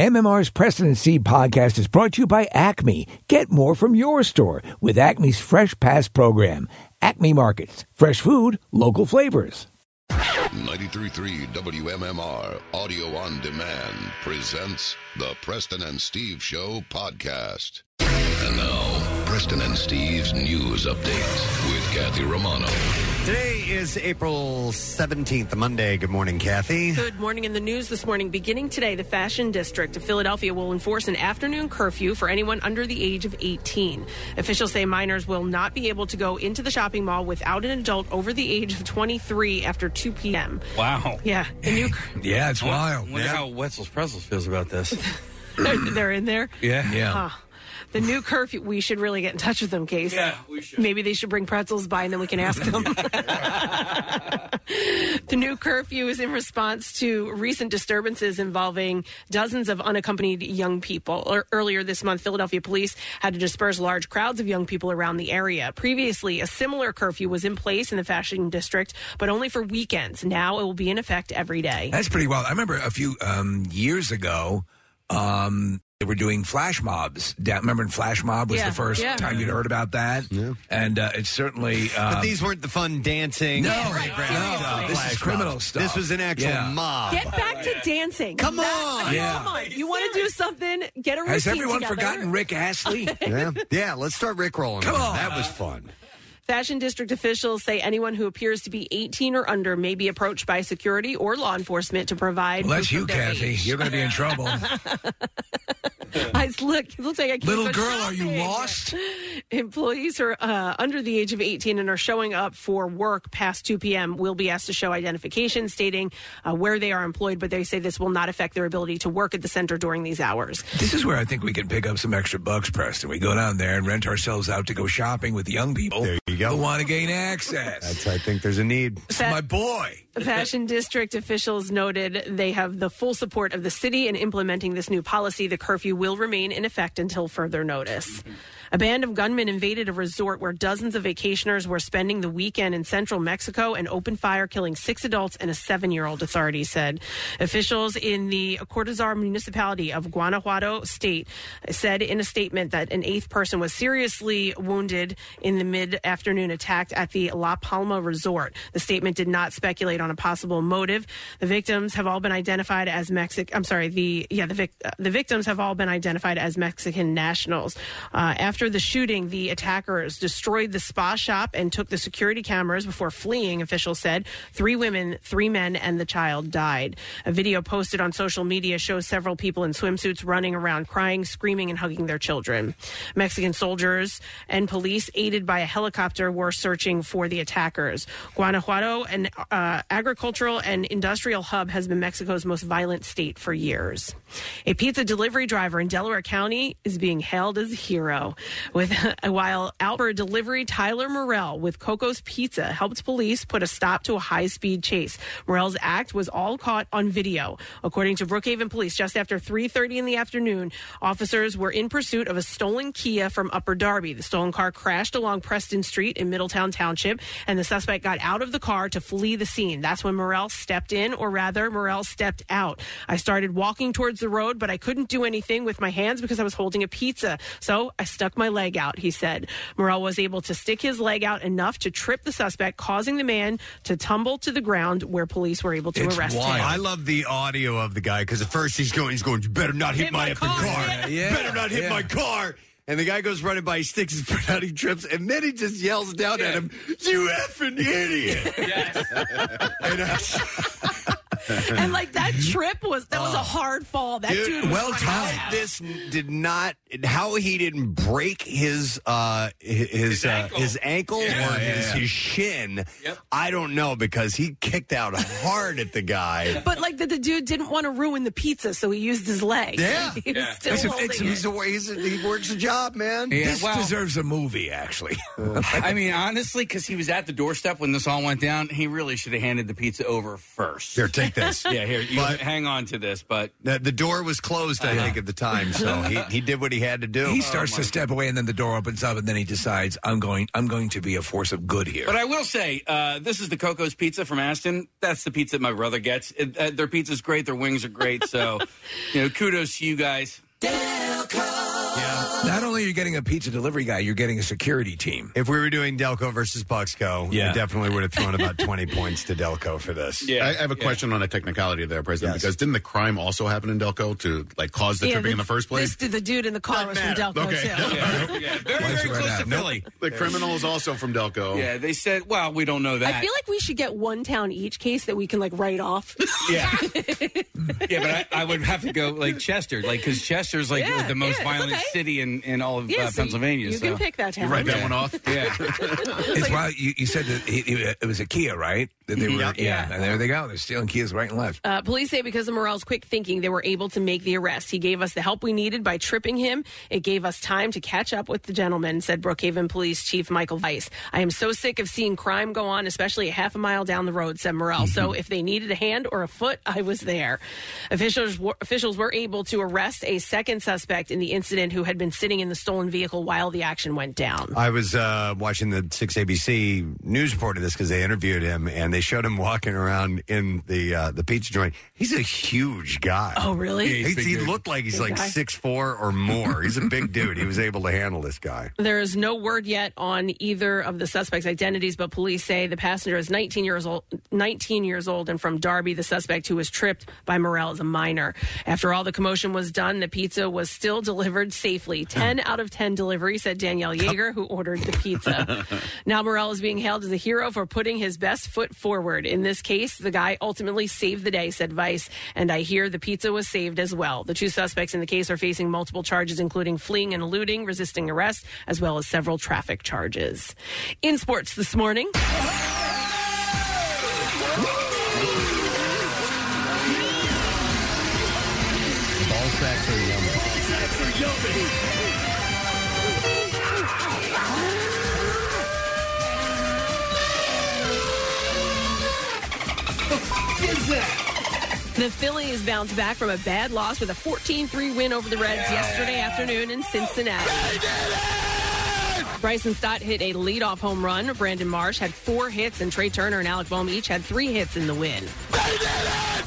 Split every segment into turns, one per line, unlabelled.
MMR's President Seed podcast is brought to you by Acme. Get more from your store with Acme's Fresh Pass program. Acme Markets, fresh food, local flavors.
933 WMMR Audio on Demand presents the Preston and Steve Show podcast. And now, Preston and Steve's news update with Kathy Romano.
Today is April 17th, Monday. Good morning, Kathy.
Good morning. In the news this morning, beginning today, the Fashion District of Philadelphia will enforce an afternoon curfew for anyone under the age of 18. Officials say minors will not be able to go into the shopping mall without an adult over the age of 23 after 2 p.m.
Wow.
Yeah, the new
Yeah, it's
I wonder-
wild.
Wonder
Yeah.
how Wetzel's Pretzels feels about this.
they're, they're in there.
Yeah.
Yeah.
Ah, the new curfew. We should really get in touch with them, Case.
Yeah, we should.
Maybe they should bring pretzels by, and then we can ask them. The new curfew is in response to recent disturbances involving dozens of unaccompanied young people. Ear- Earlier this month, Philadelphia police had to disperse large crowds of young people around the area. Previously, a similar curfew was in place in the fashion district, but only for weekends. Now it will be in effect every day.
That's pretty wild. I remember a few um, years ago, um, they were doing flash mobs. Down, remember, when flash mob was
Yeah,
the first
yeah.
time you'd heard about that, and uh, it's certainly. Um,
But these weren't the fun dancing.
no,
choreographed,
no,
uh,
this
flash
is criminal
mobs.
stuff.
This was an actual
Yeah.
mob.
Get back to dancing.
Come
That-
on.
Yeah.
Come on. You want to do something? Get a routine
Has everyone
together.
forgotten Rick Astley?
yeah. yeah, let's start rickrolling.
Come
them.
on.
That was fun.
Fashion district officials say anyone who appears to be 18 or under may be approached by security or law enforcement to provide.
well, that's
proof
you,
of their
Kathy.
age.
You're going to be in trouble.
I s- look, it looks like I can't
Little
go
girl, are you
shopping.
lost?
Employees who are uh, under the age of 18 and are showing up for work past 2 p.m. will be asked to show identification stating uh, where they are employed, but they say this will not affect their ability to work at the center during these hours.
This is where I think we can pick up some extra bucks, Preston. We go down there and rent ourselves out to go shopping with young people
There you go.
who want to gain access.
That's, I think there's a need.
It's my boy.
Fashion district officials noted they have the full support of the city in implementing this new policy. The curfew will remain in effect until further notice. A band of gunmen invaded a resort where dozens of vacationers were spending the weekend in central Mexico and opened fire, killing six adults and a seven year old, authorities said. Officials in the Cortazar municipality of Guanajuato State said in a statement that an eighth person was seriously wounded in the mid afternoon attack at the La Palma resort. The statement did not speculate on a possible motive. The victims have all been identified as Mexican. I'm sorry, the yeah the vic- uh, the victims have all been identified as Mexican nationals. Uh, after the shooting, the attackers destroyed the spa shop and took the security cameras before fleeing. Officials said three women, three men, and the child died. A video posted on social media shows several people in swimsuits running around, crying, screaming, and hugging their children. Mexican soldiers and police, aided by a helicopter, were searching for the attackers. Guanajuato, an uh, agricultural and industrial hub, has been Mexico's most violent state for years. A pizza delivery driver in Delaware County is being hailed as a hero, with while out for a delivery, Tyler Morell with Coco's Pizza helped police put a stop to a high-speed chase. Morell's act was all caught on video, according to Brookhaven Police. Just after 3:30 in the afternoon, officers were in pursuit of a stolen Kia from Upper Darby. The stolen car crashed along Preston Street in Middletown Township, and the suspect got out of the car to flee the scene. That's when Morell stepped in, or rather, Morell stepped out. I started walking towards the road, but I couldn't do anything with my hands because I was holding a pizza. So I stuck my leg out, he said. Morell was able to stick his leg out enough to trip the suspect, causing the man to tumble to the ground where police were able to
It's
arrest
wild.
him.
I love the audio of the guy because at first he's going, he's going, you better not hit,
Hit
my,
my
effing
car."
car.
Yeah,
yeah,
better not hit
yeah.
my car. And the guy goes running by, he sticks his foot out, he trips, and then he just yells down at him, you effing idiot. and that's
and like that trip was that was a hard fall. Oh, That dude, was
Oh. well
fine.
timed. This did not. How he didn't break his uh his his, ankle, uh, his ankle or his, his shin. I don't know because he kicked out hard at the guy.
But like that, the dude didn't want to ruin the pizza, so he used his leg.
Yeah.
he was still
It's a-
holding
it's a-
it.
He's a, he's a, he works a job, man.
Yeah,
this
well-
deserves a movie, actually.
I mean, honestly, because he was at the doorstep when this all went down, he really should have handed the pizza over first.
Here, take
like this.
Yeah, here, you
But-
Uh, hang on to this, but Uh-huh.
The, the door was closed, I think, at the time, so he, he did what he had to do. Oh,
He
Oh,
starts to step away, and then the door opens up, and then he decides, "I'm going, I'm going to be a force of good here."
But I will say, uh, this is the Coco's Pizza from Aston. That's the pizza my brother gets. It, uh, their pizza's great. Their wings are great. So, you know, kudos to you guys.
Not only are you getting a pizza delivery guy, you're getting a security team.
If we were doing Delco versus Bucksco,
Yeah.
I definitely would have thrown about 20 points to Delco for this.
I I have a question on a technicality there, President, because didn't the crime also happen in Delco to like cause the
Yeah,
tripping in the first place?
This, the dude in the car was from Delco,
Okay.
too.
Very, very close to Philly.
The criminal is also from Delco.
Yeah, they said, well, we don't know that.
I feel like we should get one town each case that we can like write off.
Yeah. yeah, but I, I would have to go like Chester, like because Chester's like
Yeah,
the
yeah,
most
it's
violent
okay.
city in, in all of
Yeah,
uh,
so
Pennsylvania.
You
so.
can pick that town.
You write that
Yeah.
one off?
Yeah.
It's why you, you said that it, it- it was a Kia, right? That they were, yeah, And there they go. They're stealing Kias right and left.
Uh, police say because of Morel's quick thinking, they were able to make the arrest. He gave us the help we needed by tripping him. It gave us time to catch up with the gentleman, said Brookhaven Police Chief Michael Weiss. I am so sick of seeing crime go on, especially a half a mile down the road, said Morel. so if they needed a hand or a foot, I was there. Officials were, officials were able to arrest a second suspect in the incident who had been sitting in the stolen vehicle while the action went down.
I was uh, watching the 6 ABC news report of this because they interviewed him and they showed him walking around in the uh, the pizza joint. He's a huge guy.
Oh, really? Yeah, he's
He-
big
he
dude.
looked like he's
Big
like
guy.
six four or more. He's a big dude. He was able to handle this guy.
There is no word yet on either of the suspects' identities, but police say the passenger is 19 years old, 19 years old, and from Darby. The suspect who was tripped by Morel is a minor. After all the commotion was done, the pizza was still delivered safely. 10 out of 10 delivery, said Danielle Yeager, who ordered the pizza. now Morel is being hailed as a hero for putting his best foot forward. In this case, the guy ultimately saved the day, said Vice, and I hear the pizza was saved as well. The two suspects in the case are facing multiple charges, including fleeing and eluding, resisting arrest, as well as several traffic charges. In sports this morning.
Ball sacks are yummy.
The Phillies bounce back from a bad loss with a 14 3 win over the Reds yesterday afternoon in Cincinnati. Bryson Stott hit a leadoff home run. Brandon Marsh had four hits, and Trey Turner and Alec Boehm each had three hits in the win.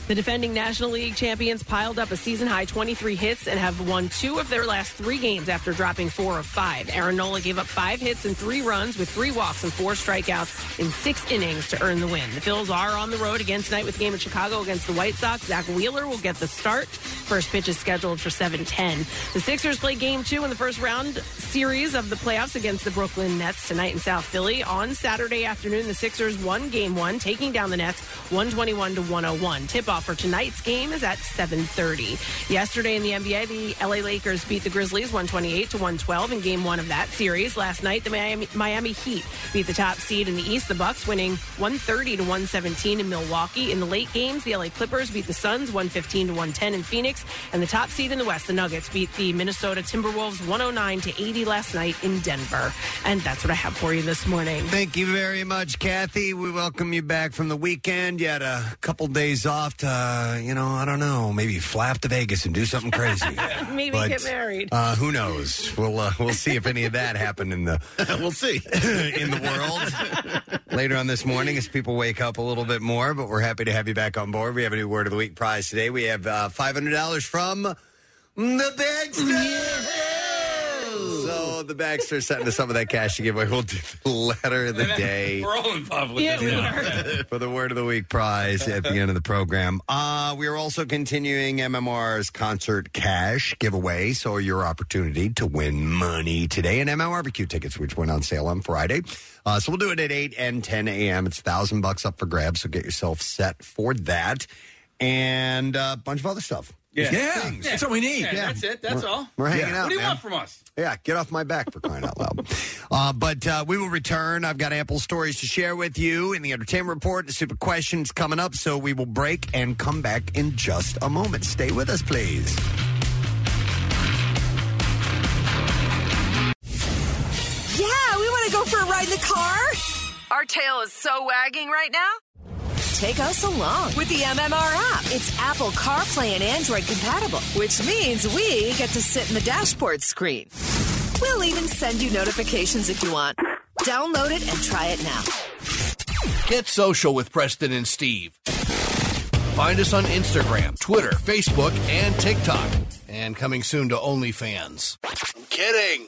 The defending National League champions piled up a season high 23 hits and have won two of their last three games after dropping four of five. Aaron Nola gave up five hits and three runs with three walks and four strikeouts in six innings to earn the win. The Phils are on the road again tonight with a game in Chicago against the White Sox. Zach Wheeler will get the start. First pitch is scheduled for 7:10. The Sixers play game two in the first round series of the playoffs against the Brooklyn Nets tonight in South Philly. On Saturday afternoon, the Sixers won game one, taking down the Nets 121 to 101. Tip off for tonight's game is at 7:30. Yesterday in the NBA, the LA Lakers beat the Grizzlies 128 to 112 in game one of that series. Last night, the Miami, Miami Heat beat the top seed in the East, the Bucks winning 130 to 117 in Milwaukee. In the late games, the LA Clippers beat the Suns 115 to 110 in Phoenix, and the top seed in the West, the Nuggets beat the Minnesota Timberwolves 109 to 80 last night in Denver. And that's what I have for you this morning.
Thank you very much, Kathy. We welcome you back from the weekend. You had a couple days off to, uh, you know, I don't know, maybe flap to Vegas and do something crazy.
Maybe
But,
get married.
Uh, who knows? We'll uh, we'll see if any of that happened in the
we'll see.
in the world later on this morning as people wake up a little bit more. But we're happy to have you back on board. We have a new word of the week prize today. We have uh, five hundred dollars from the Baxter. So the Baxter sent us some of that cash to give away. We'll do the letter of the day
We're all involved with
Yeah,
this.
we
now.
are.
for the word of the week prize at the end of the program. Uh, we are also continuing MMR's concert cash giveaway, so your opportunity to win money today and MMR barbecue tickets, which went on sale on Friday. Uh, so we'll do it at eight and ten a.m. It's thousand bucks up for grabs, so get yourself set for that and uh, a bunch of other stuff.
Yeah.
Yeah, that's what we need.
Yeah,
Yeah.
that's it. That's all.
We're hanging out.
What do you
man.
want from us?
Yeah, get off my back for crying out loud. Uh, but uh, we will return. I've got ample stories to share with you in the entertainment report. The super questions coming up, so we will break and come back in just a moment. Stay with us, please.
Yeah, we want to go for a ride in the car.
Our tail is so wagging right now. take us along with the MMR app. It's Apple CarPlay and Android compatible, which means we get to sit in the dashboard screen. We'll even send you notifications if you want. Download it and try it now.
Get social with Preston and Steve. Find us on Instagram, Twitter, Facebook, and TikTok. And coming soon to OnlyFans. I'm kidding.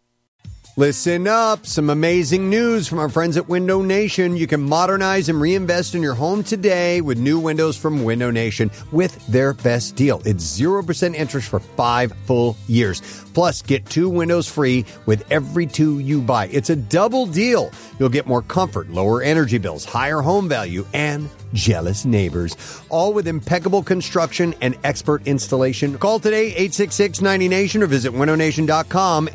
Listen up. Some amazing news from our friends at Window Nation. You can modernize and reinvest in your home today with new windows from Window Nation with their best deal. It's 0% interest for five full years. Plus, get two windows free with every two you buy. It's a double deal. You'll get more comfort, lower energy bills, higher home value, and jealous neighbors. All with impeccable construction and expert installation. Call today 866 90Nation or visit windownation.com.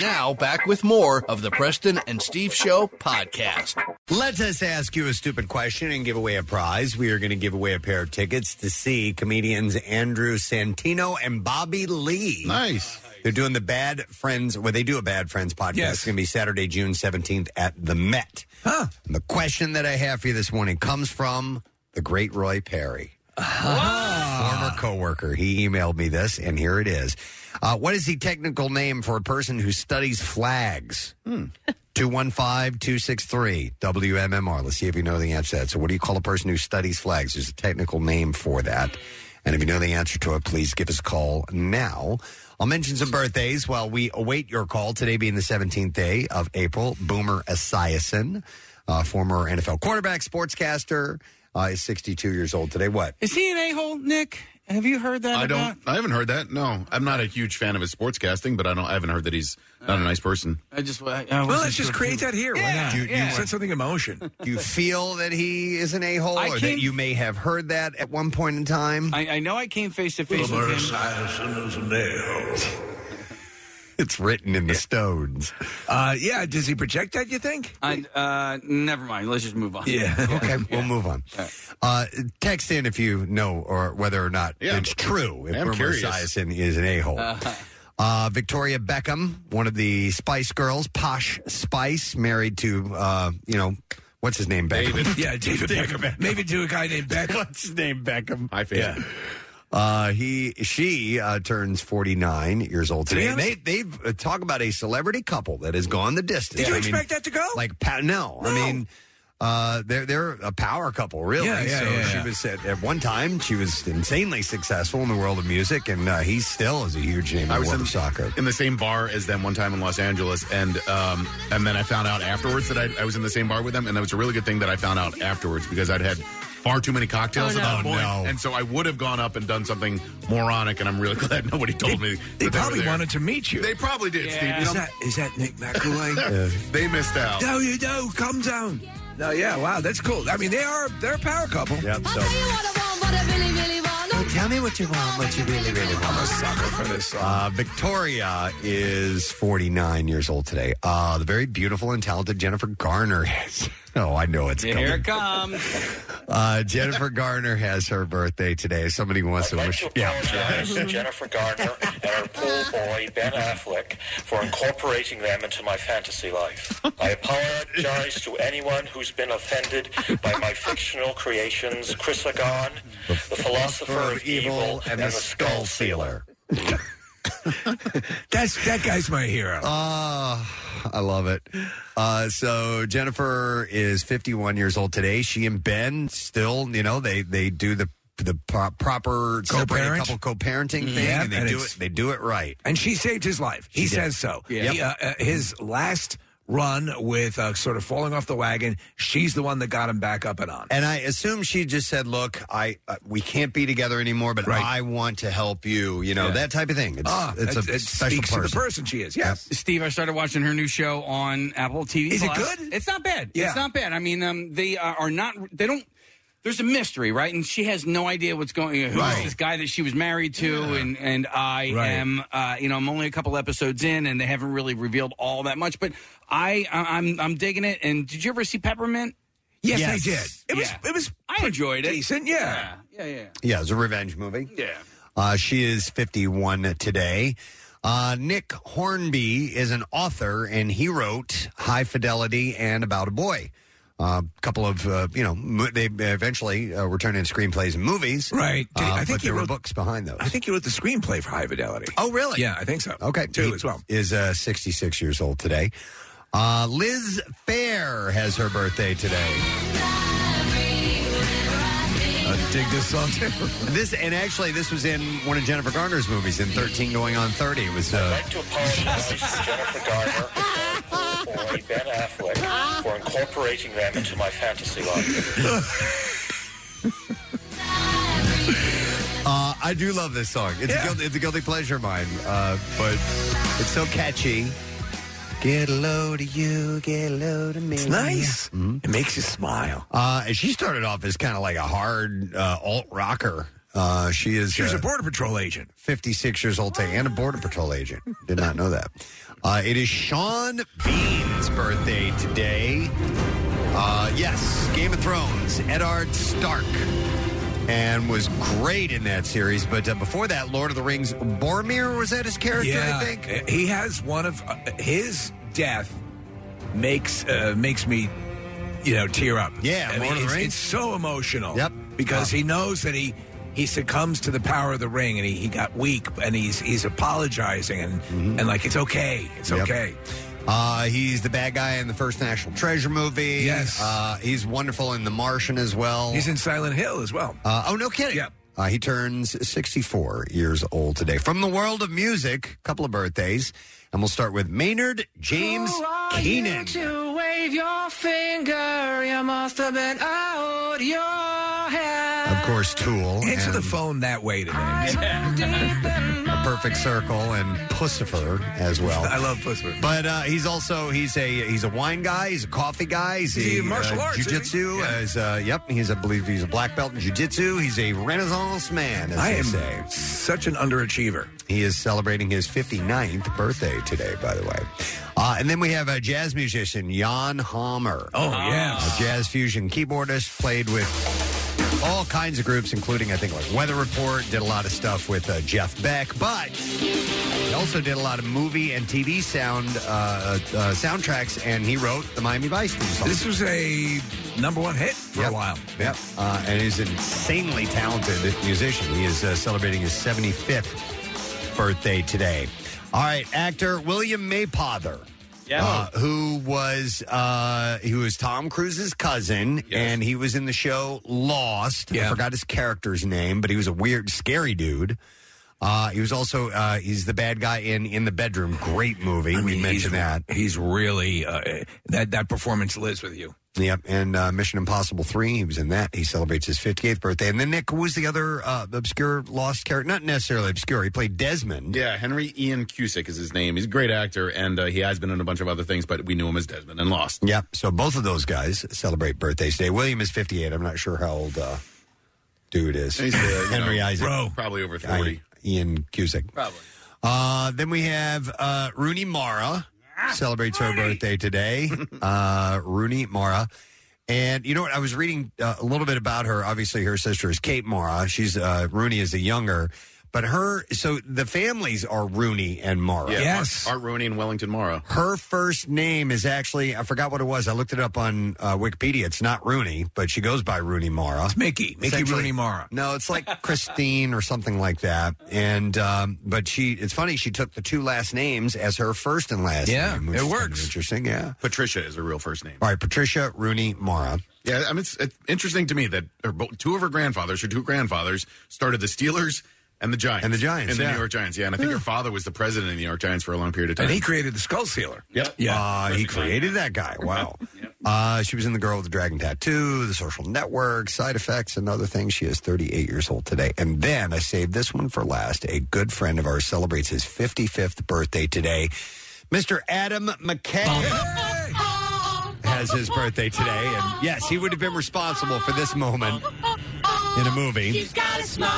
Now, back with more of the Preston and Steve Show podcast.
Let us ask you a stupid question and give away a prize. We are going to give away a pair of tickets to see comedians Andrew Santino and Bobby Lee. Nice. They're doing the Bad Friends, well, they do a Bad Friends podcast. It's going to be Saturday, June 17th at the Met. Huh. And the question that I have for you this morning comes from the great Roy Perry. Former coworker. He emailed me this, and here it is. Uh, what is the technical name for a person who studies flags? 215 263 WMMR. Let's see if you know the answer to that. So, what do you call a person who studies flags? There's a technical name for that. And if you know the answer to it, please give us a call now. I'll mention some birthdays while we await your call. Today being the 17th day of April, Boomer Esiason, uh, former NFL quarterback, sportscaster, uh, is 62 years old today. What?
Is he an a hole, Nick? Have you heard that?
I
about-
don't. I haven't heard that. No, I'm not a huge fan of his sports casting, but I don't. I haven't heard that he's not a nice person.
Uh, I just. I,
well, let's just create that here. Why not? You, you said something emotion.
Do you feel that he is an a hole
I
or that
came-
you may have heard that at one point in time?
I, I know I came face to face with him.
It's written in the stones.
Uh, yeah, does he project that? You think?
I, uh, never mind. Let's just move on.
okay, we'll move on. Uh, text in if you know or whether or not
Yeah,
it's true. If
I'm
Boomer
curious.
Esiason is an a hole.
Uh-huh.
Uh, Victoria Beckham, one of the Spice Girls, posh Spice, married to uh, you know what's his name, Beckham.
Yeah, David Beckham. Maybe to a guy named Beckham.
What's his name, Beckham?
High face.
Uh, he she uh, turns 49 years old today. And they they uh, talk about a celebrity couple that has gone the distance.
Did you
I mean,
expect that to go?
Like pa- no, I mean uh, they're they're a power couple, really.
Yeah, yeah,
so
yeah,
she
yeah.
was at, at one time she was insanely successful in the world of music, and uh, he still is a huge name in the
I was
world
in
of soccer.
in the same bar as them one time in Los Angeles, and um, and then I found out afterwards that I, I was in the same bar with them, and that was a really good thing that I found out afterwards because I'd had far too many cocktails
Oh,
at that
no.
point,
Oh, no.
and so I would have gone up and done something moronic, and I'm really glad nobody told me.
They
that were
probably
there.
wanted to meet you.
They probably did, Steve. You
Is
know,
that is that Nick McElroy?
They missed out.
No, you no, calm down. No, yeah, wow, that's cool. I mean, they are they're a power couple.
Yep. So
Tell me what you want, what you really, really want.
Uh, Victoria is 49 years old today. Uh, the very beautiful and talented Jennifer Garner has. Oh, I know it's coming.
Here it comes.
Uh, Jennifer Garner has her birthday today. Somebody wants to wish. Yeah.
Jennifer Gardner and her pool boy Ben Affleck for incorporating them into my fantasy life. I apologize to anyone who's been offended by my fictional creations, Chrysagon, the philosopher of evil, and the skull sealer.
That's that guy's my hero.
Ah, I love it. Uh, so Jennifer is 51 years old today. She and Ben still, you know, they they do the the pro- proper separated
Co-parent? Mm.
couple co-parenting thing,
Yeah,
and they
and
do
it's-
it. They do it right.
and she saved his life. He
did.
says so.
Yeah.
He, uh, uh, his last run with uh, sort of falling off the wagon. She's the one that got him back up and on.
And I assume she just said, "Look, I uh, we can't be together anymore, but I want to help you." You know
Yeah.
that type of thing. It's
Ah,
it's
it-
a
it
special
speaks to the
person.
person she is. Yes.
Steve, I started watching her new show on Apple TV.
Is it
Plus.
good?
It's not bad.
Yeah.
It's not bad. I mean, um, they are are not. They don't. There's a mystery, right? And she has no idea what's going. Who's
Right.
this guy that she was married to? And and I
Right.
am. Uh, you know, I'm only a couple episodes in, and they haven't really revealed all that much. But I, I I'm I'm digging it. And did you ever see Peppermint?
Yes, I did. It was-
It was. I enjoyed it.
Decent.
yeah.
Yeah. Yeah. yeah.
Yeah, it's a revenge movie.
Yeah.
Uh, she is 51 today. Uh, Nick Hornby is an author, and he wrote High Fidelity and About a Boy. A couple of, uh, you know, mo- they eventually uh, were turned into screenplays and movies.
Right. Did he-
Uh,
I think
but
he
there were
wrote-
books behind those.
I think you wrote the screenplay for High Fidelity.
Oh, really?
Yeah, I think so.
Okay.
Two
He
as well.
Is uh, 66 years old today. Uh, Liz Fair has her birthday today. I Uh, dig this song too. this and actually, this was in one of Jennifer Garner's movies in 13 Going on 30. It was
I'd
uh,
like to apologize to Jennifer Garner and her boy Ben Affleck for incorporating them into my fantasy life.
Uh, I do love this song. It's, a, guilty, it's a guilty pleasure of mine, uh, but it's so catchy. Get a load of you, get a load of me. It's
nice. It makes you smile.
Uh, and she started off as kind of like a hard uh, alt rocker. Uh, she is.
She was
uh,
a border patrol agent.
56 years old today and a border patrol agent. Did not know that. Uh, it is Sean Bean's birthday today. Uh, yes, Game of Thrones, Eddard Stark. And was great in that series. But uh, before that, Lord of the Rings, Boromir was that his character,
yeah, eh, Uh,
I think?
he has one of uh, his death makes uh, makes me you know tear up.
Yeah,
I mean,
Lord of the
it's,
Rings?
it's so emotional.
Yep.
because
Uh.
he knows that he he succumbs to the power of the ring and he, he got weak and he's he's apologizing and and like it's okay, it's
Mm-hmm. Yep.
okay.
Uh, he's the bad guy in the first National Treasure movie. Yes. Uh, he's wonderful in The Martian as well.
He's in Silent Hill as well.
Uh, oh, no kidding. Uh, he turns 64 years old today. From the world of music, a couple of birthdays. And we'll start with Maynard James Keenan.
To wave your finger, you must have been
oh.
out your
Oh,
head.
Of course, Tool.
Answer the
and
phone that way today.
A Perfect Circle and Pussifer as well.
I love Pussifer.
But uh, he's also he's a he's a wine guy. He's a coffee guy. He's
Is he
a
martial
uh,
arts, isn't he?
jujitsu. As uh, yep, he's I believe he's a black belt in jujitsu. He's a Renaissance man. As
I
they
am
say.
such an underachiever.
He is celebrating his 59th birthday today. By the way, uh, and then we have a jazz musician Jan Hammer.
Oh, yes.
a jazz fusion keyboardist played with. All kinds of groups, including I think like Weather Report, did a lot of stuff with uh, Jeff Beck, but he also did a lot of movie and TV sound uh, uh, soundtracks, and he wrote the Miami Vice theme song.
This was a number one hit for a while.
Yep, uh, and he's an insanely talented musician. He is uh, celebrating his 75th birthday today. All right, actor William Maypother. uh, who was uh, he was Tom Cruise's cousin, and he was in the show Lost. I forgot his character's name, but he was a weird, scary dude. Uh, he was also uh, he's the bad guy in In the Bedroom. Great movie. we mentioned that.
He's really uh, that that performance lives with you.
Yep, and uh, Mission Impossible Three. He was in that. He celebrates his 58th birthday. And then Nick, who was the other uh, obscure lost character? Not necessarily obscure. He played Desmond.
Yeah, Henry Ian Cusick is his name. He's a great actor, and uh, he has been in a bunch of other things, but we knew him as Desmond and Lost.
Yep. So both of those guys celebrate birthdays today. William is 58. I'm not sure how old uh, dude is.
He's, uh, you
Henry
know,
Isaac,
probably over 40.
Ian Cusick.
Probably.
Uh, then we have uh, Rooney Mara celebrates her birthday today. Uh, Rooney Mara. And you know what? I was reading uh, a little bit about her. Obviously, her sister is Kate Mara. She's uh, Rooney is the younger, but her so the families are Rooney and Mara.
Yeah, Art, Art Rooney and Wellington Mara.
Her first name is actually I forgot what it was. I looked it up on uh, Wikipedia. It's not Rooney, but she goes by Rooney Mara. It's
Mickey, Mickey Rooney Mara.
No, it's like Christine or something like that. And um, but she, it's funny. She took the two last names as her first and last.
Yeah,
name, which
it
is kind of
works.
Interesting. Yeah.
Patricia is her real first name.
All right, Patricia Rooney Mara.
Yeah, I mean, it's, it's interesting to me that her, bo- two of her grandfathers, her two grandfathers, started the Steelers And the Giants.
And the Giants,
And the
yeah.
New York Giants, yeah. And I think her father was the president of the New York Giants for a long period of time.
And he
created the skull sealer. Yep.
Yeah. Uh, he created that guy. Wow. uh, she was in The Girl with the Dragon Tattoo, The Social Network, Side Effects, and other things. She is 38 years old today. And then I saved this one for last. A good friend of ours celebrates his 55th birthday today. Mr. Adam McKay has his birthday today. And yes, he would have been responsible for this moment in a movie.
got a smile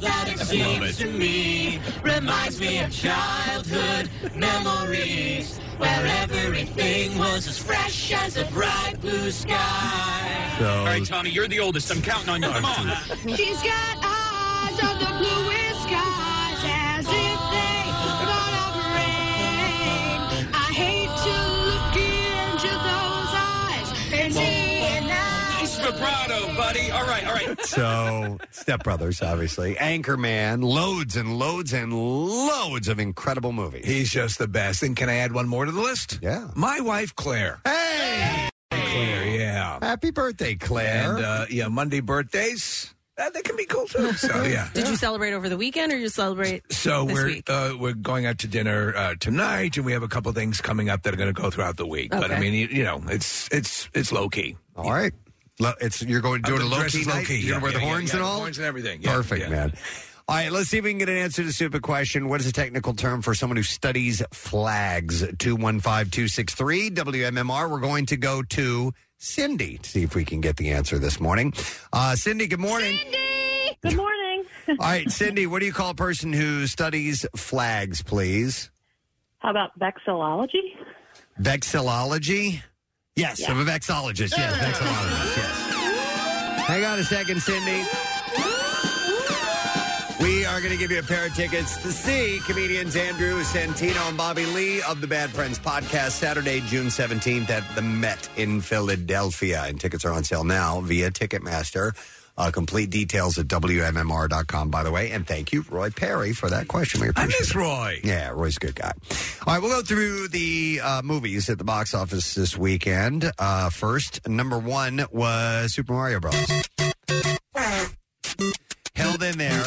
that
I
it
love it.
seems to me reminds me of childhood memories where everything was as fresh as a bright blue sky.
All right, Tommy, you're the oldest. I'm counting on you. Come on.
She's got eyes of the bluest skies as if they thought of rain. I hate to look into those eyes and see an
Nice vibrato, buddy. All right, all right.
So, Step Brothers, obviously. Anchorman, loads and loads and loads of incredible movies.
He's just the best. And can I add one more to the list?
Yeah.
My wife, Claire.
Hey!
Claire, yeah.
Happy birthday, Claire.
And uh, yeah, Monday birthdays. Uh, they can be cool too. So yeah.
Did you celebrate over the weekend, or you celebrate?
So
this
we're
week?
uh, we're going out to dinner uh, tonight, and we have a couple things coming up that are going to go throughout the week. But I
Okay.
mean, you, you know, it's it's it's low key.
All right. Lo- it's you're going to do it a low key
Low
night?
key.
You're gonna wear the horns and all?
horns and everything. Yeah,
Perfect,
yeah.
man. All right, let's see if we can get an answer to the stupid question. What is the technical term for someone who studies flags? 215263 WMMR. We're going to go to Cindy to see if we can get the answer this morning. Uh, Cindy, good morning.
Good morning.
All right, Cindy, what do you call a person who studies flags, please?
How about vexillology?
Vexillology? Yes, I'm a vexologist. Yes, vexillologist. Yes. Hang on a second, Cindy. We are going to give you a pair of tickets to see comedians Andrew Santino and Bobby Lee of the Bad Friends podcast Saturday, June 17th at the Met in Philadelphia. And tickets are on sale now via Ticketmaster. Uh, complete details at WMMR.com, by the way. And thank you, Roy Perry, for that question. We appreciate I miss
Roy.
Yeah, Roy's a good guy. All right, we'll go through the uh, movies at the box office this weekend. Uh, first, number one was Super Mario Bros. Held in there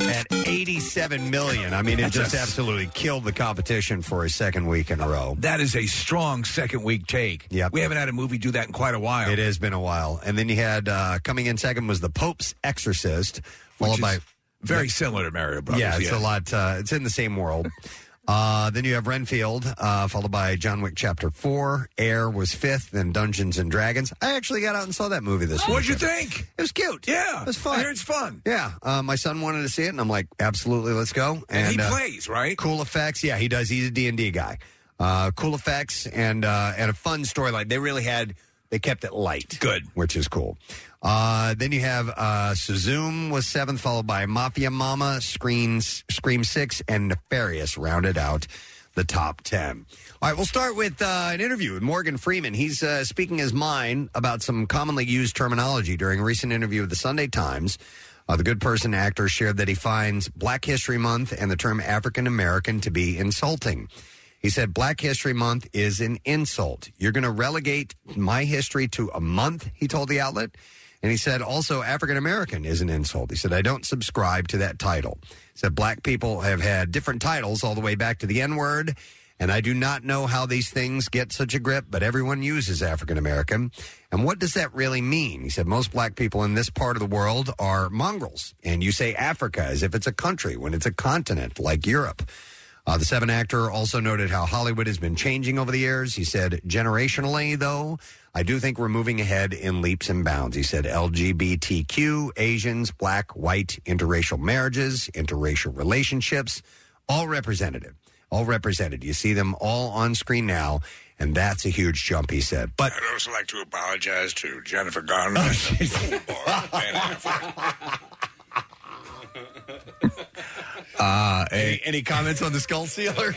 at 87 million. I mean, it
That's
just
a-
absolutely killed the competition for a second week in a row.
That is a strong second week take. Yeah, we haven't had a movie do that in quite a while.
It has been a while. And then you had uh, coming in second was The Pope's Exorcist,
Which
followed
is
by
very
Yeah.
similar to Mario Brothers.
Yeah, it's a lot. Uh, it's in the same world. Uh, then you have Renfield, uh, followed by John Wick Chapter Four. Air was fifth, then Dungeons and Dragons. I actually got out and saw that movie this week.
What'd you think?
It was cute.
Yeah,
It was fun.
I hear it's fun.
Yeah, uh, my son wanted to see it, and I'm like, absolutely, let's go.
And he
uh,
plays, right?
Cool effects. Yeah, he does. He's a D and D guy. Uh, cool effects and uh, and a fun storyline. They really had. They kept it light. Good, which is cool. Uh, then you have uh, Suzume was seventh, followed by Mafia Mama, Screams, Scream Six, and Nefarious rounded out the top ten. All right, we'll start with uh, an interview with Morgan Freeman. He's uh, speaking his mind about some commonly used terminology during a recent interview with the Sunday Times. Uh, the Good Person actor shared that he finds Black History Month and the term African American to be insulting. He said, Black History Month is an insult. You're going to relegate my history to a month, he told the outlet. And he said, also, African American is an insult. He said, I don't subscribe to that title. He said, black people have had different titles all the way back to the N word. And I do not know how these things get such a grip, but everyone uses African American. And what does that really mean? He said, most black people in this part of the world are mongrels. And you say Africa as if it's a country when it's a continent like Europe. Uh, the Seven actor also noted how Hollywood has been changing over the years. He said, generationally, though, I do think we're moving ahead in leaps and bounds. He said, LGBTQ, Asians, black, white, interracial marriages, interracial relationships, all representative, all represented. You see them all on screen now, and that's a huge jump, he said. But Oh,
I'd also like to apologize to Jennifer Garner.
uh, any, any comments on the skull sealer?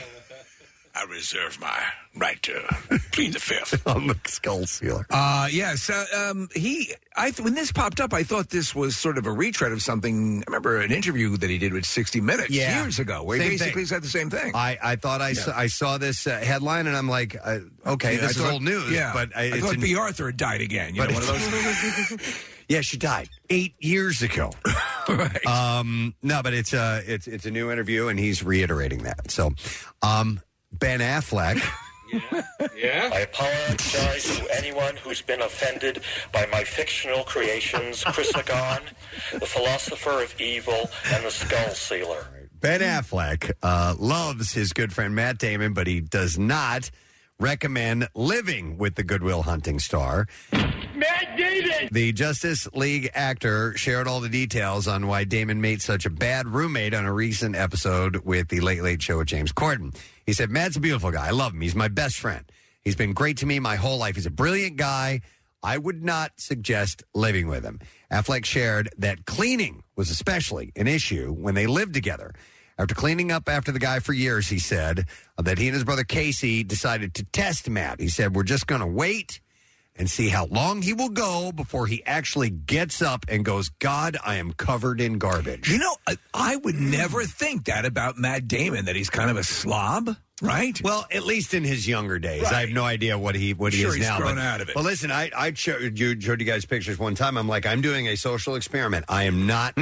I reserve my right to plead the fifth
on the skull sealer.
Uh, yes, uh, um, he. I th- when this popped up, I thought this was sort of a retread of something. I remember an interview that he did with 60 Minutes
Yeah.
years ago, where
Same
he basically
thing.
said the same thing.
I, I thought I,
Yeah.
saw, I saw this uh, headline and I'm like, uh, okay,
Yeah, I
this is
thought-
old news.
Yeah,
but I,
I
it's
thought
a-
B. Arthur had died again. You
but
know, one of
it's-
those.
yeah, she died eight years ago. Um, no, but it's a it's it's a new interview, and he's reiterating that. So, um, Ben Affleck.
Yeah. I apologize to anyone who's been offended by my fictional creations, Chris Lagan, the philosopher of evil, and the skull sealer.
Ben Affleck uh, loves his good friend Matt Damon, but he does not recommend living with the Goodwill Hunting star.
Matt Damon!
The Justice League actor shared all the details on why Damon made such a bad roommate on a recent episode with the Late Late Show with James Corden. He said, Matt's a beautiful guy. I love him. He's my best friend. He's been great to me my whole life. He's a brilliant guy. I would not suggest living with him. Affleck shared that cleaning was especially an issue when they lived together. After cleaning up after the guy for years, he said uh, that he and his brother Casey decided to test Matt. He said, We're just going to wait and see how long he will go before he actually gets up and goes, God, I am covered in garbage.
You know, I, I would never think that about Matt Damon that he's kind of a slob, right?
Well, at least in his younger days, I have no idea what he what he
Sure
is
he's
now.
grown
but,
out of it.
Well, listen, I I showed you, showed you guys pictures one time. I'm like, I'm doing a social experiment. I am not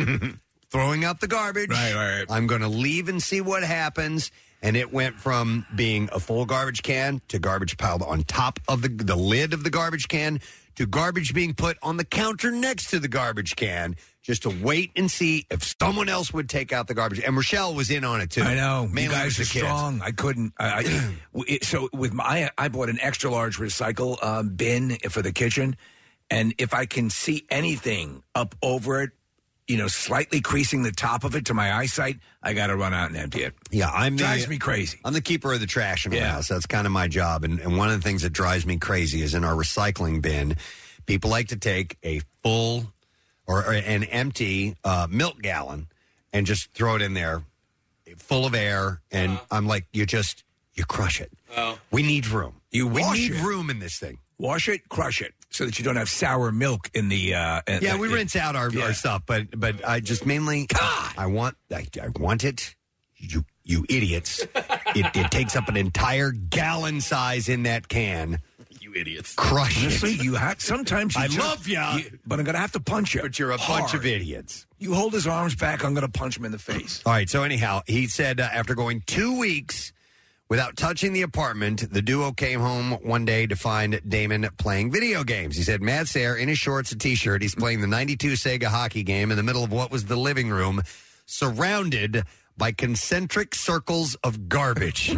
throwing out the garbage. Right, right. I'm going to leave and see what happens. And it went from being a full garbage can to garbage piled on top of the the lid of the garbage can to garbage being put on the counter next to the garbage can. Just to wait and see if someone else would take out the garbage. And Rochelle was in on it too.
I know.
Mainly
you guys
with the
are
kids.
strong. I couldn't. I, I, w- it, so with my, I bought an extra large recycle uh, bin for the kitchen, and if I can see anything up over it, you know, slightly creasing the top of it to my eyesight, I got to run out and empty it.
Yeah, I'm
drives
the,
me crazy.
I'm the keeper of the trash in my
Yeah.
house. That's kind of my job. And, and one of the things that drives me crazy is in our recycling bin, people like to take a full or, or an empty uh, milk gallon and just throw it in there, full of air. And
Uh-huh.
I'm like, you just you crush it.
Oh.
We need room.
You
we
wash
need
it.
room in this thing.
Wash it, crush it, so that you don't have sour milk in the. Uh, in-
Yeah, we
in-
rinse out our,
Yeah.
our stuff, but but I just mainly I want I, I want it. You you idiots! it, it takes up an entire gallon size in that can. You idiots! Crush
Honestly,
it.
you have sometimes. You
I
just-
love ya.
but I'm gonna have to punch you.
But you're a bunch of idiots.
You hold his arms back. I'm gonna punch him in the face.
All right. So anyhow, he said uh, after going two weeks without touching the apartment, the duo came home one day to find Damon playing video games. He said Matt's there in his shorts and t-shirt. He's playing the '92 Sega hockey game in the middle of what was the living room, surrounded by concentric circles of garbage.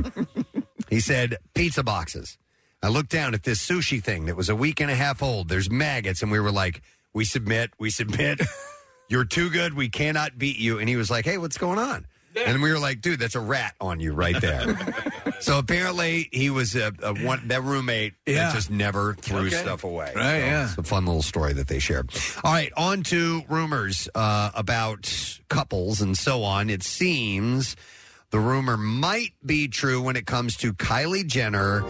He said, pizza boxes. I looked down at this sushi thing that was a week and a half old. There's maggots. And we were like, we submit, we submit. You're too good. We cannot beat you. And he was like, hey, what's going on? And we were like, dude, that's a rat on you right
Oh
there. so apparently he was a, a one, that roommate
Yeah.
that just never threw
Okay.
stuff away.
Right, yeah.
It's a fun little story that they shared. All right, on to rumors uh, about couples and so on. It seems the rumor might be true when it comes to Kylie Jenner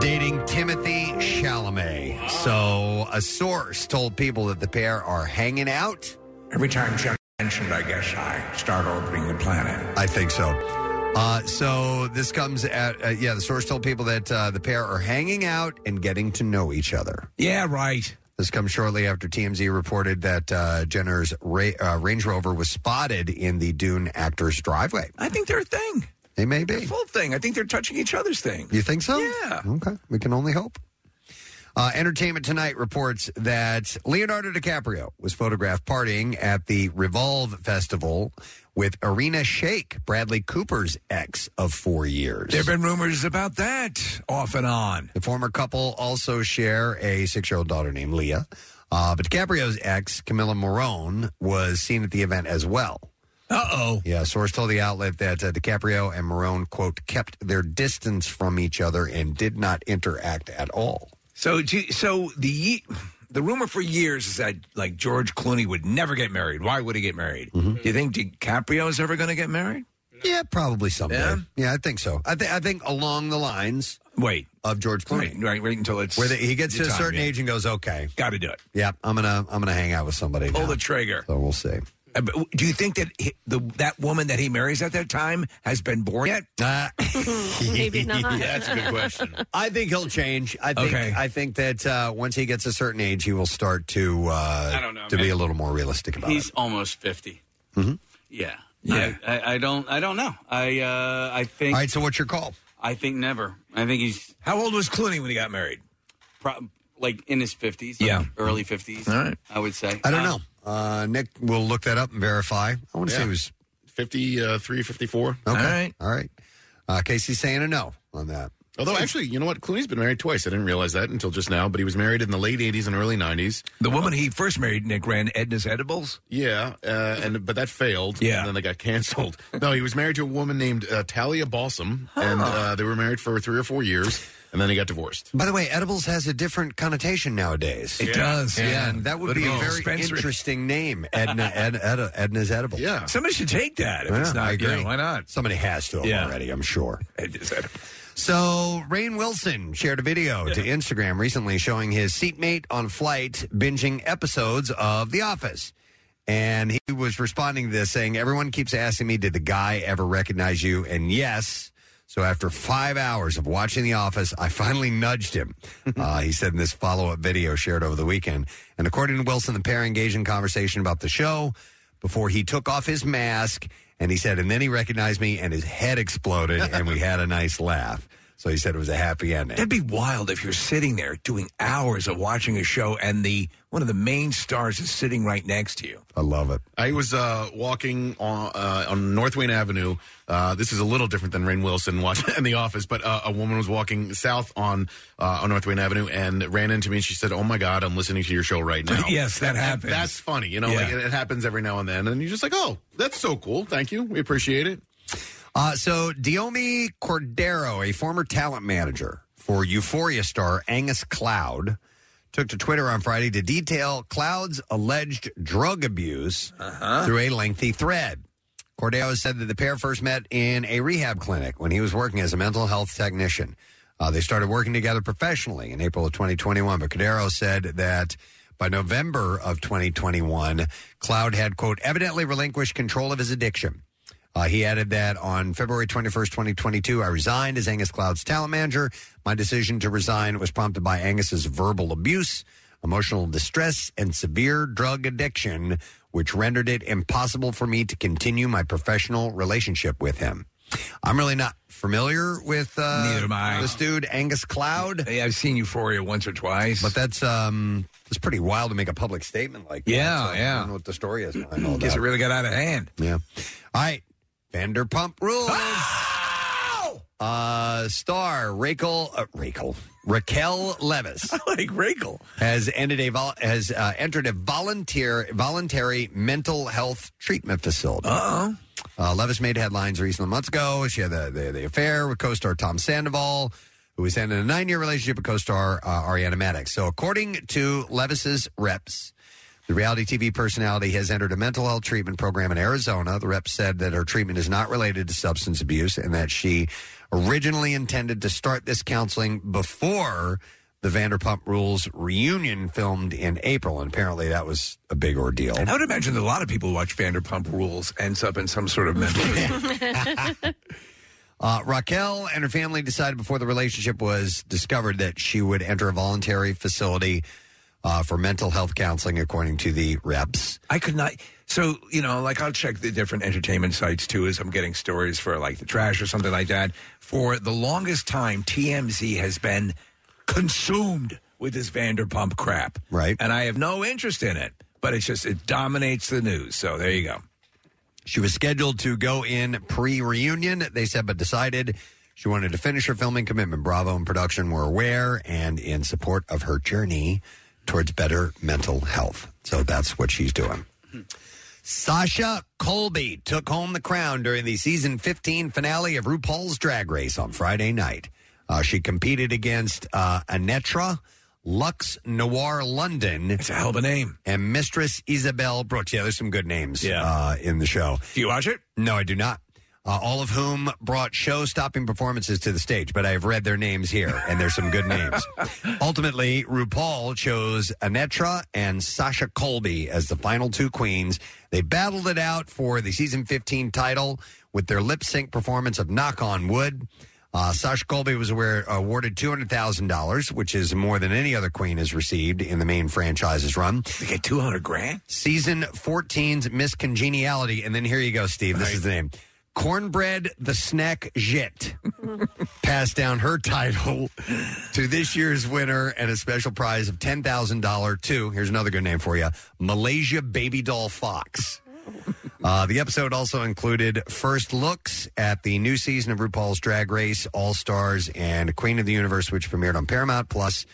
dating Timothy Chalamet. So a source told people that the pair are hanging out.
Every time Chuck mentioned, I guess I start orbiting the planet.
I think so. Uh, so this comes at uh, yeah. The source told people that uh, the pair are hanging out and getting to know each other.
Yeah, right.
This comes shortly after TMZ reported that uh, Jenner's ra- uh, Range Rover was spotted in the Dune actor's driveway.
I think they're a thing.
They may
They're
be.
full thing. I think they're touching each other's thing.
You think so? Yeah. Okay. We can only hope. Uh, Entertainment Tonight reports that Leonardo DiCaprio was photographed partying at the Revolve Festival with Arena Shake, Bradley Cooper's ex of four years.
There have been rumors about that off and on.
The former couple also share a six year old daughter named Leah. Uh, but DiCaprio's ex, Camilla Morone, was seen at the event as well.
Uh oh.
Yeah, a source told the outlet that uh, DiCaprio and Morone, quote, kept their distance from each other and did not interact at all.
So, do- so the ye- the rumor for years is that like George Clooney would never get married. Why would he get married? Do you think DiCaprio is ever going to get married?
Mm-hmm. Yeah, probably someday. Yeah, I think so. I, th- I think along the lines
Wait
of George Clooney,
right, right, wait until it's
where the, he gets to
the
a
time,
certain
yeah.
age and goes, "Okay,
got to do it."
Yeah, I'm gonna I'm gonna hang out with somebody.
Pull
now."
the trigger.
So we'll see.
Uh, but w- Do you think that he, the that woman that he marries at that time has been born yet? Uh,
Maybe not. That's a good question.
I think he'll change. I think
Okay.
I think that uh, once he gets a certain age, he will start to uh,
I don't know,
to be
man.
a little more realistic about
He's
it.
almost fifty.
Mhm.
Yeah. Yeah. I, I, I don't. I don't know. I. Uh, I think.
All right. So what's your call?
I think never. I think he's.
How old was Clooney when he got married?
Pro- like in his fifties. Like
Yeah.
Early fifties.
All right.
I would say.
I don't
Uh,
know. Uh, Nick will look that up and verify. I want to say
Yeah.
it was
53, 54.
okay. All right. All right. Uh, Casey's saying a no on that.
Although, actually, you know what? Clooney's been married twice. I didn't realize that until just now, but he was married in the late 80s and early 90s.
The woman he first married, Nick, ran Edna's Edibles.
Yeah, uh, and but that failed. Yeah, and then they got canceled. No, he was married to a woman named uh, Talia Balsam, and uh, they were married for three or four years, and then he got divorced.
By the way, edibles has a different connotation nowadays.
It Yeah. does,
Yeah,
yeah.
and that would
Look
be
at
a
all
very
dispensary.
interesting name. Edna, Ed, Ed, Edna's edibles. Yeah,
somebody should take that. If it's not,
I
you
agree.
know, why not?
Somebody has to have
Yeah.
already. I'm sure.
Edna's Edibles.
So, Rain Wilson shared a video to Instagram recently showing his seatmate on flight binging episodes of The Office. And he was responding to this saying, Everyone keeps asking me, Did the guy ever recognize you? And yes. So, after five hours of watching The Office, I finally nudged him. uh, he said in this follow up video shared over the weekend. And according to Wilson, the pair engaged in conversation about the show before he took off his mask and he said, and then he recognized me and his head exploded and we had a nice laugh. So he said it was a happy ending.
That'd be wild if you're sitting there doing hours of watching a show and the one of the main stars is sitting right next to you.
I love it.
I was uh, walking on, uh, on North Wayne Avenue. Uh, this is a little different than Rain Wilson watching in The Office, but uh, a woman was walking south on uh, on North Wayne Avenue and ran into me and she said, "Oh my God, I'm listening to your show right now."
Yes, that happens.
That's funny, you know.
Yeah.
Like, it, it happens every now and then, and you're just like, "Oh, that's so cool. Thank you. We appreciate it."
Uh, so Diomi Cordero, a former talent manager for Euphoria star Angus Cloud, took to Twitter on Friday to detail Cloud's alleged drug abuse through a lengthy thread. Cordero said that the pair first met in a rehab clinic when he was working as a mental health technician. Uh, they started working together professionally in April of 2021, but Cordero said that by November of 2021, Cloud had, quote, evidently relinquished control of his addiction. Uh, he added that on February 21st, 2022, I resigned as Angus Cloud's talent manager. My decision to resign was prompted by Angus's verbal abuse, emotional distress, and severe drug addiction, which rendered it impossible for me to continue my professional relationship with him. I'm really not familiar with uh, this dude, Angus Cloud.
Hey, I've seen Euphoria once or twice,
but that's um, it's pretty wild to make a public statement like
Yeah,
that. So I
yeah.
don't know what the story is behind all
Guess
that.
it really got out of hand.
Yeah. All right. Vanderpump Rules. Uh, star Raquel, uh, Raquel, Raquel Levis. I
like Raquel.
Has ended a vol- has uh, entered a volunteer voluntary mental health treatment facility.
Uh-oh.
Uh, Levis made headlines recently months ago. She had the, the, the affair with co-star Tom Sandoval, who was in a nine-year relationship with co-star uh, Ariana Maddox. So, according to Levis's reps, the reality TV personality has entered a mental health treatment program in Arizona. The rep said that her treatment is not related to substance abuse and that she originally intended to start this counseling before the Vanderpump Rules reunion filmed in April. And apparently that was a big ordeal.
I would imagine that a lot of people who watch Vanderpump Rules ends up in some sort of mental.
Uh, Raquel and her family decided before the relationship was discovered that she would enter a voluntary facility uh, for mental health counseling, according to the reps.
I could not. So you know, like I'll check the different entertainment sites too, as I'm getting stories for like the trash or something like that. For the longest time, TMZ has been consumed with this Vanderpump crap,
right?
And I have no interest in it, but it's just it dominates the news. So there you go.
She was scheduled to go in pre reunion, they said, but decided she wanted to finish her filming commitment. Bravo and production were aware and in support of her journey towards better mental health. So that's what she's doing. Sasha Colby took home the crown during the season 15 finale of RuPaul's Drag Race on Friday night. Uh, she competed against uh, Anetra, Lux Noir London. It's
a hell of a name.
And Mistress Isabel Brooks. Yeah, there's some good names uh, in the show.
Do you watch it?
No, I do not. uh, all of whom brought show stopping performances to the stage, but I have read their names here, and there's some good names. Ultimately, RuPaul chose Anetra and Sasha Colby as the final two queens. They battled it out for the season 15 title with their lip sync performance of Knock on Wood. Uh, Sasha Colby was aware, awarded $200,000, which is more than any other queen has received in the main franchise's run. They get 200 grand? Season 14's Miss Congeniality. And then here you go, Steve. This is the name. Cornbread the Snack Jit passed down her title to this year's winner and a special prize of $10,000 to, here's another good name for you, Malaysia Baby Doll Fox. Uh, the episode also included first looks at the new season of RuPaul's Drag Race, All Stars, and Queen of the Universe, which premiered on Paramount Plus,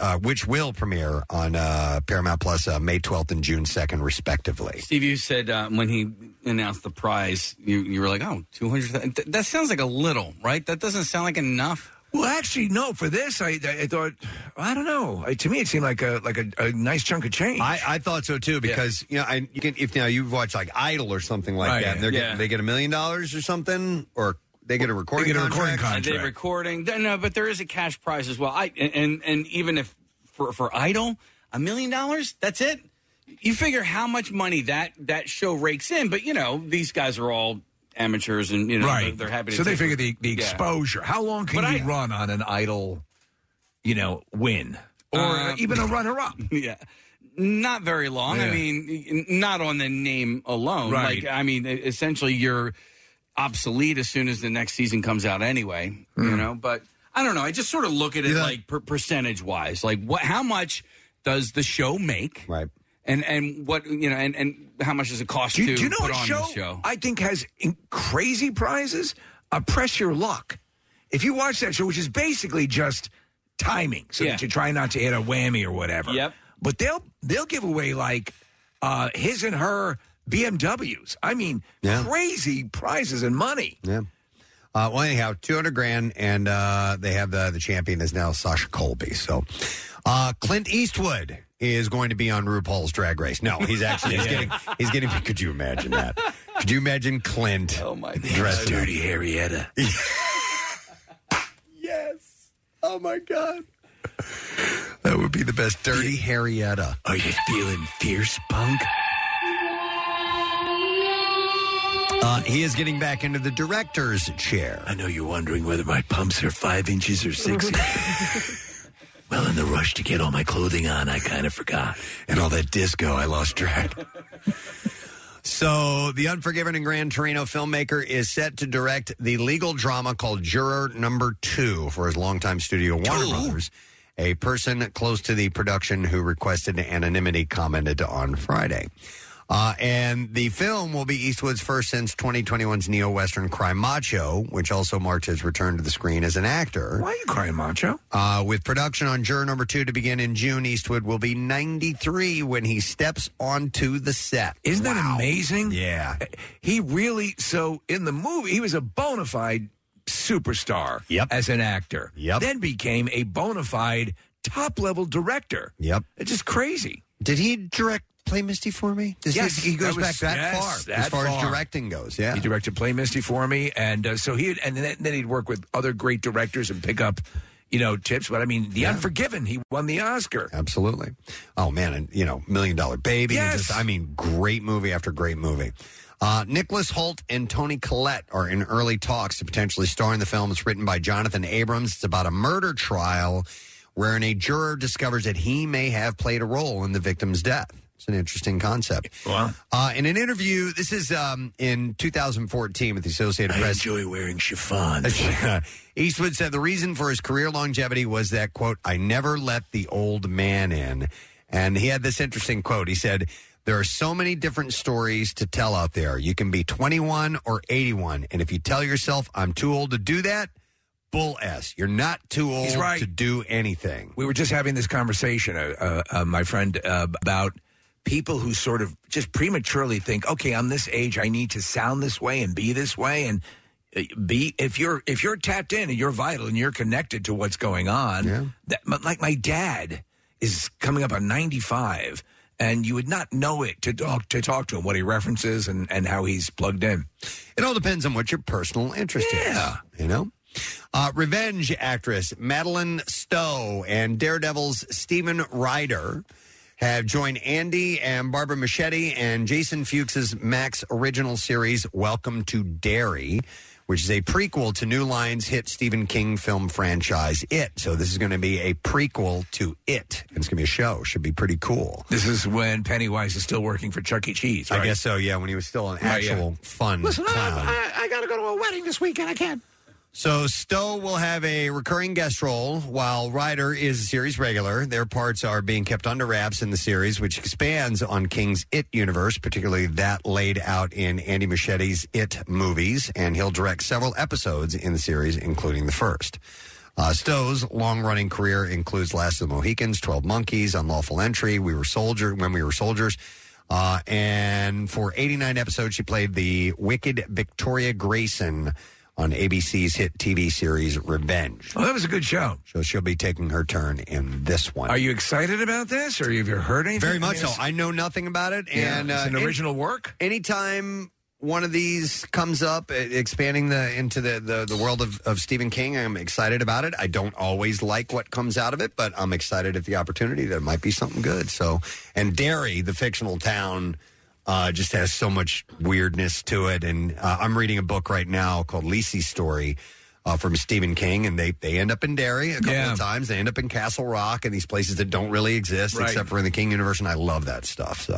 uh, which will premiere on uh, Paramount Plus uh, May 12th and June 2nd, respectively.
Steve, you said uh, when he announced the prize, you, you were like, oh, 200. Th- that sounds like a little, right? That doesn't sound like enough.
Well, actually, no. For this, I, I I thought I don't know. I, to me, it seemed like a like a, a nice chunk of change.
I, I thought so too because you know I, you can, if now you've watched like Idol or something like
Right,
that, and they're
yeah.
getting, they get a million dollars or something, or they get a recording contract.
They recording. th- No, but there is a cash prize as well. I and and even if for for Idol, a million dollars, that's it. You figure how much money that that show rakes in, but you know these guys are all amateurs and you know
right.
they're, they're happy. To
so they
take-
figure the, the
Yeah.
exposure. How long can you run on an idle, you know, win or
Uh,
even a runner up?
Yeah. Not very long. I
Yeah.
mean, n- not on the name alone.
Right.
Like, I mean, e- essentially, you're obsolete as soon as the next season comes out, anyway. You
Hmm.
know, but I don't know. I just sort of look at it like per- percentage wise, like what, how much does the show make,
right?
And and what you know, and and how much does it cost
Do,
to
you- do you know
put
what
on
show,
the show?
I think has in- crazy prizes? Uh, Press Your Luck. If you watch that show, which is basically just timing, so
Yeah.
that you try not to hit a whammy or whatever. Yep. But they'll they'll give away like uh, his and her BMWs. I mean, crazy prizes and money.
Yeah. Uh, well, anyhow, two hundred grand, and uh, they have the the champion is now Sasha Colby. So, uh, Clint Eastwood is going to be on RuPaul's Drag Race. No, he's actually he's
Yeah.
getting he's getting. Could you imagine that? Could you imagine Clint? Oh my god,
Dirty Harrietta.
yes. Oh my god. That would be the best. Dirty Harrietta.
Are you feeling fierce, punk?
Uh, he is getting back into the director's chair.
I know you're wondering whether my pumps are five inches or six Well, in the rush to get all my clothing on, I kind of forgot.
And all that disco, I lost track. So, The Unforgiven and Gran Torino filmmaker is set to direct the legal drama called Juror Number Two for his longtime studio Warner Brothers. A person close to the production who requested anonymity commented on Friday. Uh, and the film will be Eastwood's first since 2021's neo Western Crime Macho, which also marked his return to the screen as an actor. Why
are you crying macho?
Uh, with production on Juror Number Two to begin in June, Eastwood will be 93 when he steps onto the set.
Isn't that amazing? Uh,
Yeah.
He really, so in the movie, he was a bona fide superstar yep. as an actor. Yep. Then became a bona fide top level director.
Yep.
It's just crazy.
Did he direct Play Misty for me? Does he-
yes,
he goes
that was-
back that
yes,
far, as
that
far as
far.
directing goes, yeah.
he directed Play Misty for me, and uh, so he and then, then he'd work with other great directors and pick up, you know, tips. But I mean, The Unforgiven, he won the Oscar.
Absolutely. Oh man, and you know, Million Dollar Baby. and
Yes.
just- I mean, great movie after great movie. Uh, Nicholas Holt and Tony Collette are in early talks to potentially star in the film. It's written by Jonathan Abrams. It's about a murder trial wherein a juror discovers that he may have played a role in the victim's death. It's an interesting concept.
Wow.
Uh, in an interview, this is um, in 2014 with the Associated Press.
enjoy wearing chiffon.
Eastwood said the reason for his career longevity was that, quote, I never let the old man in. And he had this interesting quote. He said, There are so many different stories to tell out there. You can be 21 or 81. And if you tell yourself, I'm too old to do that, bull S. You're not too old
He's right.
to do anything.
We were just having this conversation, uh, uh, uh, my friend, uh, about people who sort of just prematurely think, "Okay, I'm this age. I need to sound this way and be this way." And uh, be if you're if you're tapped in and you're vital and you're connected to what's going on. That, but like my dad is coming up on 95, and you would not know it to talk to talk to him what he references and and how he's plugged in.
It all depends on what your personal interest is. You know? Uh, revenge actress Madeline Stowe and Daredevil's Steven Ryder have joined Andy and Barbara Machete and Jason Fuchs's Max original series, Welcome to Derry, which is a prequel to New Line's hit Stephen King film franchise, It. So this is going to be a prequel to It. And it's going to be a show. Should be pretty cool.
This is when Pennywise is still working for Chuck E. Cheese.
I guess so, yeah, when he was still an
Right, yeah.
actual fun
Listen, I-
clown.
I, I got to go to a wedding this weekend. I can't.
So Stowe will have a recurring guest role, while Ryder is a series regular. Their parts are being kept under wraps in the series, which expands on King's It universe, particularly that laid out in Andy Machete's It movies, and he'll direct several episodes in the series, including the first. Uh, Stowe's long-running career includes Last of the Mohicans, Twelve Monkeys, Unlawful Entry, We Were Soldier, When We Were Soldiers, uh, and for 89 episodes, she played the wicked Victoria Grayson on ABC's hit TV series Revenge.
Well, that was a good show.
So she'll be taking her turn in this one.
Are you excited about this, or have you heard anything?
Very much
I mean,
so. I know nothing about it,
Yeah,
and uh,
it's an original work.
Anytime one of these comes up, eh, expanding the into the the, the world of, of Stephen King, I'm excited about it. I don't always like what comes out of it, but I'm excited at the opportunity that it might be something good. So, and Derry, the fictional town. Uh, just has so much weirdness to it, and uh, I'm reading a book right now called Lisi's Story uh, from Stephen King, and they they end up in Derry a couple of times. They end up in Castle Rock and these places that don't really exist
Right.
except for in the King universe, and I love that stuff. So,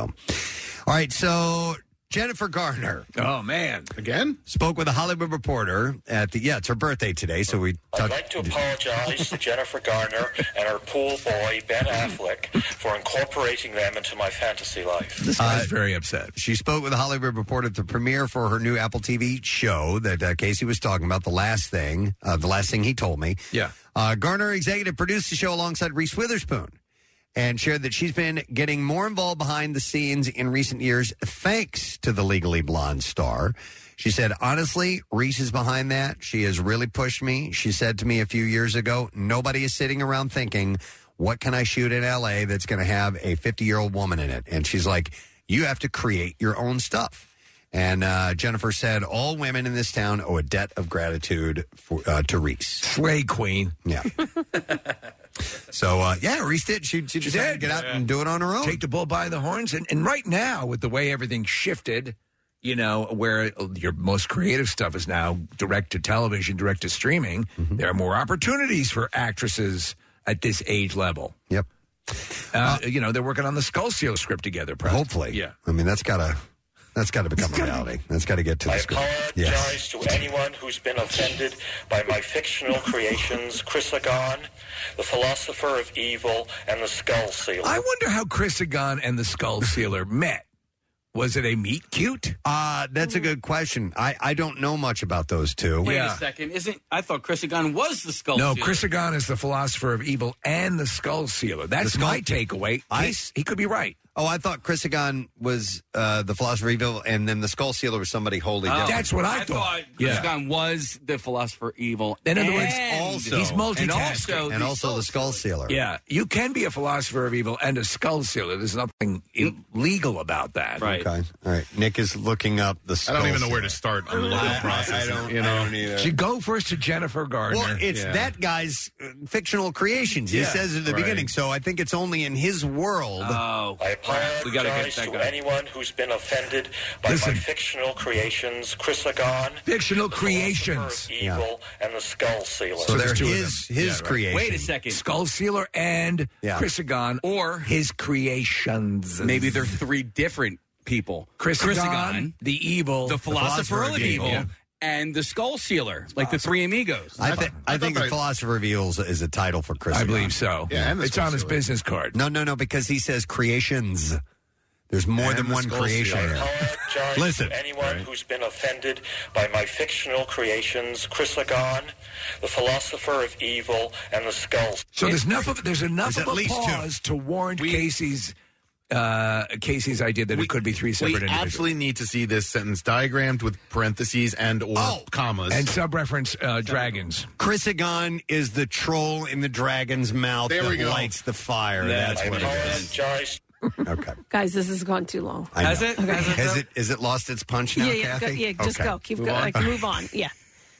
all right, so Jennifer Garner.
Oh man,
again spoke with a Hollywood reporter at the yeah, it's her birthday today, so we
I'd like to apologize to Jennifer Garner and her pool boy, Ben Affleck, for incorporating them into my fantasy life.
This guy's very upset.
Uh, She spoke with a Hollywood Reporter at the premiere for her new Apple TV show that uh, Casey was talking about. The last thing, uh, the last thing he told me.
Yeah.
Uh, Garner executive produced the show alongside Reese Witherspoon and shared that she's been getting more involved behind the scenes in recent years thanks to the Legally Blonde star. She said, honestly, Reese is behind that. She has really pushed me. She said to me a few years ago, nobody is sitting around thinking, what can I shoot in LA that's going to have a 50 year old woman in it? And she's like, you have to create your own stuff. And uh, Jennifer said, all women in this town owe a debt of gratitude for, uh, to Reese.
Slay queen.
Yeah. so, uh, yeah, Reese did. She, she decided to get out and do it on her own.
Take the bull by the horns. And, and right now, with the way everything shifted, you know, where your most creative stuff is now direct to television, direct to streaming,
Mm-hmm.
there are more opportunities for actresses at this age level.
Yep.
Uh, you know, they're working on the Sculcio script together. Probably.
Hopefully.
Yeah.
I mean, that's got to that's got to become a reality. That's got to get to
I
the screen.
apologize to anyone who's been offended by my fictional creations, Chrysagon, the philosopher of evil, and the skull sealer.
I wonder how Chrisagon and the Skull Sealer met. Was it a meet cute?
Uh, that's a good question. I, I don't know much about those two.
Wait a second. Isn't I thought Chrysagon was the skull?
No,
sealer.
Chrysagon is the philosopher of evil and the Skull Sealer. That's
skull-
my takeaway.
I-
Case- he could be right.
Oh, I thought Chrysagon was uh, the philosopher of evil, and then the skull sealer was somebody
Oh.
wholly different.
Chrysagon was the philosopher evil.
In other words,
and-
also- he's multitasking.
And also,
and also the skull sealer.
Yeah, you can be a philosopher of evil and a skull sealer. There's nothing illegal about that.
Right.
Okay. All right. Nick is looking up the.
I
Skull
don't even know where
Sealer.
to start on the legal
I- I-
process.
I don't-
you
I
know?
don't either.
Should go first to Jennifer Garner.
Well, it's that guy's uh, fictional creations. He
Yeah.
says at the
Right.
beginning, so I think it's only in his world.
Oh,
I apologize
We gotta get that
to
guy.
anyone who's been offended by my fictional creations, Chrysagon,
fictional
of
creations.
evil, and the skull sealer.
So there's two of them. Yeah, right.
Wait a second.
Skull Sealer and
Yeah.
Chrysagon or his creations.
Maybe they're three different people.
Chrysagon,
Chrysagon,
the evil,
the philosopher of evil,
yeah.
and the skull sealer, like the three amigos.
I, thi- I, think the philosopher of evil is- is a title for Chris.
I believe so.
Yeah,
it's on his business card.
No, no, no, because he says creations. There's more than one creation.
I
there.
apologize
Listen.
to anyone who's been offended by my fictional creations, Chrysagon, the philosopher of evil, and the skull.
So there's enough of there's enough
There's
of a
at least two.
pause to warrant Casey's uh, Casey's idea that it could be three separate
We
individuals.
absolutely need to see this sentence diagrammed with parentheses and or commas.
Oh, and sub-reference uh, dragons.
Chrysagon is the troll in the dragon's mouth
There
that
we go.
lights the fire.
Yeah,
That's
I
what it is.
apologize
Okay.
Guys, this has gone too long.
I know.
Okay.
Has it? Is it lost its punch now,
yeah, yeah,
Kathy?
go- yeah. Just
Okay.
go. Keep going. Like, move on. Yeah.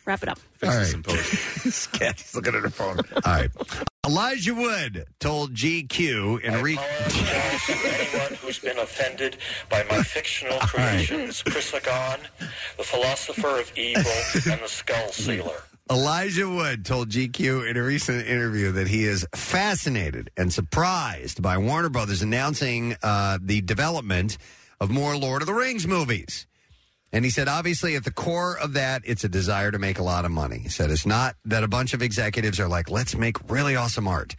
Wrap it up.
All right. Kathy's looking at her phone. All right. Elijah Wood told GQ in a re.
apologize to anyone who's been offended by my fictional creations, Chris Lagan, the philosopher of evil, and the skull sealer.
Elijah Wood told GQ in a recent interview that he is fascinated and surprised by Warner Brothers announcing uh, the development of more Lord of the Rings movies. And he said, obviously, at the core of that, it's a desire to make a lot of money. He said, it's not that a bunch of executives are like, let's make really awesome art.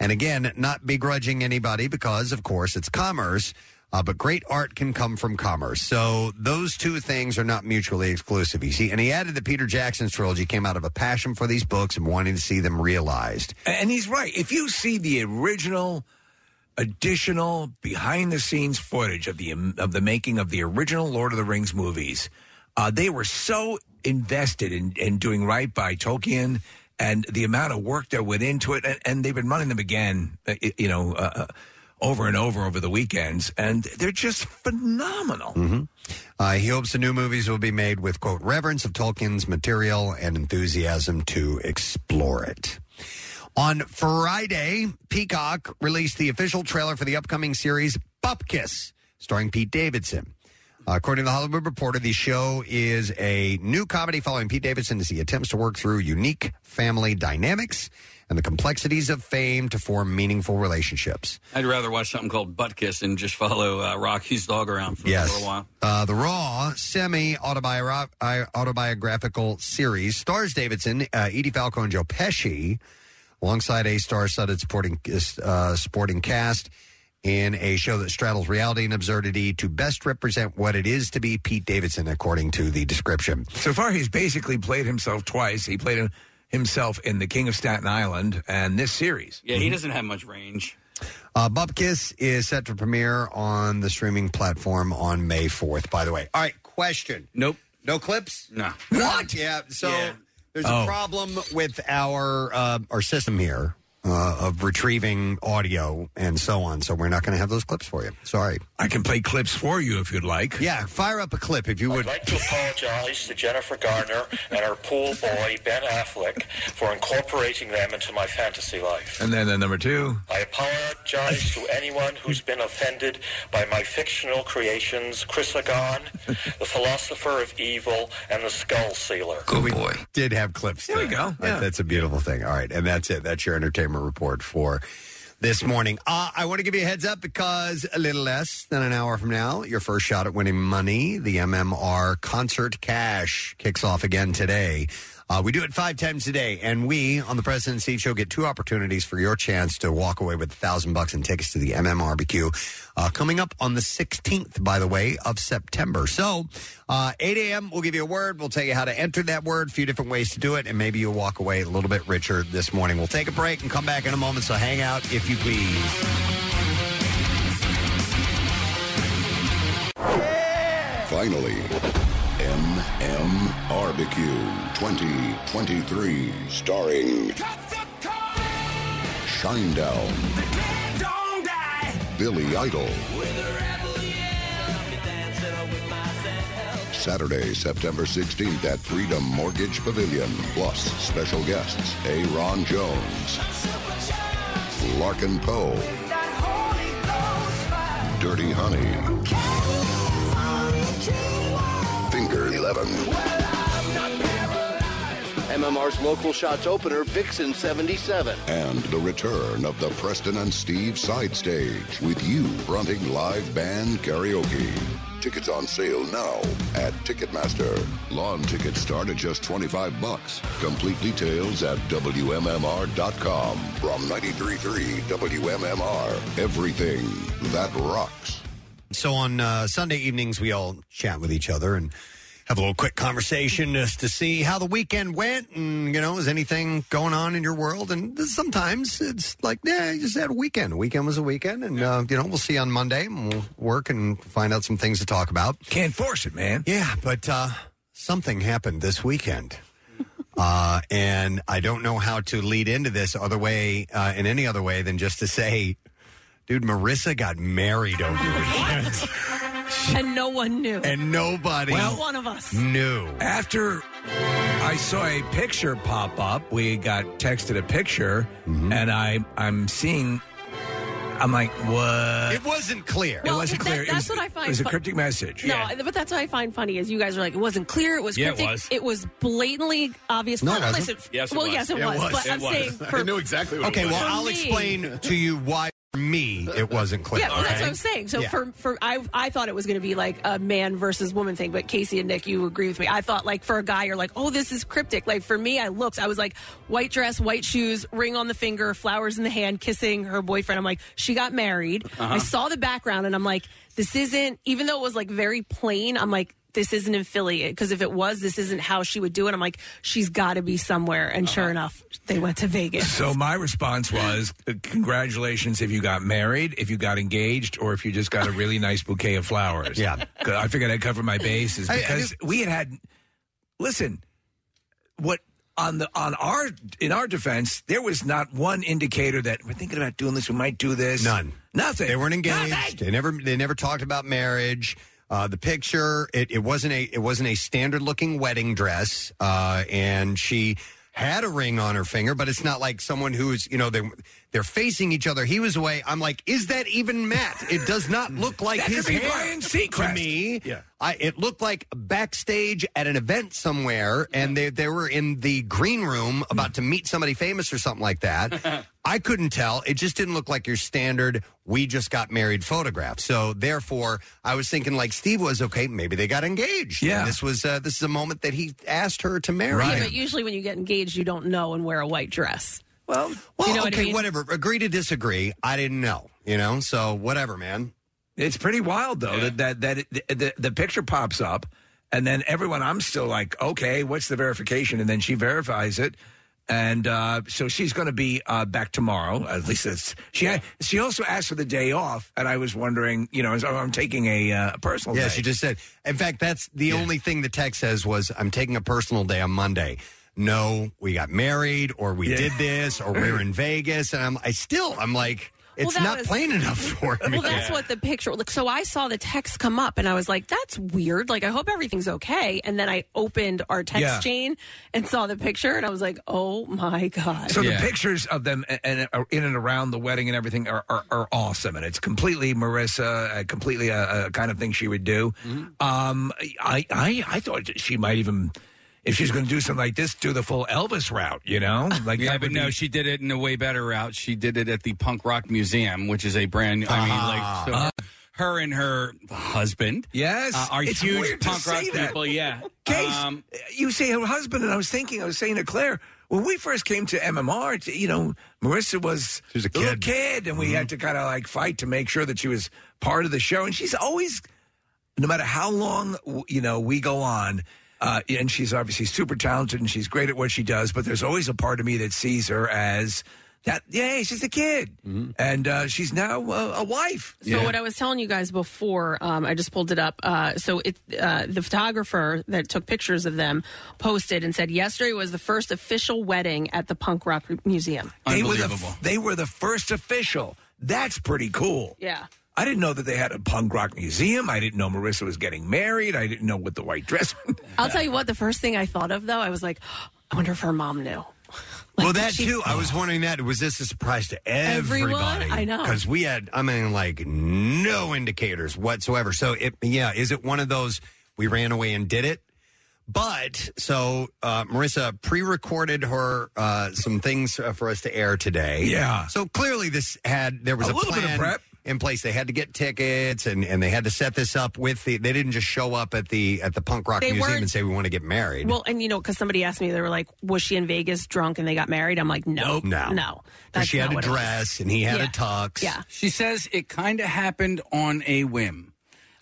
and again, not begrudging anybody because, of course, it's commerce, uh, but great art can come from commerce. So those two things are not mutually exclusive. You see, and he added that Peter Jackson's trilogy came out of a passion for these books and wanting to see them realized.
And he's right. If you see the original, additional behind the scenes footage of the um, of the making of the original Lord of the Rings movies, uh, they were so invested in, in doing right by Tolkien and the amount of work that went into it, and, and they've been running them again, uh, y- you know, uh, uh, over and over over the weekends, and they're just phenomenal.
hmm Uh, he hopes the new movies will be made with, quote, reverence of Tolkien's material and enthusiasm to explore it. On Friday, Peacock released the official trailer for the upcoming series Bupkis, starring Pete Davidson. Uh, according to the Hollywood Reporter, the show is a new comedy following Pete Davidson as he attempts to work through unique family dynamics and the complexities of fame to form meaningful relationships.
I'd rather watch something called Butt Kiss and just follow uh, Rocky's dog around for a
Yes.
little while.
Uh, the Raw semi autobiographical series stars Davidson, uh, Edie Falco, and Joe Pesci, alongside a star studded supporting, uh, supporting cast in a show that straddles reality and absurdity to best represent what it is to be Pete Davidson, according to the description.
So far, he's basically played himself twice. He played him, himself in The King of Staten Island and this series. Mm-hmm.
Yeah, he doesn't have much range.
Uh, Bupkis is set to premiere on the streaming platform on May 4th, by the way. All right, question.
Nope.
No clips?
No.
What? Yeah, so there's
Oh.
a problem with our uh, our system here uh, of retrieving audio and so on, so we're not going to have those clips for you. Sorry.
I can play clips for you if you'd like.
Yeah, fire up a clip if you would.
I'd like to apologize to Jennifer Garner and her pool boy, Ben Affleck, for incorporating them into my fantasy life.
And then uh, number two.
I apologize to anyone who's been offended by my fictional creations, Chris Lagan, the philosopher of evil, and the skull sealer.
we boy. Did have clips. There we go. That's a beautiful thing. All right, and that's it. That's your entertainment report for this morning. Uh, I want to give you a heads up because a little less than an hour from now, your first shot at winning money, the MMR Concert Cash, kicks off again today. Uh, we do it five times a day, and we on the President Steve Show get two opportunities for your chance to walk away with a thousand bucks and tickets to the MMRBQ uh, coming up on the 16th, by the way, of September. So, uh, 8 a.m. We'll give you a word. We'll tell you how to enter that word. A few different ways to do it, and maybe you'll walk away a little bit richer this morning. We'll take a break and come back in a moment. So hang out if you please.
Finally, MMRBQ 2023, starring Shinedown, Billy Idol. Saturday, September 16th at Freedom Mortgage Pavilion. Plus, special guests A. Ron Jones, Larkin Poe, Dirty Honey, Finger 11.
MMR's local shots opener, Vixen 77.
And the return of the Preston and Steve side stage with you fronting live band karaoke. Tickets on sale now at Ticketmaster. Lawn tickets start at just 25 bucks. Complete details at WMMR.com. From 93.3 WMMR, everything that rocks.
So on uh, Sunday evenings, we all chat with each other and have a little quick conversation just to see how the weekend went and, you know, is anything going on in your world? And sometimes it's like, nah, you just had a weekend. A weekend was a weekend. And, uh, you know, we'll see you on Monday and we'll work and find out some things to talk about.
Can't force it, man.
Yeah, but uh, something happened this weekend. Uh, and I don't know how to lead into this other way, uh, in any other way than just to say Dude, Marissa got married over the weekend.
and no one knew.
And nobody
Well- One of us.
knew.
After I saw a picture pop up, we got texted a picture,
Mm-hmm.
and I I'm seeing. I'm like, what?
It wasn't clear.
it
Well,
wasn't
that-
clear. it
that's
was,
what I find
It was a
fu-
cryptic message.
No, but that's what I find funny is you guys are like, it wasn't clear, it was
Yeah, it
cryptic,
was.
was blatantly obvious.
No, it
Well,
wasn't.
listen, well, yes, it, was, But I'm saying for
I knew exactly what
okay,
it was.
well, I'll explain to you why for me it wasn't clear.
Yeah, well, that's
okay?
what I'm saying. So
Yeah.
for for I I thought it was going to be like a man versus woman thing, but Casey and Nick, you agree with me. I thought like for a guy, you're like, oh, this is cryptic. Like for me, I looked, I was like, white dress, white shoes, ring on the finger, flowers in the hand, kissing her boyfriend. I'm like, she got married.
Uh-huh.
I saw the background, and I'm like, this isn't. Even though it was like very plain, I'm like. This isn't in Philly because if it was, this isn't how she would do it. I'm like, she's got to be somewhere, and
Uh-huh.
sure enough, they went to Vegas.
So my response was, uh, "Congratulations if you got married, if you got engaged, or if you just got a really nice bouquet of flowers." Yeah, I figured I'd cover my bases
I- I
because we had had. Listen, what on the on our in our defense, there was not one indicator that we're thinking about doing this. We might do this.
None.
Nothing.
They weren't engaged. They never they never talked about marriage. Uh, the picture it, it wasn't a it wasn't a standard looking wedding dress, uh, and she had a ring on her finger, but it's not like someone who's you know they they're facing each other. He was away. I'm like, is that even Matt? It does not look like
That could
his
be
hair
Ryan
to
Seacrest.
me.
Yeah.
I, it looked like backstage at an event somewhere, and they they were in the green room about to meet somebody famous or something like that. I couldn't tell. It just didn't look like your standard "we just got married" photograph. So therefore, I was thinking like Steve was okay. Maybe they got engaged.
Yeah.
And this was uh, this is a moment that he asked her to marry.
Yeah,
him.
but usually when you get engaged, you don't know and wear a white dress.
Well,
Well,
you know what I
okay,
mean?
whatever. Agree to disagree. I didn't know. You know, so whatever, man.
It's pretty wild though that that that it, the, the picture pops up, and then everyone I'm still like, okay, what's the verification? And then she verifies it, and uh, so she's going to be uh, back tomorrow. At least that's she. Had, she also asked for the day off, and I was wondering, you know, so I'm taking a uh, personal.
Yeah,
day.
she just said. In fact, that's the only thing the text says was, "I'm taking a personal day on Monday." No, we got married, or we
Yeah.
did this, or we're in Vegas, and I'm. I still, I'm like,
Well,
it's
that
not
was-
plain enough for me.
Well, that's what the picture. Like, so I saw the text come up, and I was like, "That's weird." Like, I hope everything's okay. And then I opened our text
Yeah.
chain and saw the picture, and I was like, "Oh my god!"
So the pictures of them a- and, and in and around the wedding and everything are, are, are awesome, and it's completely Marissa, uh, completely a, a kind of thing she would do.
Mm-hmm.
Um, I, I I thought she might even, if she's going to do something like this, do the full Elvis route. You know, like
yeah,
that
but
would
no,
be-
she did it in a way better route. She did it at the Punk Rock Museum, which is a brand. I mean,
Ah.
like so
Ah.
her, her and her husband.
Yes,
uh, are
it's
huge
weird to
punk rock
say that.
people. Yeah,
Case,
Um,
you say her husband, and I was thinking, I was saying to Claire. When we first came to MMR, t- you know, Marissa was, she was a little kid, Mm-hmm. and we had to kind of like fight to make sure that she was part of the show. And she's always no matter how long w- you know we go on uh, and she's obviously super talented and she's great at what she does but there's always a part of me that sees her as that yeah she's a kid and uh, she's now uh, a wife
So what I was telling you guys before, um, I just pulled it up. Uh, so it, uh, the photographer that took pictures of them posted and said, "Yesterday was the first official wedding at the Punk Rock Museum."
they were, the, they were the first official that's pretty cool
Yeah.
I didn't know that they had a punk rock museum. I didn't know Marissa was getting married. I didn't know what the white dress.
I'll tell you what. The first thing I thought of, though, I was like, "I wonder if her mom knew."
well, that too. I was wondering that was this a surprise to everybody?
Everyone? I know.
because we had. I mean, like no indicators whatsoever. So it, yeah, is it one of those we ran away and did it? But so uh, Marissa pre-recorded her uh, some things uh, for us to air today.
Yeah.
So clearly, this had there was
A
a,
little bit of
plan
prep.
in place. They had to get tickets and and they had to set this up with the. They didn't just show up at the at the punk rock
They
museum
weren't-
and say we want to get married.
Well, and you know, because somebody asked me, they were like, "Was she in Vegas drunk and they got married?" I'm like, "No,
Nope. No.
no."
Because she had
not
a
what it was.
dress and he had a tux.
Yeah.
She says it kind of happened on a whim.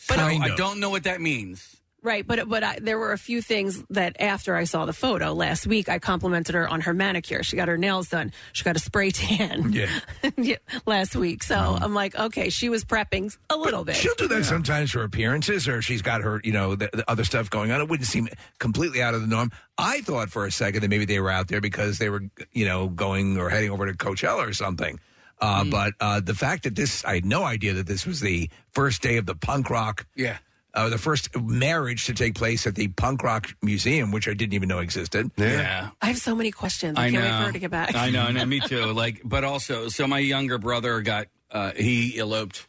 But
Kind
I
of.
don't know what that means.
Right, but but I, there were a few things that after I saw the photo last week, I complimented her on her manicure. She got her nails done. She got a spray tan.
Yeah.
Yeah, last week, so I'm like, okay, she was prepping a little bit.
She'll do that sometimes for appearances, or she's got her, you know, the, the other stuff going on. It wouldn't seem completely out of the norm. I thought for a second that maybe they were out there because they were, you know, going or heading over to Coachella or something. Uh,
Hmm.
But uh, the fact that this, I had no idea that this was the first day of the punk rock.
Yeah.
Uh, the first marriage to take place at the Punk Rock Museum, which I didn't even know existed.
Yeah.
I have so many questions. I,
I
can't wait
know.
for her to get back.
I know, I know, me too. Like, but also, so my younger brother got uh, he eloped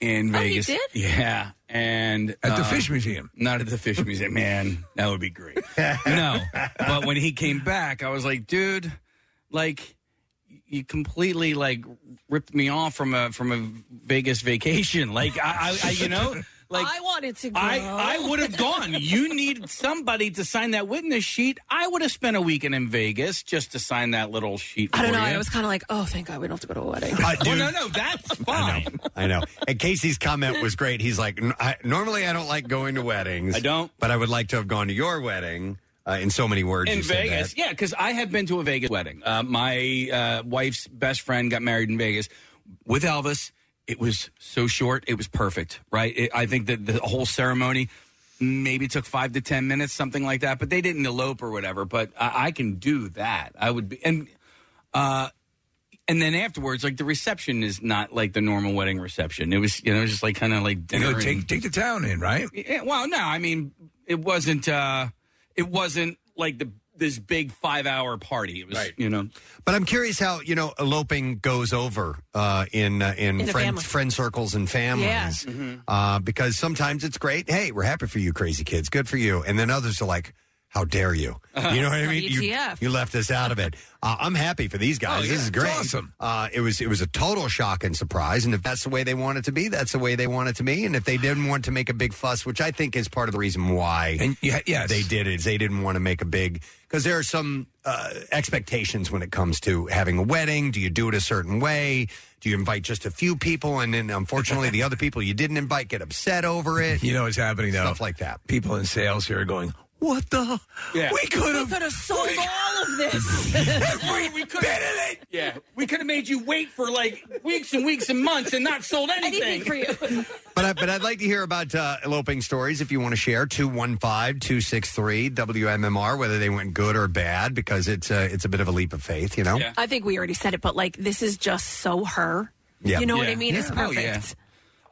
in
Oh, he
Vegas.
did?
Yeah, and
At the
uh,
Fish Museum.
Not at the Fish Museum, man. That would be great. no, but when he came back, I was like, dude, like you completely like ripped me off from a from a Vegas vacation. Like I, I, I you know. Like
I wanted to go.
I, I would have gone. You need somebody to sign that witness sheet. I would have spent a weekend in Vegas just to sign that little sheet.
I don't
for
know.
you.
I was kind of like, oh, thank God we don't have to go to a wedding.
Well, Oh, no, no, that's fine.
I know. And Casey's comment was great. He's like, "N- I, normally I don't like going to weddings. I
don't.
But I would like to have gone to your wedding uh, in so many words.
in
you said
Vegas,
that.
yeah, because I have been to a Vegas wedding. Uh, my uh, wife's best friend got married in Vegas with Elvis. It was so short. It was perfect, right? It, I think that the whole ceremony maybe took five to ten minutes, something like that. But they didn't elope or whatever. But I, I can do that. I would be and. Uh, and then afterwards, like the reception is not like the normal wedding reception. It was, you know, just like kind of like
You
dinner.
know,
and-
take take the town in, right?
yeah, well, no, I mean it wasn't. uh It wasn't like the this big five hour party. It was, you know.
But I'm curious how you know eloping goes over uh, in uh, in,
In the
friend
family.
friend circles and families.
Yeah. Mhm.
Uh, because sometimes it's great. Hey, we're happy for you, crazy kids. Good for you. And then others are like, "How dare you?" You know what I mean?
E
You,
WTF.
you left us out of it. Uh, I'm happy for these guys.
Oh, yeah.
This is great.
It's awesome.
Uh, it was it was a total shock and surprise. And if that's the way they want it to be, that's the way they want it to be. And if they didn't want to make a big fuss, which I think is part of the reason why
And yeah, yes.
they did it, is they didn't want to make a big because there are some uh, expectations when it comes to having a wedding. Do you do it a certain way? Do you invite just a few people, and then unfortunately the other people you didn't invite get upset over it?
You know what's happening though?
Stuff like that.
People in sales here are going, What the?
Yeah.
We could have.
solved all of this.
we could have. Yeah, we could have made you wait for like weeks and weeks and months and not sold anything, for you.
But, I, but I'd like to hear about uh, eloping stories if you want to share. 215 263 WMMR, whether they went good or bad, because it's, uh, it's a bit of a leap of faith, you know?
I think we already said it, but like, this is just so her.
Yeah.
You know what
Yeah.
I mean? It's
Yeah. Oh,
perfect.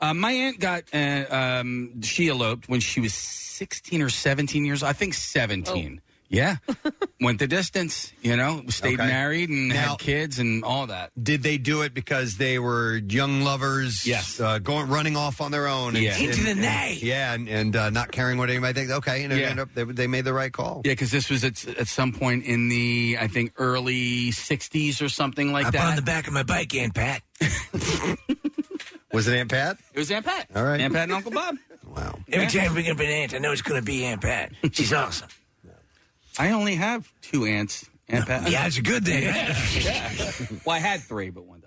yeah. Uh, my aunt got uh, um, she eloped when she was sixteen or seventeen years. I think seventeen.
Oh.
Yeah, went the distance. You know, stayed
Okay.
married and
Now-
had kids and all that.
Did they do it because they were young lovers?
Yes.
Uh, going running off on their own.
Yeah. Into the night.
yeah, and, and uh, not caring what anybody thinks. Okay, and it
Yeah.
ended up they, they made the right call.
Yeah, because this was at, at some point in the I think early '60s or something like
Up
that.
on the back of my bike, Aunt Pat.
Was it Aunt Pat?
It was Aunt Pat.
All right.
Aunt Pat and Uncle Bob.
Every time I bring up an aunt, I know it's going to be Aunt Pat. She's awesome.
I only have two aunts. Aunt Pat.
Yeah, it's a good thing.
well, I had three, but one.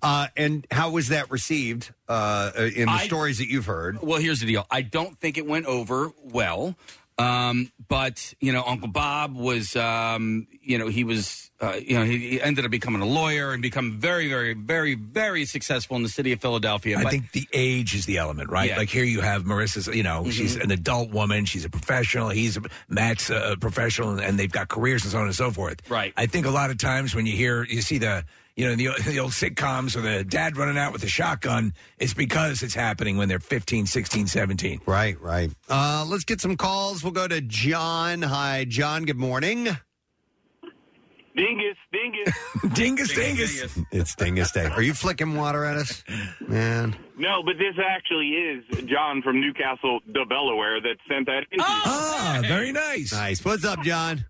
Uh, and how was that received uh, in the
I-
stories that you've heard?
Well, here's the deal. I don't think it went over well. Um, but you know, Uncle Bob was, um, you know, he was, uh, you know, he, he ended up becoming a lawyer and become very, very, very, very successful in the city of Philadelphia.
I
But-
think the age is the element, right?
Yeah.
Like here you have Marissa's, you know, she's an adult woman, she's a professional, he's a, Matt's a professional, and, and they've got careers and so on and so forth.
Right.
I think a lot of times when you hear, you see the, you know, the, the old sitcoms or the dad running out with the shotgun, it's because it's happening when they're 15, 16, 17.
Right, right. Uh, let's get some calls. We'll go to John. Hi, John. Good morning.
Dingus, dingus.
dingus, dingus,
It's Dingus Day. Are you flicking water at us, man?
No, but this actually is John from Newcastle, the Delaware, that sent that. In
Oh!
Ah, very nice.
Nice. What's up, John?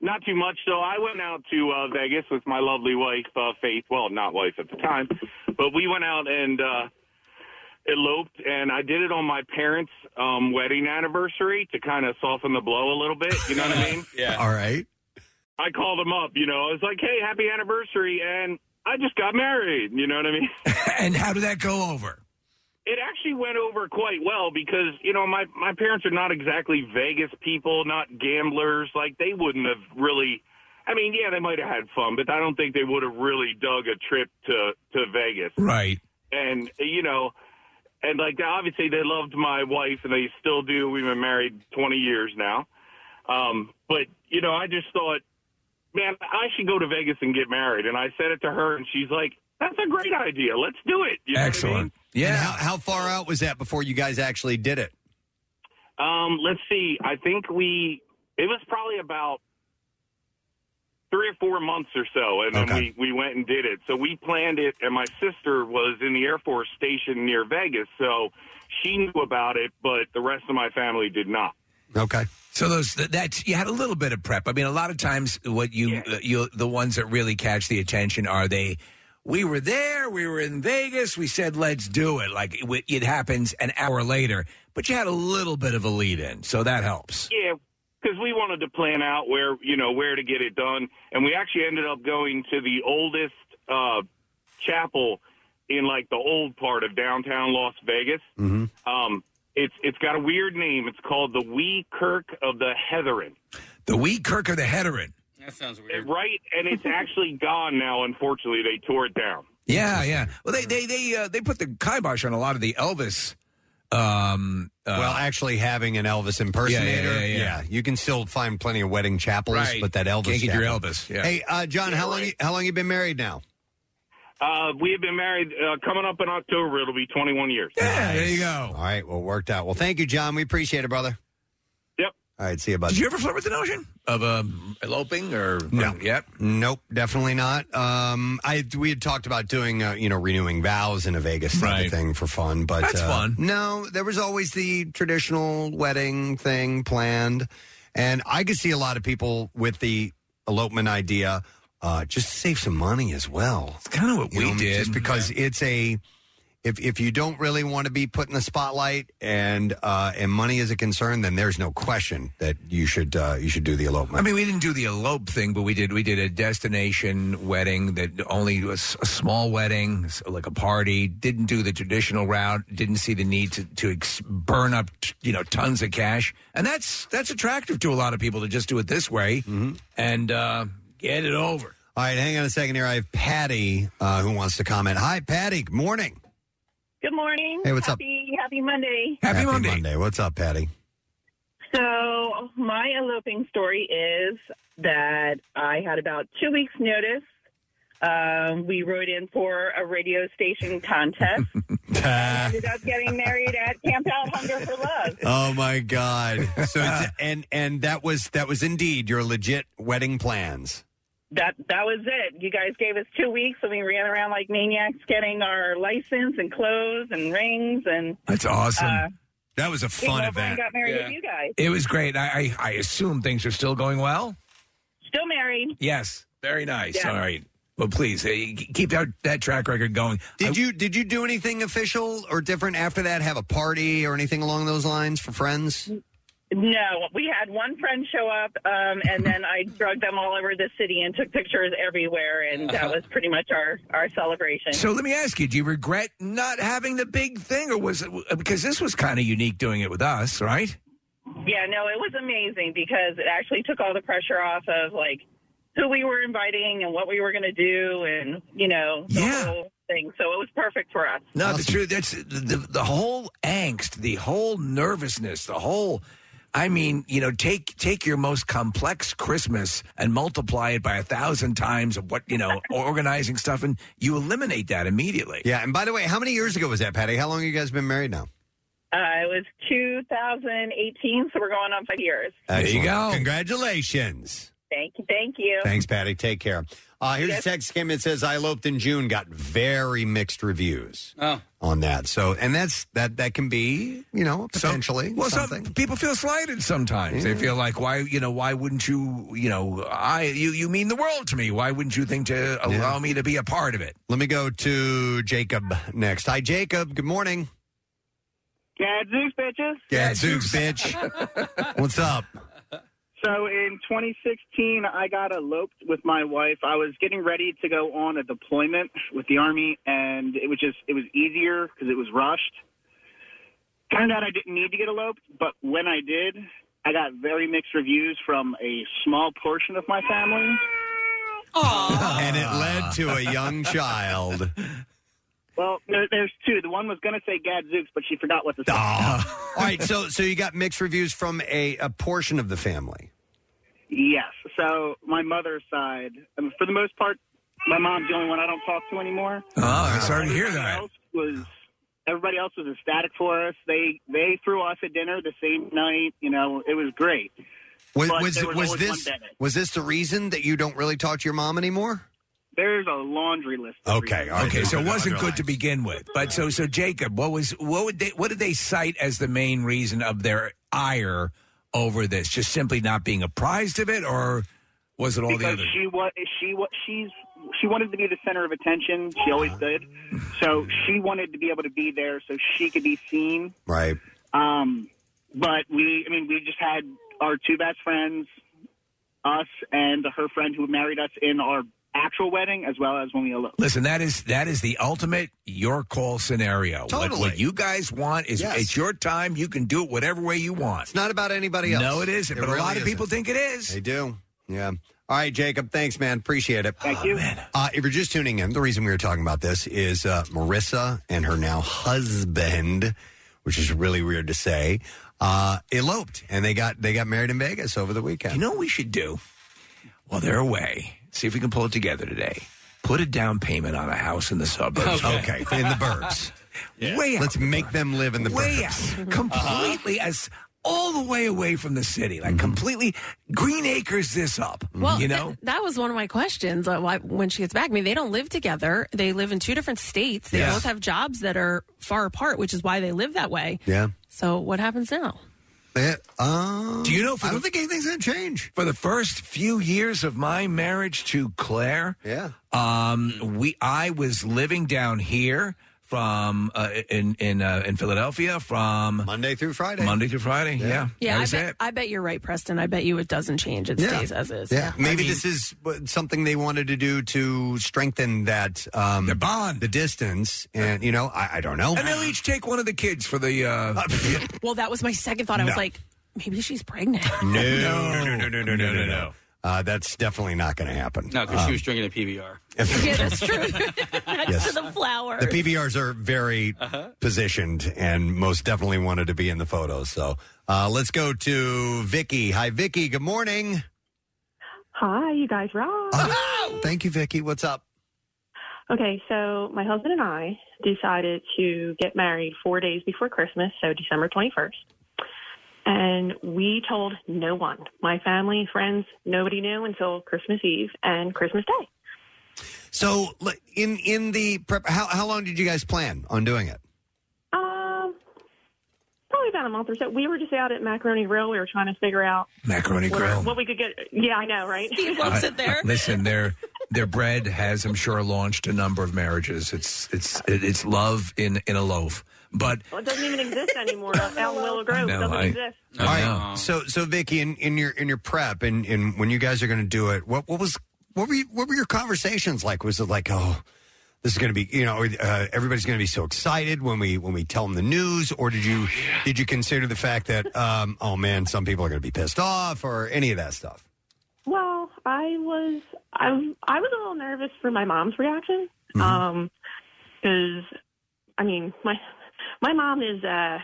Not too much. So I went out to uh, Vegas with my lovely wife, uh, Faith. Well, not wife at the time, but we went out and uh, eloped, and I did it on my parents' um, wedding anniversary to kind of soften the blow a little bit. You know what I mean?
yeah.
All right.
I called them up. You know, I was like, "Hey, happy anniversary!" and I just got married. You know what I mean?
and how did that go over?
It actually went over quite well because you know my my parents are not exactly Vegas people, not gamblers. Like they wouldn't have really. I mean, yeah, they might have had fun, but I don't think they would have really dug a trip to to Vegas.
Right.
And you know, and like obviously they loved my wife, and they still do. We've been married twenty years now. Um, but you know, I just thought man, I should go to Vegas and get married. And I said it to her, and she's like, that's a great idea. Let's do it. You know what I mean?
Yeah.
And
how, how far out was that before you guys actually did it?
Um, let's see. I think we it was probably about three or four months or so, and then we we went and did it. So we planned it, and my sister was in the Air Force stationed near Vegas, so she knew about it, but the rest of my family did not.
Okay.
So those that, that's you had a little bit of prep. I mean, a lot of times what you uh, you the ones that really catch the attention are they. We were there. We were in Vegas. We said, "Let's do it." Like it, w- it happens an hour later, but you had a little bit of a lead in, so that helps.
Yeah, because we wanted to plan out where you know where to get it done, and we actually ended up going to the oldest uh, chapel in like the old part of downtown Las Vegas.
Mm-hmm.
Um, it's it's got a weird name. It's called the Wee Kirk of the Heatherin.
The Wee Kirk of the Heatherin.
That sounds weird.
Right, and it's actually gone now. Unfortunately, they tore it down.
Yeah, yeah. Well, they they they uh, they put the kibosh on a lot of the Elvis. Um, uh,
well, actually, having an Elvis impersonator,
yeah, yeah.
you can still find plenty of wedding chapels,
Right.
but that Elvis
Can't get your
chapel.
Elvis, yeah.
Hey, uh, John, how long you, how long you been married now?
Uh, we have been married uh, coming up in October. It'll be 21 years.
Yeah, there you go.
All right, well, worked out. Well, thank you, John. We appreciate it, brother.
Yep.
All right, see you, bud.
Did you ever flirt with the notion of um, eloping or
No.
yep.
Nope. Definitely not. Um, I we had talked about doing uh, you know renewing vows in a Vegas type of thing for fun, but
That's
uh,
fun.
No, there was always the traditional wedding thing planned, and I could see a lot of people with the elopement idea uh, just to save some money as well. It's
kind of what we did.
just because it's a. If, if you don't really want to be put in the spotlight and uh, and money is a concern, then there's no question that you should uh, you should do the elopement.
I mean, we didn't do the elope thing, but we did we did a destination wedding that only was a small wedding, so like a party. Didn't do the traditional route. Didn't see the need to to ex- burn up t- you know tons of cash, and that's that's attractive to a lot of people to just do it this way
Mm-hmm.
and uh, get it over.
All right, hang on a second here. I have Patty uh, who wants to comment. Hi, Patty. Good morning.
Good morning.
Hey, what's up?
happy, Happy Monday.
Monday. What's up, Patty?
So, my eloping story is that I had about two weeks' notice. Um, we wrote in for a radio station contest. I ended up getting married at Camp Out Hunger for Love.
oh my God! So it's, and and that was that was indeed your legit wedding plans.
That that was it. You guys gave us two weeks, and we ran around like maniacs getting our license and clothes and rings. And
That's awesome.
Uh,
that was a
came over and got married with you guys.
It was great. I, I I assume things are still going well.
Still married.
Yes, very nice.
Yeah.
All right. Well, please hey, k- keep that that track record going.
Did you did you do anything official or different after that? Have a party or anything along those lines for friends?
No, we had one friend show up, um, and then I drugged them all over the city and took pictures everywhere, and that was pretty much our our celebration.
Uh-huh. So let me ask you: Do you regret not having the big thing, or was it because this was kind of unique doing it with us, right?
yeah, no, it was amazing because it actually took all the pressure off of like who we were inviting and what we were going to do, and you know, the whole thing. So it was perfect for us.
No, the truth. That's the, the whole angst, the whole nervousness, the whole. I mean, you know, take take your most complex Christmas and multiply it by a thousand times of what you know, organizing stuff, and you eliminate that immediately.
Yeah. And by the way, how many years ago was that, Patty? How long have you guys been married now?
Uh, it was 2018, so we're going on five years.
Excellent. Congratulations.
Thank you, thank you.
Thanks, Patty. Take care. Uh, here's a text came in that says I eloped in June. Got very mixed reviews
Oh.
on that. So, and that's that. That can be, you know, potentially
well, some
something.
people feel slighted sometimes. They feel like, why, you know, why wouldn't you, you know, I, you, you mean the world to me. Why wouldn't you think to allow me to be a part of it?
Let me go to Jacob next. Hi, Jacob. Good morning.
Gadzooks, bitches.
Gadzooks, bitch. What's up?
So in 2016, I got eloped with my wife. I was getting ready to go on a deployment with the Army, and it was just, it was easier because it was rushed. Turned out I didn't need to get eloped, but when I did, I got very mixed reviews from a small portion of my family.
And it led to a young child.
Well, there, there's two. The one was going to say Gadzooks, but she forgot what to say.
All right, so so you got mixed reviews from a, a portion of the family.
Yes. So my mother's side, um, for the most part, my mom's the only one I don't talk to anymore.
Oh,
uh,
I'm sorry to hear that.
was everybody else was ecstatic for us. They they threw us a dinner the same night. You know, it was great.
Was
But
was,
there was
was
always
this
one Bennett.
was this the reason that you don't really talk to your mom anymore?
There's a laundry list.
Okay, all right.
Okay, so it wasn't good to
Underlined.
begin with. But so so Jacob, what was what would they what did they cite as the main reason of their ire over this? Just simply not being apprised of it, or was it all
because
the other?
she wa- she wa- she's she wanted to be the center of attention. She always
Uh-huh.
did. So she wanted to be able to be there so she could be seen.
Right.
Um, but we, I mean, we just had our two best friends, us and her friend who married us in our actual wedding, as well as when we eloped.
Listen, that is that is the ultimate your call scenario. What- What,
Totally.
you guys want is
Yes.
it's your time. You can do it whatever way you want. It's
not about anybody else.
No, it isn't.
It
but
really
a lot of
isn't.
people think it is.
They do. Yeah. All right, Jacob. Thanks, man. Appreciate it.
Thank you.
Uh, if you're just tuning in, the reason we were talking about this is uh, Marissa and her now husband, which is really weird to say, uh, eloped, and they got they got married in Vegas over the weekend. You
know what we should do? Well, they're away. See if we can pull it together today. Put a down payment on a house in the suburbs.
Okay. In the burbs.
Way out.
Let's make them live in the
way
burbs. Uh-huh.
out. Completely as all the way away from the city.
Mm-hmm.
Like completely Green Acres this up.
Well,
you
th-
know?
that was one of my questions. uh, why- When she gets back, I mean, they don't live together. They live in two different states. They
Yes.
both have jobs that are far apart, which is why they live that way.
Yeah.
So what happens now?
Do you know? For
Uh, I
the,
don't think anything's going to change.
For the first few years of my marriage to Claire,
yeah,
um, we I was living down here from uh, in in uh, in Philadelphia from
Monday through Friday.
Monday through Friday. Yeah,
Yeah,
That
I
was
bet,
it.
I bet you're right, Preston. I bet you it doesn't change. It stays as is.
Yeah. Maybe this is what- something they wanted to do to strengthen that um, the
bond,
the distance, and you know, I, I don't know.
And they'll each take one of the kids for the. Uh,
Well, that was my second thought. I was
No.
like, maybe she's pregnant.
no, no, no, no, no, no, no, no, no. Uh, that's definitely not going to happen.
No, because she
Um,
was drinking a PBR.
yeah, that's true. that's
Yes.
the flower.
The PBRs are very positioned and most definitely wanted to be in the photos. So uh, let's go to Vicky. Hi, Vicky. Good morning.
Hi, you guys rock.
Thank you, Vicky. What's up?
Okay, so my husband and I decided to get married four days before Christmas, so December 21st. And we told no one, my family, friends, nobody knew until Christmas Eve and Christmas Day.
So l- in in the prep, how how long did you guys plan on doing it?
Um, probably about a month or so. We were just out at Macaroni Grill. We were trying to figure out
Macaroni
what,
Grill.
what we could get. Yeah, I know, right? Steve
I- Listen, their their bread has, I'm sure, launched a number of marriages. It's it's it's love in in a loaf. But
Well, it doesn't even exist anymore. Out in Willow Grove,
No,
it doesn't
I-
exist.
All right. So so Vicky, in, in your in your prep and in when you guys are going to do it, what what was what were you, what were your conversations like? Was it like oh? This is going to be, you know, uh, everybody's going to be so excited when we when we tell them the news. Or did you did you consider the fact that, um, oh man, some people are going to be pissed off, or any of that stuff?
Well, I was I, I was a little nervous for my mom's reaction
Mm-hmm.
Um 'cause I mean my my mom is uh,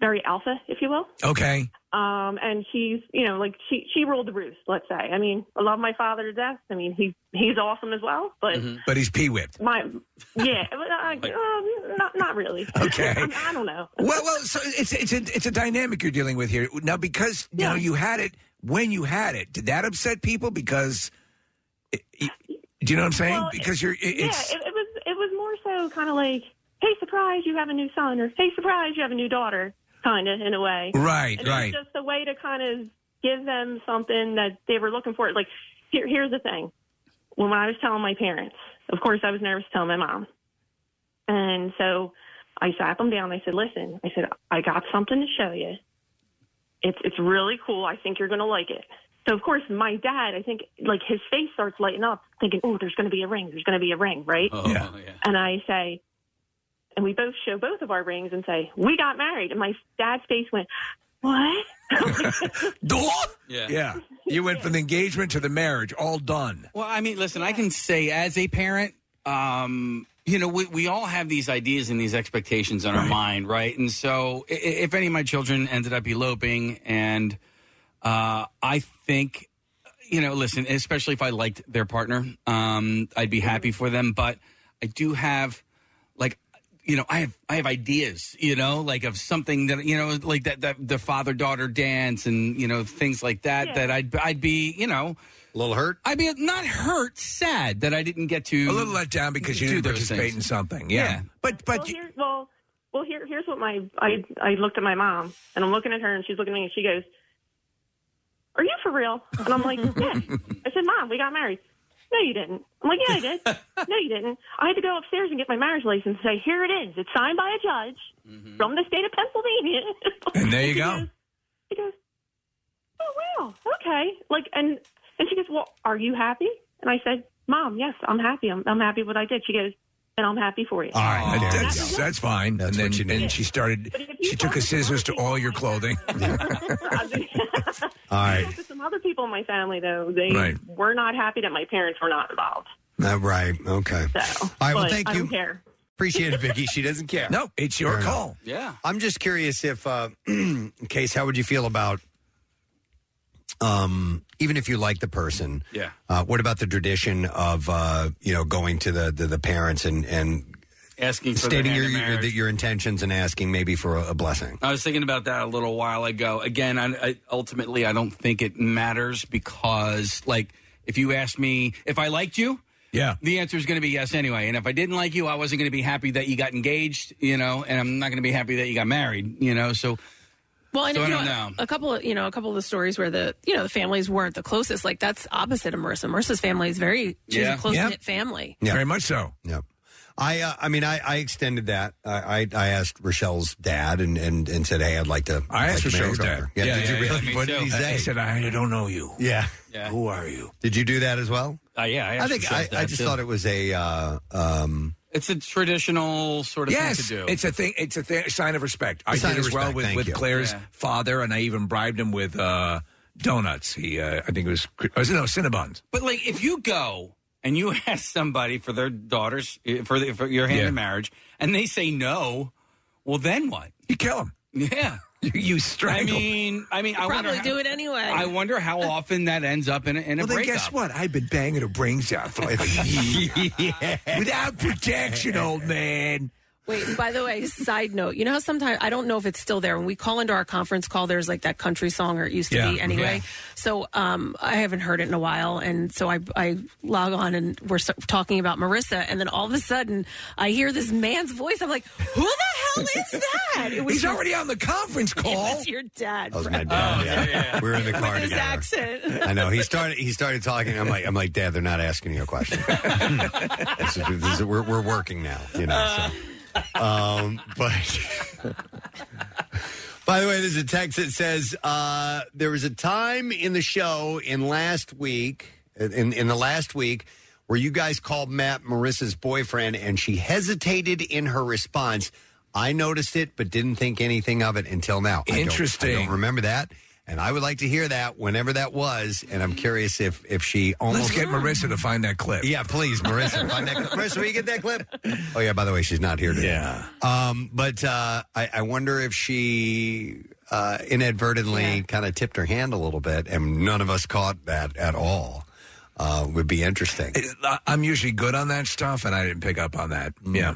very alpha, if you will.
okay,
Um, and she's you know like she she ruled the roost. Let's say I mean I love my father to death. I mean he he's awesome as well, but
but he's pee whipped.
my yeah, but I, um, not not really.
Okay.
I, I don't know.
Well, well, so it's it's a it's a dynamic you're dealing with here now because now you had it when you had it. Did that upset people? Because it, it- do you know what I'm saying?
Well,
because you're it,
yeah,
it's
it, it was it was more so kind of like, hey, surprise, you have a new son, or hey, surprise, you have a new daughter, kind of in a way.
Right,
and
right.
It was just a way to kind of give them something that they were looking for. Like, here, here's the thing: when I was telling my parents, of course, I was nervous telling my mom, and so I sat them down. I said, listen, I said, I got something to show you. It's it's really cool. I think you're going to like it. So of course, my dad, I think, like his face starts lighting up, thinking, "Oh, there's going to be a ring. There's going to be a ring, right?"
Oh, Yeah.
And I say, and we both show both of our rings and say, "We got married." And my dad's face went, "What?"
Yeah.
yeah. You went from the engagement to the marriage, all done.
Well, I mean, listen, I can say as a parent, um, you know, we, we all have these ideas and these expectations in our mind, right? And so, i- i- if any of my children ended up eloping, and uh, I think you know, listen, especially if I liked their partner, um, I'd be happy for them. But I do have, like, you know, I have I have ideas, you know, like of something that you know, like that, that the father daughter dance and you know things like that. That I'd I'd be, you know.
A little hurt.
I'd be not hurt, sad that I didn't get to
A little let down because you
do
didn't
those
participate
things.
in something. Yeah.
but but
well, here, well, well, here, here's what my I I looked at my mom and I'm looking at her and she's looking at me and she goes, "Are you for real?" And I'm like, "Yeah." I said, "Mom, we got married." No, you didn't. I'm like, "Yeah, I did." no, you didn't. I had to go upstairs and get my marriage license and say, "Here it is. It's signed by a judge from the state of Pennsylvania."
And there you go.
she goes, "Oh wow, okay." Like, and and she goes, "Well, are you happy?" And I said, "Mom, yes, I'm happy. I'm, I'm happy with what I did." She goes, "And I'm happy for you."
All right,
And that was
that's,
it.
that's fine. and then and she started. She took her scissors to all your clothing.
All right.
talked to some other people in my family though they
Right.
were not happy that my parents were not involved.
Uh, right. Okay.
So,
All right. Well,
but
thank
I
you.
Don't care.
Appreciate it, Vicky. She doesn't care.
No, it's your call.
Yeah.
I'm just curious if, uh, Case, how would you feel about, um, even if you like the person,
Yeah.
uh, what about the tradition of, uh, you know, going to the, the, the parents and, and
asking for
stating your,
their hand in
your,
marriage.
your intentions and asking maybe for a, a blessing?
I was thinking about that a little while ago. Again, I, I, ultimately, I don't think it matters because, like, if you asked me if I liked you,
yeah,
the answer is going to be yes anyway. And if I didn't like you, I wasn't going to be happy that you got engaged, you know, and I'm not going to be happy that you got married, you know. So,
Well, and
So
you
I
know,
don't know.
a couple of you know a couple of the stories where the you know the families weren't the closest. Like that's opposite of Marissa. Marissa's family is very she's
Yeah.
a close knit
Yeah.
family.
Very much so.
Yep. I, uh, I mean, I, I extended that. I, I, I asked Rochelle's dad and, and, and said, hey, I'd like to.
I asked
like to marry
Rochelle's
your
dad.
daughter. Yeah, did you really? what did he say?
He said, "I don't know you."
Yeah.
Who are you?
Did you do that as well?
uh, yeah, I,
I think I, I just thought it was a. Uh, um,
it's a traditional sort of
yes,
thing to do.
it's a thing. It's a thing, sign of respect.
A
I
sign
did
of
as well
respect,
with,
thank
with
you.
Claire's
Yeah.
father, and I even bribed him with uh, donuts. He, uh, I think it was, it was no Cinnabons.
But like, if you go and you ask somebody for their daughters eh, for, the, for your hand in marriage, and they say no, well, then what?
You kill them.
Yeah,
you strangle.
I mean, I mean,
You
I wonder
probably
how-
do it anyway. Uh,
I wonder how often that ends up in a, in a
well, then
breakup.
guess what? I've been banging her brains out for like a year without protection, old man.
Wait, and by the way, side note, you know how sometimes I don't know if it's still there. When we call into our conference call, there's like that country song, or it used to
Yeah,
be anyway.
yeah.
So um, I haven't heard it in a while, and so I, I log on and we're so, talking about Marissa, and then all of a sudden I hear this man's voice. I'm like, who the hell is that?
He's already on the conference
It
call.
was your dad.
that was my
Brett.
Oh,
dad. yeah. We were in the
With
car
his
together.
accent.
I know he started. He started talking. I'm like, I'm like, Dad, they're not asking you a question. this is, this is, we're, we're working now, you know. So. Um, but by the way, there's a text that says uh, there was a time in the show in last week, in in the last week, where you guys called Matt Marissa's boyfriend, and she hesitated in her response. I noticed it, but didn't think anything of it until now. I don't- I
Interesting.
don't remember that. And I would like to hear that whenever that was. And I'm curious if if she almost
Let's get Marissa to find that clip.
Yeah, please, Marissa, find that clip. Marissa, will you get that clip? Oh yeah. By the way, she's not here today. Yeah. Um, but uh, I, I wonder if she uh, inadvertently kind of tipped her hand a little bit, and none of us caught that at all. Uh, would be interesting.
I- I'm usually good on that stuff, and I didn't pick up on that. Yeah.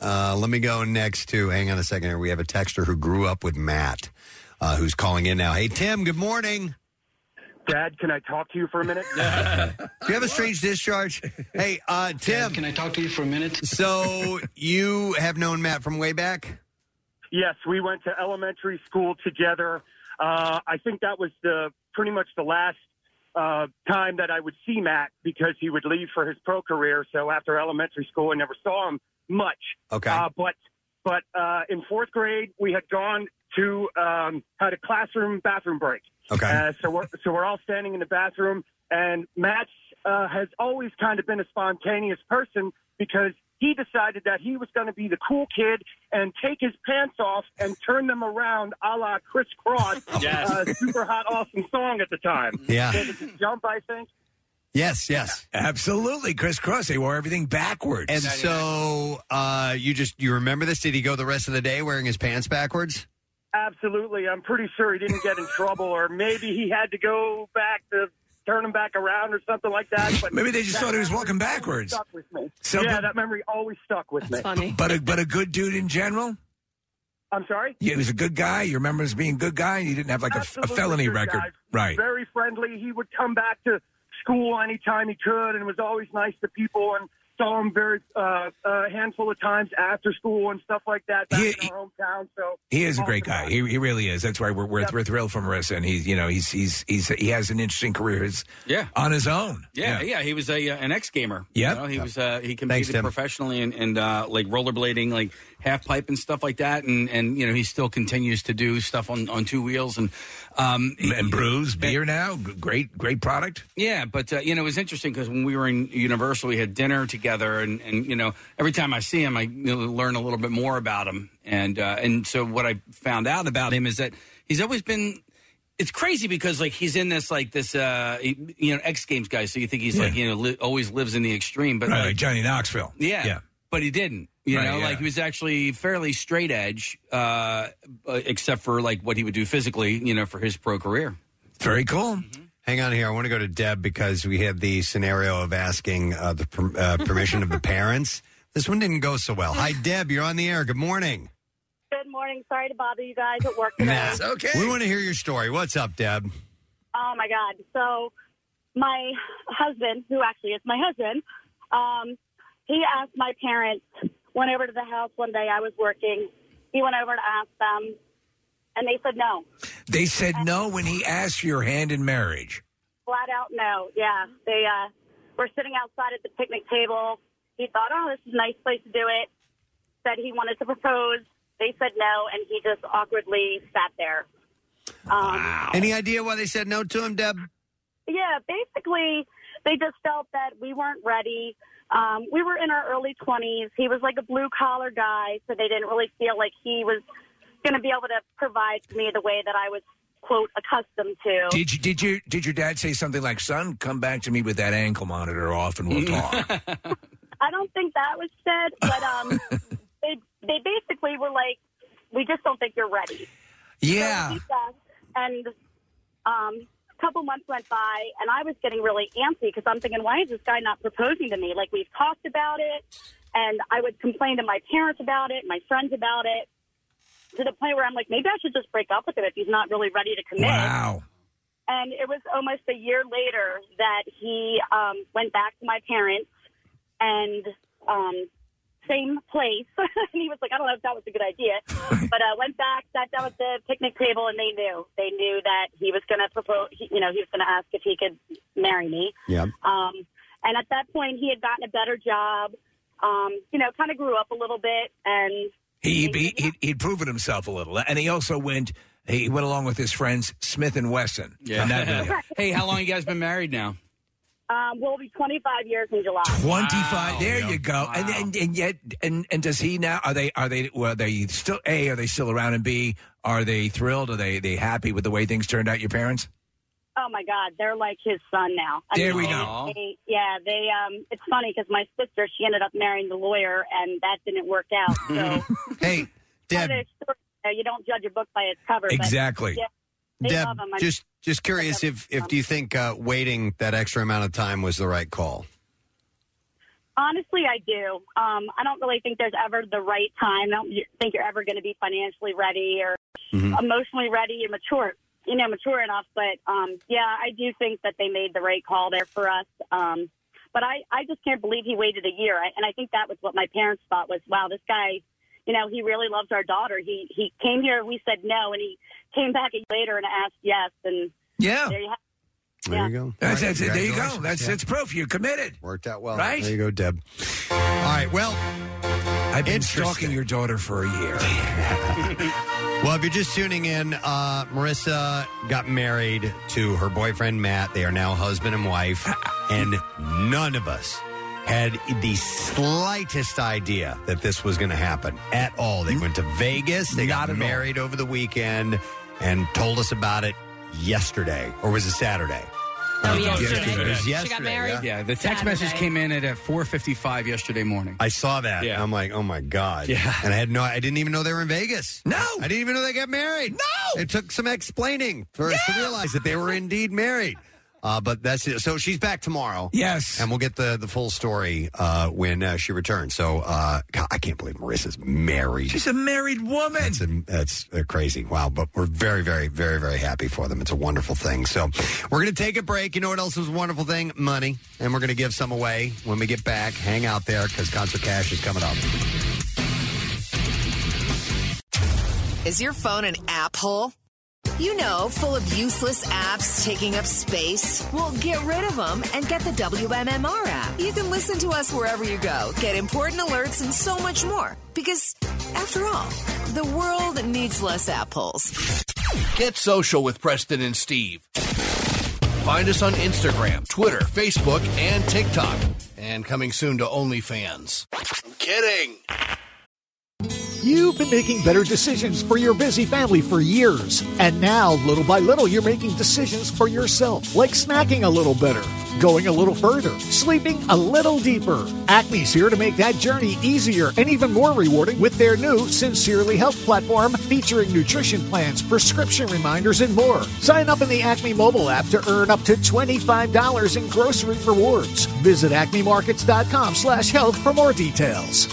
Uh, let me go next to. Mm. Hang on a second here. We have a texter who grew up with Matt, uh, who's calling in now. Hey Tim, good morning.
Dad, can I talk to you for a minute?
Do you have a strange discharge? Hey, uh, Tim.
Can I talk to you for a minute?
So you have known Matt from way back?
Yes, we went to elementary school together. Uh, I think that was the pretty much the last uh, time that I would see Matt because he would leave for his pro career. So after elementary school, I never saw him much.
Okay.
Uh, but but uh, in fourth grade, we had gone to um, had a classroom bathroom break.
Okay.
Uh, so we're so we're all standing in the bathroom, and Matt uh, has always kind of been a spontaneous person because he decided that he was going to be the cool kid and take his pants off and turn them around, a la Chris Cross,
Yes.
uh, super hot, awesome song at the time.
Yeah.
Did it jump, I think.
Yes, yes.
Absolutely. Crisscross. They wore everything backwards.
And so uh, you just you remember this? Did he go the rest of the day wearing his pants backwards?
Absolutely, I'm pretty sure he didn't get in trouble, or maybe he had to go back to turn him back around or something like that. But
Maybe they just
that
thought he was
memory
walking
always
backwards.
Stuck with me.
So-
yeah, that memory always stuck with me.
But a, but a good dude in general.
I'm sorry.
Yeah, he was a good guy. You remember him as being a good guy, and he didn't have like a, a
Absolutely
felony
good
record,
guy.
right?
Very friendly. He would come back to school anytime he could, and was always nice to people. And saw him very uh, a handful of times after school and stuff like that back in our hometown. So
He is a great guy. He, he really is. That's why we're we're, we're thrilled for Marissa, and he's you know he's he's he's he has an interesting career. He's
Yeah.
on his own.
Yeah, yeah, he was a uh, an ex gamer.
Yep.
you know? he was. Uh, he competed
Thanks, Tim.
professionally and and uh, like rollerblading, like half pipe and stuff like that. And and you know he still continues to do stuff on on two wheels and um
and brews beer now. Great great product.
Yeah, but uh, you know it was interesting because when we were in Universal, we had dinner together, and and you know every time I see him, I you know, learn a little bit more about him. And uh, and so what I found out about him is that he's always been it's crazy because like he's in this like this uh you know X Games guy, so you think he's like you know li- always lives in the extreme, but
Right,
like,
like Johnny Knoxville.
yeah,
yeah.
but he didn't. You
Right,
know,
yeah.
like he was actually fairly straight edge, uh, uh, except for like what he would do physically. You know, for his pro career.
Very cool.
Mm-hmm. Hang on here. I want to go to Deb because we had the scenario of asking uh, the per- uh, permission of the parents. This one didn't go so well. Hi, Deb. You're on the air. Good morning.
Good morning. Sorry to bother you guys at work today.
We want to hear your story. What's up, Deb?
Oh my God. So my husband, who actually is my husband, um, he asked my parents, went over to the house one day I was working. He went over to ask them and they said no.
They said no when he asked for your hand in marriage.
Flat out no. Yeah. They uh were sitting outside at the picnic table. He thought, Oh, this is a nice place to do it. Said he wanted to propose. They said no and he just awkwardly sat there. Um,
Any idea why they said no to him, Deb?
Yeah, basically, they just felt that we weren't ready. Um, we were in our early 20s. He was like a blue collar guy, so they didn't really feel like he was going to be able to provide for me the way that I was, quote, accustomed to.
Did you did you did your dad say something like, "Son, come back to me with that ankle monitor off, and we'll talk"?
I don't think that was said, but um, they, they basically were like, we just don't think you're ready.
Yeah.
And um, a couple months went by, and I was getting really antsy because I'm thinking, why is this guy not proposing to me? Like, we've talked about it, and I would complain to my parents about it, my friends about it, to the point where I'm like, maybe I should just break up with him if he's not really ready to commit.
Wow.
And it was almost a year later that he um, went back to my parents and um, same place. and he was like, I don't know if that was a good idea, but uh, went back, sat down at the picnic table, and they knew. They knew that he was going to propose. He, you know, he was going to ask if he could marry me.
Yeah.
Um, and at that point, he had gotten a better job. Um, you know, kind of grew up a little bit, and
He, he he'd, he'd proven himself a little, and he also went. He went along with his friends Smith and Wesson. And that really helped.
hey, how long you guys been married now?
um, we'll be 25 years in July.
25 there you go and, and and yet and and does he now are they are they well, are they still a are they still around and b are they thrilled are they they happy with the way things turned out your parents
Oh my God, they're like his son now.
There we
they-
go.
they- yeah, they. Um, it's funny because my sister she ended up marrying the lawyer, and that didn't work out. So
hey, Deb.
you don't judge a book by its cover. but,
Exactly.
yeah, they
Deb,
love him. I-
just just curious if if do you think uh, waiting that extra amount of time was the right call?
honestly, I do. Um, I don't really think there's ever the right time. I don't y- think you're ever going to be financially ready or
Mhm.
emotionally ready and mature. You know, mature enough. But um, yeah, I do think that they made the right call there for us. Um, but I, I just can't believe he waited a year. I, and I think that was what my parents thought was, wow, this guy, you know, he really loves our daughter. He he came here, we said no, and he came back a year later and asked yes. And
Yeah.
there you have
There you go.
that's,
All right,
that's it there you go
congratulations.
that's
Yeah.
that's proof you're committed
worked out well
right
There you go, Deb. All right. Well,
i've been stalking your daughter for a year
Well, if you're just tuning in, uh, Marissa got married to her boyfriend Matt. They are now husband and wife, and none of us had the slightest idea that this was going to happen at all. They went to Vegas. They got married over the weekend and told us about it yesterday, or was it Saturday?
Oh,
Uh,
yesterday.
It was
She got
yesterday.
married Yeah, the text Saturday. message came in at 4:55 yesterday morning.
I saw that. and I'm like, oh my god.
Yeah.
And I had no. I didn't even know they were in Vegas. No. I didn't even know they got married. No. It took some explaining for us to realize that they were indeed married. Uh, but that's it. So she's back tomorrow.
Yes.
And we'll get the, the full story uh, when uh, she returns. So uh, God, I can't believe Marissa's married.
She's a married woman.
That's, a, that's uh, crazy. Wow. But we're very, very, very, very happy for them. It's a wonderful thing. So we're going to take a break. You know what else is a wonderful thing? Money. And we're going to give some away when we get back. Hang out there because Concert Cash is coming up.
Is your phone an app hole? You know, full of useless apps taking up space? Well, get rid of them and get the WMMR app. You can listen to us wherever you go, get important alerts, and so much more. Because, after all, the world needs less app holes.
Get social with Preston and Steve. Find us on Instagram, Twitter, Facebook, and TikTok. And coming soon to OnlyFans. I'm kidding.
You've been making better decisions for your busy family for years. And now, little by little, you're making decisions for yourself, like snacking a little better, going a little further, sleeping a little deeper. Acme's here to make that journey easier and even more rewarding with their new Sincerely Health platform featuring nutrition plans, prescription reminders, and more. Sign up in the Acme mobile app to earn up to $25 in grocery rewards. Visit acmemarkets.com slash health for more details.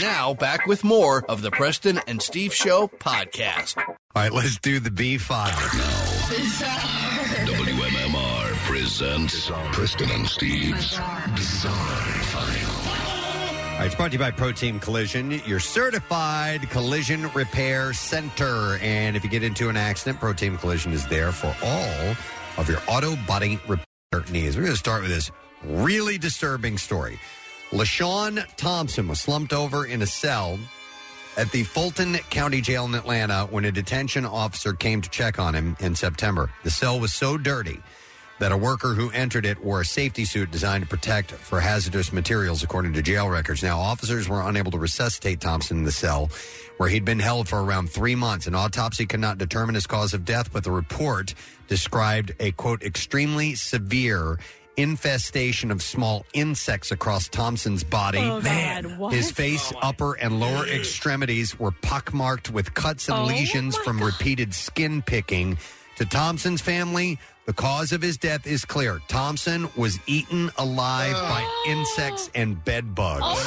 Now back with more of the Preston and Steve Show podcast.
All right, let's do the B file.
WMMR presents Preston and Steve's Bizarre File.
All right, it's brought to you by Protein Collision, your certified collision repair center. And if you get into an accident, Protein Collision is there for all of your auto body repair needs. We're going to start with this really disturbing story. LaShawn Thompson was slumped over in a cell at the Fulton County Jail in Atlanta when a detention officer came to check on him in September. The cell was so dirty that a worker who entered it wore a safety suit designed to protect for hazardous materials, according to jail records. Now, officers were unable to resuscitate Thompson in the cell where he'd been held for around three months. An autopsy could not determine his cause of death, but the report described a quote, extremely severe infestation of small insects across Thompson's body.
Oh, Man. God, what?
his face, upper and lower extremities were pockmarked with cuts and
Oh,
lesions from repeated skin picking. To Thompson's family, the cause of his death is clear. Thompson was eaten alive
Oh.
by insects and bed bugs.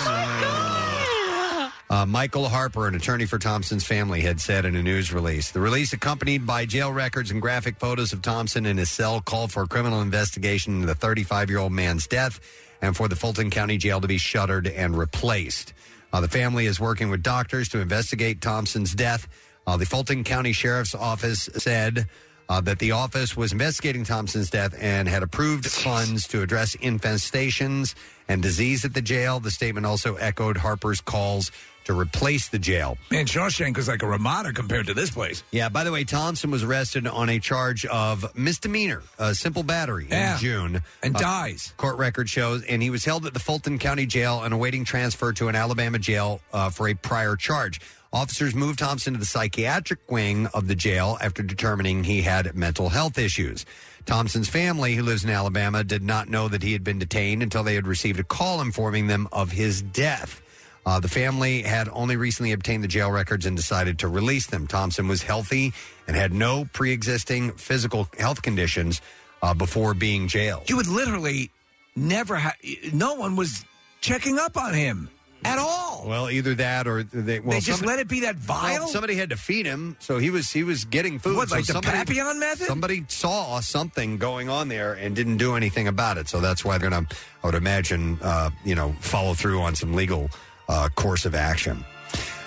Uh, Michael Harper, an attorney for Thompson's family, had said in a news release. The release, accompanied by jail records and graphic photos of Thompson in his cell, called for a criminal investigation into the 35 year old man's death and for the Fulton County Jail to be shuttered and replaced. Uh, the family is working with doctors to investigate Thompson's death. Uh, the Fulton County Sheriff's Office said uh, that the office was investigating Thompson's death and had approved funds to address infestations and disease at the jail. The statement also echoed Harper's calls to replace the jail.
Man, Shawshank was like a Ramada compared to this place.
Yeah, by the way, Thompson was arrested on a charge of misdemeanor, uh, simple battery
Yeah.
in June.
And
Uh,
dies.
Court record shows, and he was held at the Fulton County Jail and awaiting transfer to an Alabama jail uh, for a prior charge. Officers moved Thompson to the psychiatric wing of the jail after determining he had mental health issues. Thompson's family, who lives in Alabama, did not know that he had been detained until they had received a call informing them of his death. Uh, the family had only recently obtained the jail records and decided to release them. Thompson was healthy and had no pre existing physical health conditions uh, before being jailed.
You would literally never have. No one was checking up on him at all.
Well, either that or they, well,
they just
somebody-
let it be that vile.
Well, somebody had to feed him, so he was he was getting food.
What,
so
like the
somebody,
Papillon method?
Somebody saw something going on there and didn't do anything about it. So that's why they're gonna, I would imagine, uh, you know, follow through on some legal uh, course of action.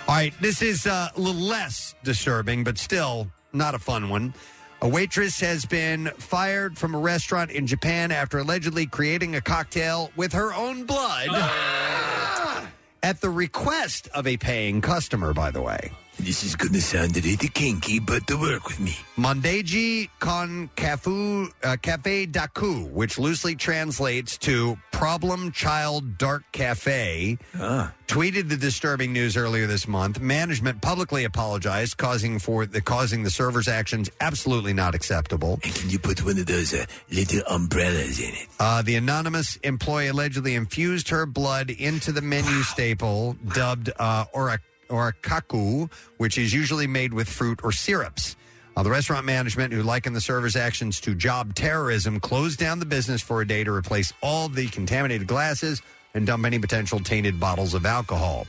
All right, this is uh, a little less disturbing, but still not a fun one. A waitress has been fired from a restaurant in Japan after allegedly creating a cocktail with her own blood at the request of a paying customer, by the way.
This is going to sound a little kinky, but to work with me.
Mondeji con Cafu, uh, Cafe Daku, which loosely translates to Problem Child Dark Cafe, tweeted the disturbing news earlier this month. Management publicly apologized, causing for the causing the server's actions absolutely not acceptable. And can you put one of those uh, little umbrellas in it? Uh, the anonymous employee allegedly infused her blood into the menu staple dubbed uh, orak- orakaku, which is usually made with fruit or syrups. Uh, the restaurant management, who likened the server's actions to job terrorism, closed down the business for a day to replace all the contaminated glasses and dump any potential tainted bottles of alcohol.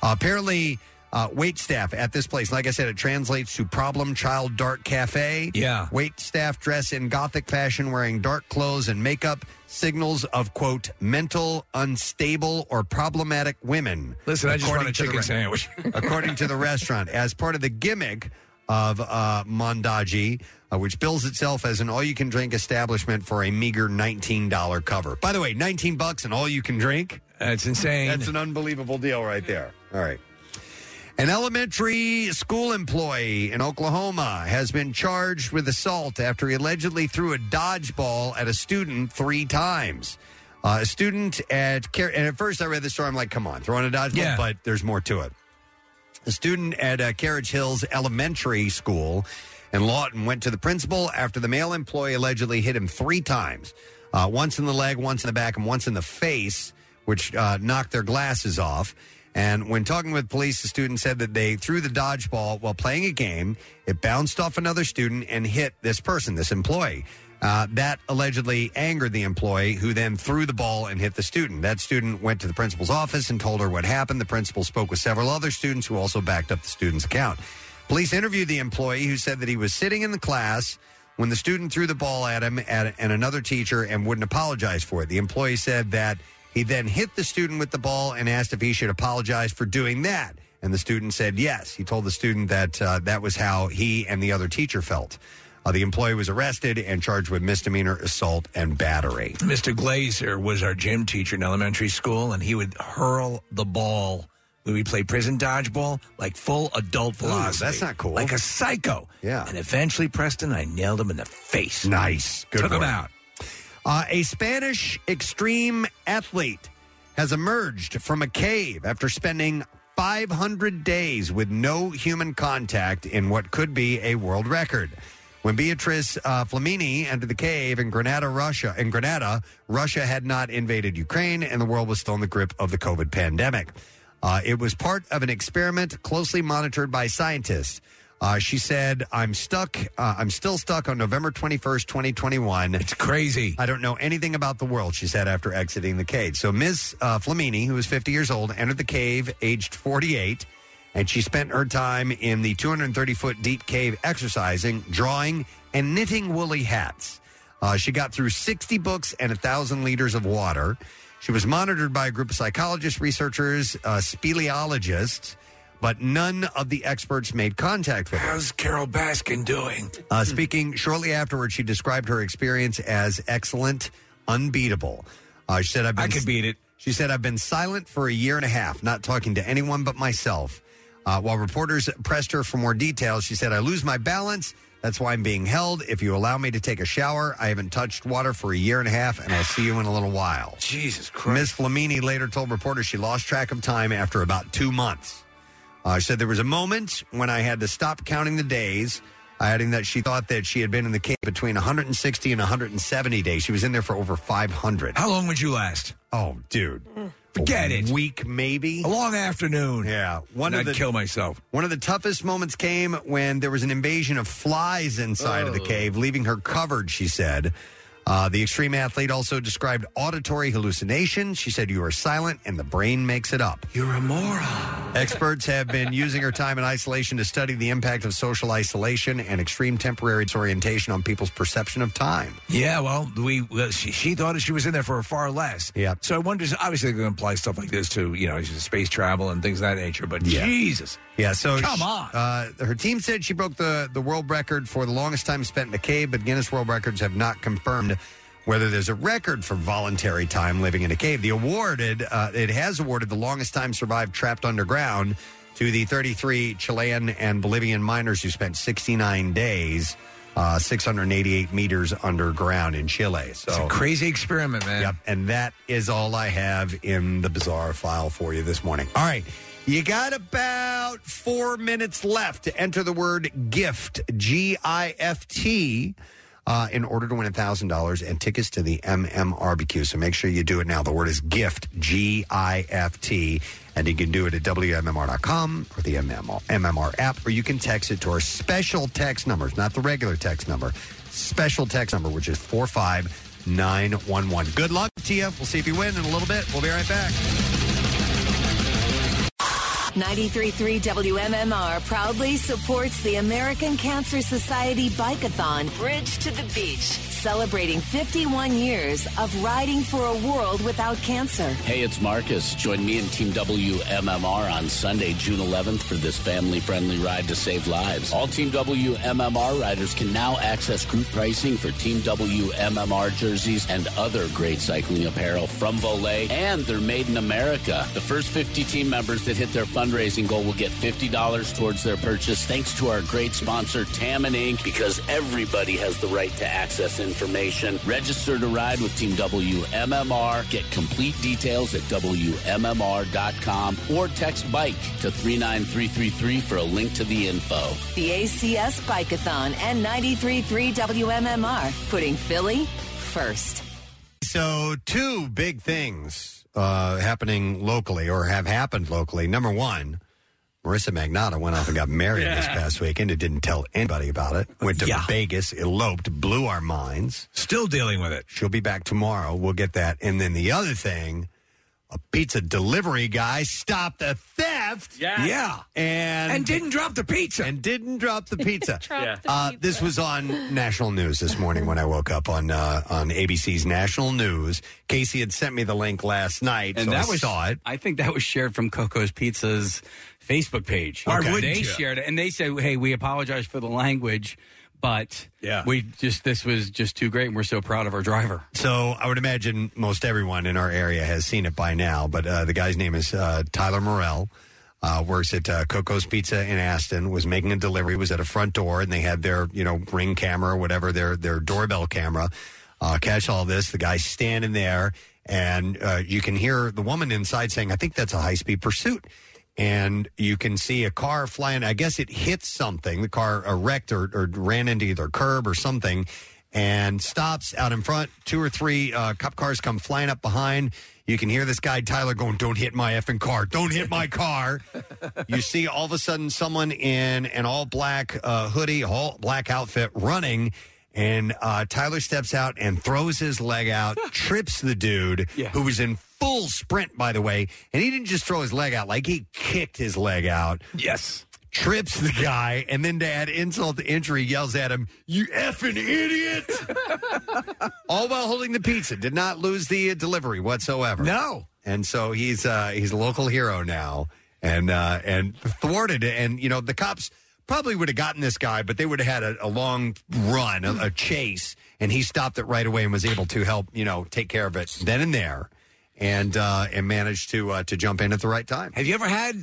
Uh, apparently, uh, wait staff at this place, like I said, it translates to Problem Child Dark Cafe.
Yeah.
Wait staff dress in gothic fashion, wearing dark clothes and makeup, signals of, quote, mental, unstable, or problematic women.
Listen, I just want a
According to the
chicken
re-
sandwich.
according to the restaurant, as part of the gimmick of uh, Mondaji, uh, which bills itself as an all-you-can-drink establishment for a meager $19 cover. By the way, 19 bucks and all you can drink?
That's insane.
That's an unbelievable deal right there. All right. An elementary school employee in Oklahoma has been charged with assault after he allegedly threw a dodgeball at a student three times. Uh, a student at Car- and at first I read this story, I'm like, come on, throwing a dodgeball,
Yeah.
but there's more to it. A student at uh, Carriage Hills Elementary School in Lawton went to the principal after the male employee allegedly hit him three times uh, once in the leg, once in the back, and once in the face, which uh, knocked their glasses off. And when talking with police, the student said that they threw the dodgeball while playing a game. It bounced off another student and hit this person, this employee. Uh, that allegedly angered the employee, who then threw the ball and hit the student. That student went to the principal's office and told her what happened. The principal spoke with several other students who also backed up the student's account. Police interviewed the employee, who said that he was sitting in the class when the student threw the ball at him at, and another teacher and wouldn't apologize for it. The employee said that he then hit the student with the ball and asked if he should apologize for doing that. And the student said yes. He told the student that uh, that was how he and the other teacher felt. Uh, the employee was arrested and charged with misdemeanor assault and battery.
Mr. Glazer was our gym teacher in elementary school, and he would hurl the ball when we played prison dodgeball like full adult velocity.
that's not cool.
Like a psycho.
Yeah.
And eventually, Preston, I nailed him in the face.
Nice. Good
Took him
work.
out.
Uh, a Spanish extreme athlete has emerged from a cave after spending 500 days with no human contact in what could be a world record. When Beatrice uh, Flamini entered the cave in Granada, Russia, in Granada, Russia had not invaded Ukraine, and the world was still in the grip of the COVID pandemic. Uh, it was part of an experiment closely monitored by scientists. Uh, she said, "I'm stuck. Uh, I'm still stuck on November 21st, 2021. It's
crazy.
I don't know anything about the world." She said after exiting the cave. So Ms. Uh, Flamini, who was 50 years old, entered the cave aged 48, and she spent her time in the 230 foot deep cave exercising, drawing, and knitting woolly hats. Uh, she got through 60 books and 1,000 liters of water. She was monitored by a group of psychologists, researchers, uh, speleologists, but none of the experts made contact with her.
How's Carol Baskin doing?
Uh, speaking shortly afterward, she described her experience as excellent, unbeatable. Uh, she said, "I've been, I could beat
it."
She said, "I've been silent for a year and a half, not talking to anyone but myself." Uh, while reporters pressed her for more details, she said, "I lose my balance. That's why I'm being held. If you allow me to take a shower, I haven't touched water for a year and a half, and I'll see you in a little while."
Jesus Christ!
Ms. Flamini later told reporters she lost track of time after about two months. Uh, she said there was a moment when I had to stop counting the days, adding that she thought that she had been in the cave between 160 and 170 days. She was in there for over 500.
How long would you last?
Oh, dude.
Forget
A
it.
Week, maybe.
A long afternoon.
Yeah.
One
of
I'd
the-
kill myself.
One of the toughest moments came when there was an invasion of flies inside of the cave, leaving her covered, she said. Uh, the extreme athlete also described auditory hallucinations. She said, You are silent and the brain makes it up.
You're a moron.
Experts have been using her time in isolation to study the impact of social isolation and extreme temporary disorientation on people's perception of time.
Yeah, well, we well, she, she thought she was in there for far less. Yeah. So I wonder. Obviously, they're going to apply stuff like this to you know space travel and things of that nature. But
Yeah.
Jesus,
Yeah, so
Come
she-
on.
Uh, her team said she broke the the world record for the longest time spent in a cave, but Guinness World Records have not confirmed whether there's a record for voluntary time living in a cave. The awarded uh, it has awarded the longest time survived trapped underground to the 33 Chilean and Bolivian miners who spent 69 days, uh, 688 meters underground in Chile. So
Crazy experiment, man.
Yep. And that is all I have in the bizarre file for you this morning. All right. You got about four minutes left to enter the word gift, G I F T, uh, in order to win $1,000 and tickets to the MMRBQ. So make sure you do it now. The word is gift, G I F T. And you can do it at WMMR.com or the MMR, MMR app, or you can text it to our special text numbers, not the regular text number, special text number, which is 45911. Good luck, Tia. We'll see if you win in a little bit. We'll be right back.
933 WMMR proudly supports the American Cancer Society Bikeathon Bridge to the Beach, celebrating 51 years of riding for a world without cancer.
Hey, it's Marcus. Join me and Team WMMR on Sunday, June 11th for this family friendly ride to save lives. All Team WMMR riders can now access group pricing for Team WMMR jerseys and other great cycling apparel from Volet, and they're made in America. The first 50 team members that hit their fundraising goal will get $50 towards their purchase thanks to our great sponsor, Tammin Inc., because everybody has the right to access information. Register to ride with Team WMMR. Get complete details at WMMR.com or text BIKE to 39333 for a link to the info.
The ACS Bikeathon and 933 WMMR, putting Philly first.
So, two big things uh, happening locally or have happened locally. Number one, Marissa Magnata went off and got married this past weekend and didn't tell anybody about it. Went to Vegas, eloped, blew our minds.
Still dealing with it.
She'll be back tomorrow. We'll get that. And then the other thing, a pizza delivery guy stopped a theft.
Yeah. Yeah.
And,
And didn't drop the pizza.
And didn't drop the pizza.
Dropped Yeah. the
Uh, this was on national news this morning when I woke up on uh, on ABC's national news. Casey had sent me the link last night, so I saw it.
I think that was shared from Coco's Pizza's Facebook page.
Why wouldn't
they
you?
shared it, and they said, "Hey, we apologize for the language, but
Yeah.
we just this was just too great, and we're so proud of our driver."
So I would imagine most everyone in our area has seen it by now. But uh, the guy's name is uh, Tyler Morell. Uh, works at uh, Coco's Pizza in Aston. Was making a delivery. Was at a front door, and they had their you know ring camera, or whatever their their doorbell camera. Uh, catch all this. The guy's standing there, and uh, you can hear the woman inside saying, "I think that's a high speed pursuit." and you can see a car flying. I guess it hit something. The car uh, wrecked or, or ran into either curb or something and stops out in front. Two or three uh, cop cars come flying up behind. You can hear this guy, Tyler, going, Don't hit my effing car. Don't hit my car. you see all of a sudden someone in an all black uh, hoodie, all black outfit running. And uh, Tyler steps out and throws his leg out, trips the dude who was in full sprint, by the way. And he didn't just throw his leg out, like he kicked his leg out.
Yes.
Trips the guy, and then to add insult to injury, yells at him, You effing idiot! All while holding the pizza. Did not lose the uh, delivery whatsoever. No. And so he's uh, he's a local hero now and uh, and thwarted it. And, you know, the cops probably would have gotten this guy, but they would have had a, a long run, a, a chase. And he stopped it right away and was able to help, you know, take care of it then and there and uh, and managed to uh, to jump in at the right time.
Have you ever had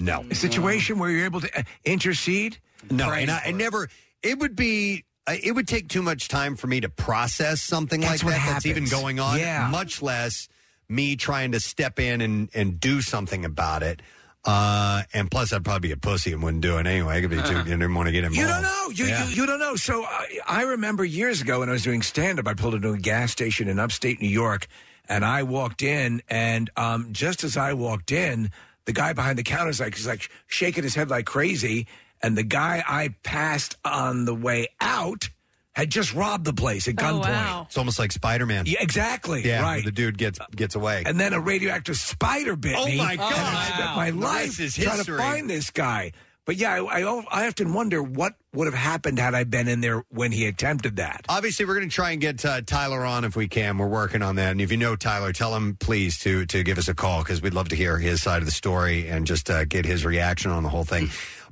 no
a situation where you're able to uh, intercede?
No, and I, I never. It would be. I- It would take too much time for me to process something
That's
like
what
that. That's even
happens.
going on.
Yeah.
Much less me trying to step in and and do something about it. Uh, and plus, I'd probably be a pussy and wouldn't do it anyway. I could be too. I didn't want to get involved.
You don't know. You, you, you don't know. So I, I remember years ago when I was doing stand up, I pulled into a gas station in upstate New York and I walked in. And um, just as I walked in, the guy behind the counter is like, he's like shaking his head like crazy. And the guy I passed on the way out had just robbed the place at gunpoint.
It's almost like Spider Man.
Yeah, exactly.
Yeah,
right.
The dude gets gets away.
And then a radioactive spider bit
Oh,
me.
my God.
And I spent my
The
life
rest is
trying to
history.
find this guy. But yeah, I, I, al- I often wonder what would have happened had I been in there when he attempted that.
Obviously, we're going to try and get uh, Tyler on if we can. We're working on that. And if you know Tyler, tell him please to to give us a call because we'd love to hear his side of the story and just uh, get his reaction on the whole thing.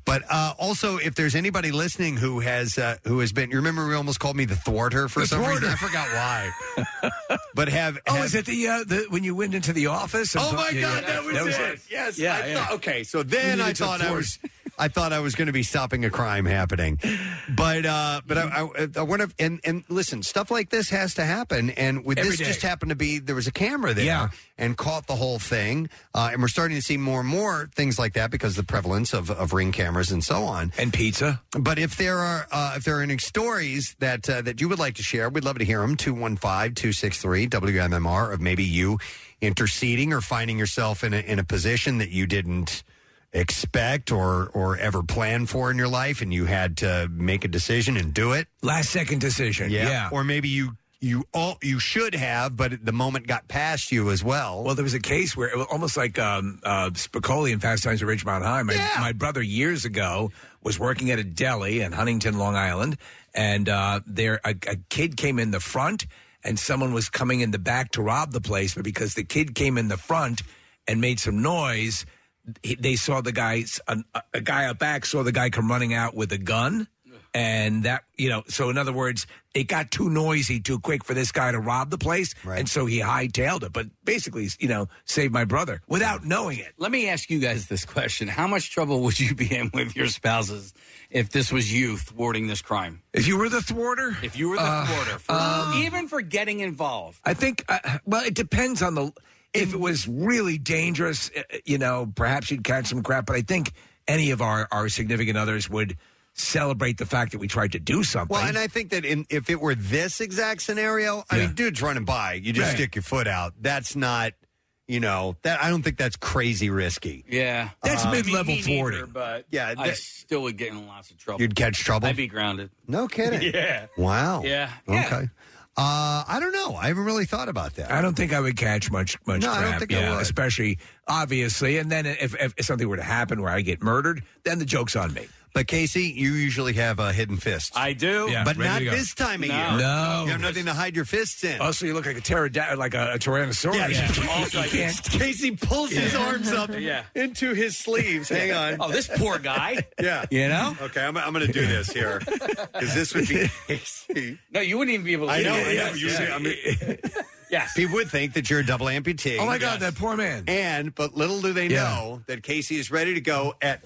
But uh, also, if there's anybody listening who has uh, who has been, you remember we almost called me the thwarter for
The
some reason.
thwarter.
I forgot why. but have,
Oh,
have-
is it the, uh, the when you went into the office? and
Oh
thought-
my
yeah,
God,
yeah,
that was, it. Yes,
Yeah,
I
yeah.
Thought, okay, so
You
then
needed
I
to
thought I
thwart.
was, I thought I was going to be stopping a crime happening, but uh, but I, I, I wonder if and and listen, stuff like this has to happen, and with
Every
this
day.
just happened to be there was a camera there
Yeah.
and caught the whole thing, uh, and we're starting to see more and more things like that because of the prevalence of of ring cameras and so on
and pizza.
But if there are uh, if there are any stories that uh, that you would like to share, we'd love to hear them. 215-263 WMMR of maybe you interceding or finding yourself in a, in a position that you didn't expect or or ever plan for in your life and you had to make a decision and do it.
Last second decision. yeah.
Or maybe you you all you should have, but the moment got past you as well.
Well, there was a case where it was almost like um, uh, Spicoli in Fast Times at Ridgemont High. My, my brother years ago was working at a deli in Huntington, Long Island, and uh, there a, a kid came in the front, and someone was coming in the back to rob the place, but because the kid came in the front and made some noise, he, they saw the guy, a, a guy up back saw the guy come running out with a gun. And that, you know, so in other words, it got too noisy too quick for this guy to rob the place. And so he hightailed it, but basically, you know, saved my brother without knowing it.
Let me ask you guys this question: How much trouble would you be in with your spouses if this was you thwarting this crime?
If you were the thwarter?
If you were the
Uh,
thwarter, for,
um,
even for getting involved,
I think, uh, well, it depends on the, if it was really dangerous, uh, you know, perhaps you'd catch some crap, but I think any of our, our significant others would celebrate the fact that we tried to do something.
Well, and I think that in, if it were this exact scenario, I mean, dude's running by, you just
Right.
stick your foot out. That's not, you know, that I don't think that's crazy risky.
yeah,
That's
Uh,
mid-level
me neither,
thwarting.
But
Yeah,
I
that-
still would get in lots of trouble.
You'd catch trouble?
I'd be grounded.
No kidding.
Yeah.
Wow.
Yeah.
Okay. Uh, I don't know. I haven't really thought about that.
I don't think I would catch much much
No, I
crap.
don't think I
yeah,
would.
especially obviously. And then if, if something were to happen where I get murdered, then the joke's on me.
But Casey, you usually have a hidden fist.
I do,
Yeah,
but
ready
not
to go.
this time of
No.
year.
No.
You have nothing to hide your fists in.
Also, you look like a pterodactyl, like a, a tyrannosaurus.
Yeah, yeah.
Also, I
can't-
Casey pulls his
Yeah.
arms up
Yeah.
into his sleeves. Hang on.
Oh, this poor guy.
Yeah.
You know?
Okay, I'm, I'm going to do this here. Because this would be Casey.
No, you wouldn't even be able to.
I know.
do
I
it.
know. You
Yeah.
say- I mean,
Yes.
People would think that you're a double amputee.
Oh my God, that poor man.
And but little do they
Yeah.
know that Casey is ready to go at.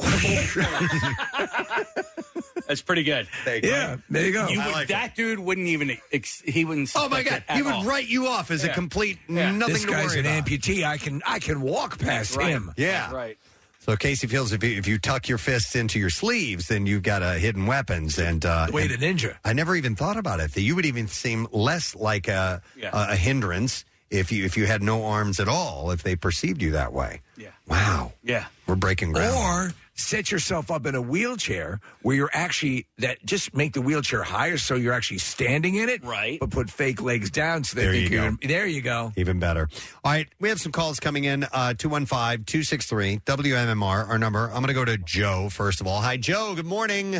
That's pretty good.
Yeah, there you go.
You
I
would-
like
that dude wouldn't even. Ex- he wouldn't.
Oh my God,
suspect it at
he would
all.
write you off as a
Yeah.
complete
Yeah.
nothing
this
to
guy's
worry
an
about.
amputee. I can I can walk past
Right.
him.
Yeah. That's
right.
So Casey feels if you, if you tuck your fists into your sleeves, then you've got uh, hidden weapons and uh,
Way
and
to ninja.
I never even thought about it that you would even seem less like a
Yeah.
a, a hindrance if you if you had no arms at all if they perceived you that way. Yeah. Wow.
Yeah.
We're breaking ground.
Or set yourself up in a wheelchair where you're actually that just make the wheelchair higher so you're actually standing in it. Right. But put fake legs down so they
There you
think you
go.
are there you go.
Even better. All right, we have some calls coming in. Uh 215-263 WMMR our number. I'm going to go to Joe first of all. Hi Joe, good morning.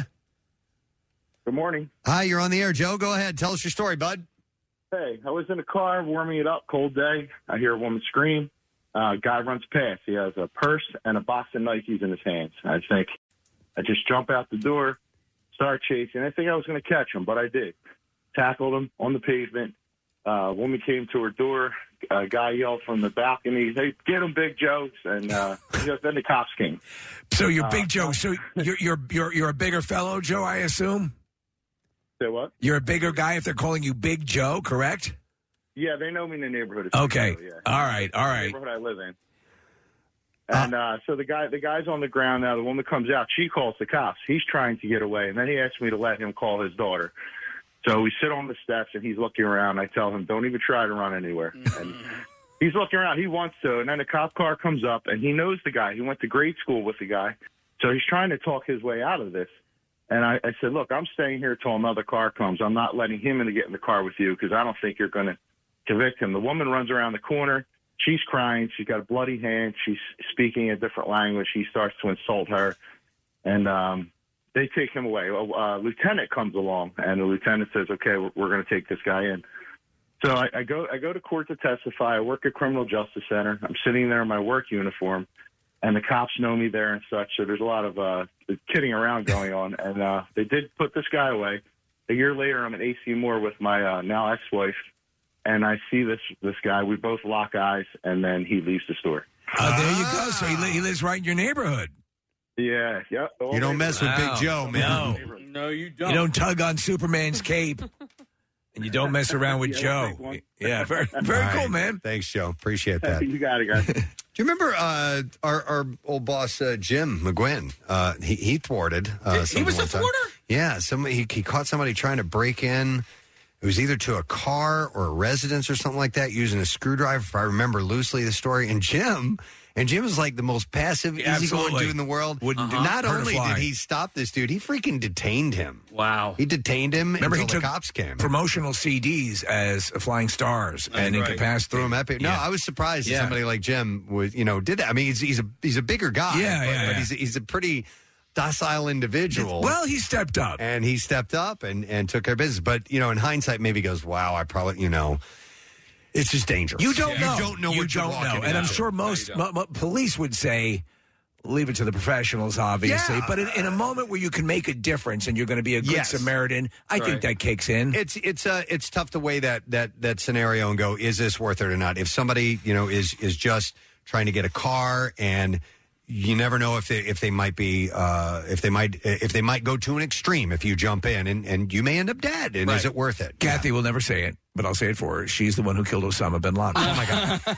Good morning.
Hi, you're on the air, Joe. Go ahead. Tell us your story, bud.
Hey, I was in a car warming it up, cold day. I hear a woman scream. Uh, guy runs past. He has a purse and a box of Nikes in his hands. I think I just jump out the door, start chasing. I think I was going to catch him, but I did. Tackled him on the pavement. Uh, woman came to her door. A guy yelled from the balcony, "Hey, get him, Big Joe!" And uh, you know, then the cops came.
So you're
Uh,
big Joe. So you're you're you're you're a bigger fellow, Joe, I assume?
Say what?
You're a bigger guy if they're calling you Big Joe, correct?
Yeah, they know me in the neighborhood. It's
Okay.
Big Joe, yeah.
All right. All right.
neighborhood I live in. And uh, so the guy, the guy's on the ground now. The woman comes out. She calls the cops. He's trying to get away, and then he asks me to let him call his daughter. So we sit on the steps, and he's looking around. I tell him, "Don't even try to run anywhere."
Mm-hmm.
And he's looking around. He wants to, and then the cop car comes up, and he knows the guy. He went to grade school with the guy, so he's trying to talk his way out of this. And I, I said, "Look, I'm staying here till another car comes. I'm not letting him in to get in the car with you because I don't think you're going to convict him." The woman runs around the corner. She's crying. She's got a bloody hand. She's speaking a different language. He starts to insult her, and um, they take him away. A uh, lieutenant comes along, and the lieutenant says, "Okay, we're, we're going to take this guy in." So I, I go I go to court to testify. I work at Criminal Justice Center. I'm sitting there in my work uniform,
and the cops know me there and such. So there's a lot of uh, kidding around going on, and uh, they did put this guy away. A year later, I'm at AC Moore with my uh, now ex-wife, and I see this this guy. We both lock eyes, and then he leaves the store.
Oh, there you go. So he, li- he lives right in your neighborhood.
Yeah, yep.
You don't mess with Big Wow. Joe, man.
No, no, you don't.
You don't tug on Superman's cape, and you don't mess around with Joe. Yeah, very, very
All
cool,
right.
man.
Thanks, Joe. Appreciate that.
you got it, guys.
Do you remember uh, our our old boss uh, Jim McGuinn? Uh, he, he thwarted. Uh,
He
something
was a
one time.
thwarter?
Yeah, somebody he, he caught somebody trying to break in. It was either to a car or a residence or something like that, using a screwdriver. If I remember loosely the story, and Jim. And Jim was like the most passive, easygoing
Absolutely.
dude in the world.
Wouldn't do-
Not
hurt a
only
Uh-huh. fly.
did he stop this dude, he freaking detained him.
Wow.
He detained him
Remember, he
until
took
the cops came.
promotional CDs as Flying Stars and Incapacitated.
Threw him at people. No, I was surprised that
Yeah.
somebody like Jim was, you know, did that. I mean, he's, he's a he's a bigger guy.
Yeah,
but,
yeah,
but
yeah.
he's he's a pretty docile individual.
Well, he stepped up,
and he stepped up and and took care of business. But you know, in hindsight, maybe he goes, "Wow, I probably, you know, it's just dangerous.
You don't know.
You don't know
You
what you're
don't know.
walking
And I'm
into.
sure most mo- mo- police would say, leave it to the professionals, obviously.
Yeah.
But in, in a moment where you can make a difference and you're going to be a good
Yes.
Samaritan, I think that kicks in.
It's it's uh it's tough to weigh that that that scenario and go, is this worth it or not? If somebody you know is is just trying to get a car and you never know if they if they might be uh, if they might if they might go to an extreme if you jump in and, and you may end up dead and is
Right.
it worth it?
Kathy will never say it, but I'll say it for her. She's the one who killed Osama bin Laden. Oh my God!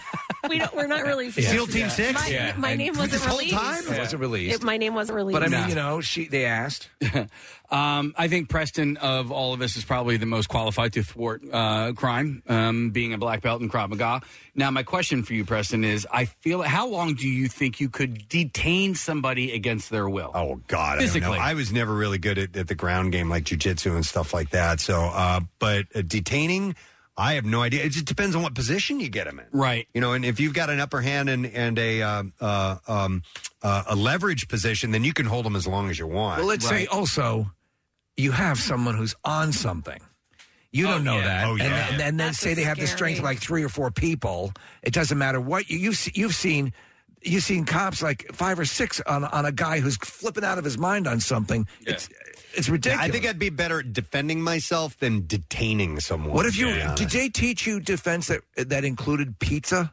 We don't, we're not really
Yeah. SEAL Team
Yeah.
Six?
My,
Yeah.
my
And-
name wasn't
This whole
released.
time? It wasn't released.
It- my name wasn't released.
But I mean, you know, she they asked.
um, I think Preston of all of us is probably the most qualified to thwart uh, crime, um, being a black belt in Krav Maga. Now, my question for you, Preston, is: I feel how long do you think you could detain somebody against their will?
Oh God, I, don't know.
physically.
I was never really good at, at the ground game like jujitsu and stuff like that. So, uh, but uh, detaining, I have no idea. It just depends on what position you get him in,
right?
You know, and if you've got an upper hand and and a uh, uh, um, uh, a leverage position, then you can hold him as long as you want.
Well, let's say oh, also you have someone who's on something. You don't know that.
Oh, yeah.
And, and then
That's
say
what's
they have the strength of
scary.
like three or four people. It doesn't matter what you, you've se- you've seen. You've seen cops like five or six on on a guy who's flipping out of his mind on something. It's it's ridiculous.
I think I'd be better at defending myself than detaining someone.
What if you
to be honest.
did they teach you defense that that included pizza?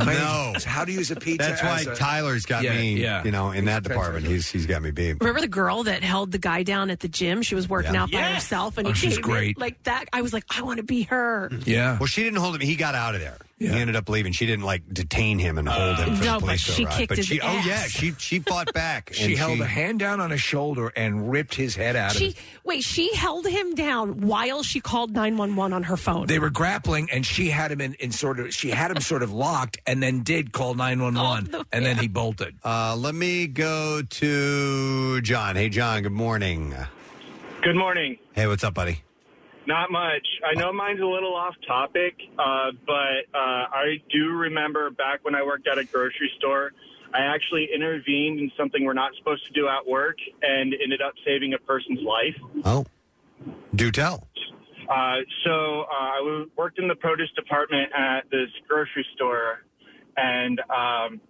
I mean,
No.
how to use a pizza?
That's
as
why
a-
Tyler's got
Yeah,
me.
yeah.
You know, in that
Defense
department, he's he's got me beat.
Remember the girl that held the guy down at the gym? She was working
Yeah.
out by
Yes.
herself, and
Oh,
he
she's
came in
great.
like that. I was like, I want to be her.
Yeah.
Well, she didn't hold him. He got out of there. He ended up leaving. She didn't like detain him and hold him for
Uh, No,
the
but
police to
she
arrive.
kicked
but
his
she,
ass.
oh yeah, she she fought back.
She
and
held a hand down on his shoulder and ripped his head out of
She wait, she held him down while she called nine one one on her phone.
They were grappling, and she had him in, in sort of she had him sort of locked, and then did call nine one one, and then he bolted.
Oh, Uh, let me go to John. Hey, John. Good morning.
Good morning.
Hey, what's up, buddy?
Not much. I know mine's a little off topic, uh, but uh, I do remember back when I worked at a grocery store, I actually intervened in something we're not supposed to do at work and ended up saving a person's life.
Oh, do tell.
Uh, so uh, I w- worked in the produce department at this grocery store, and um,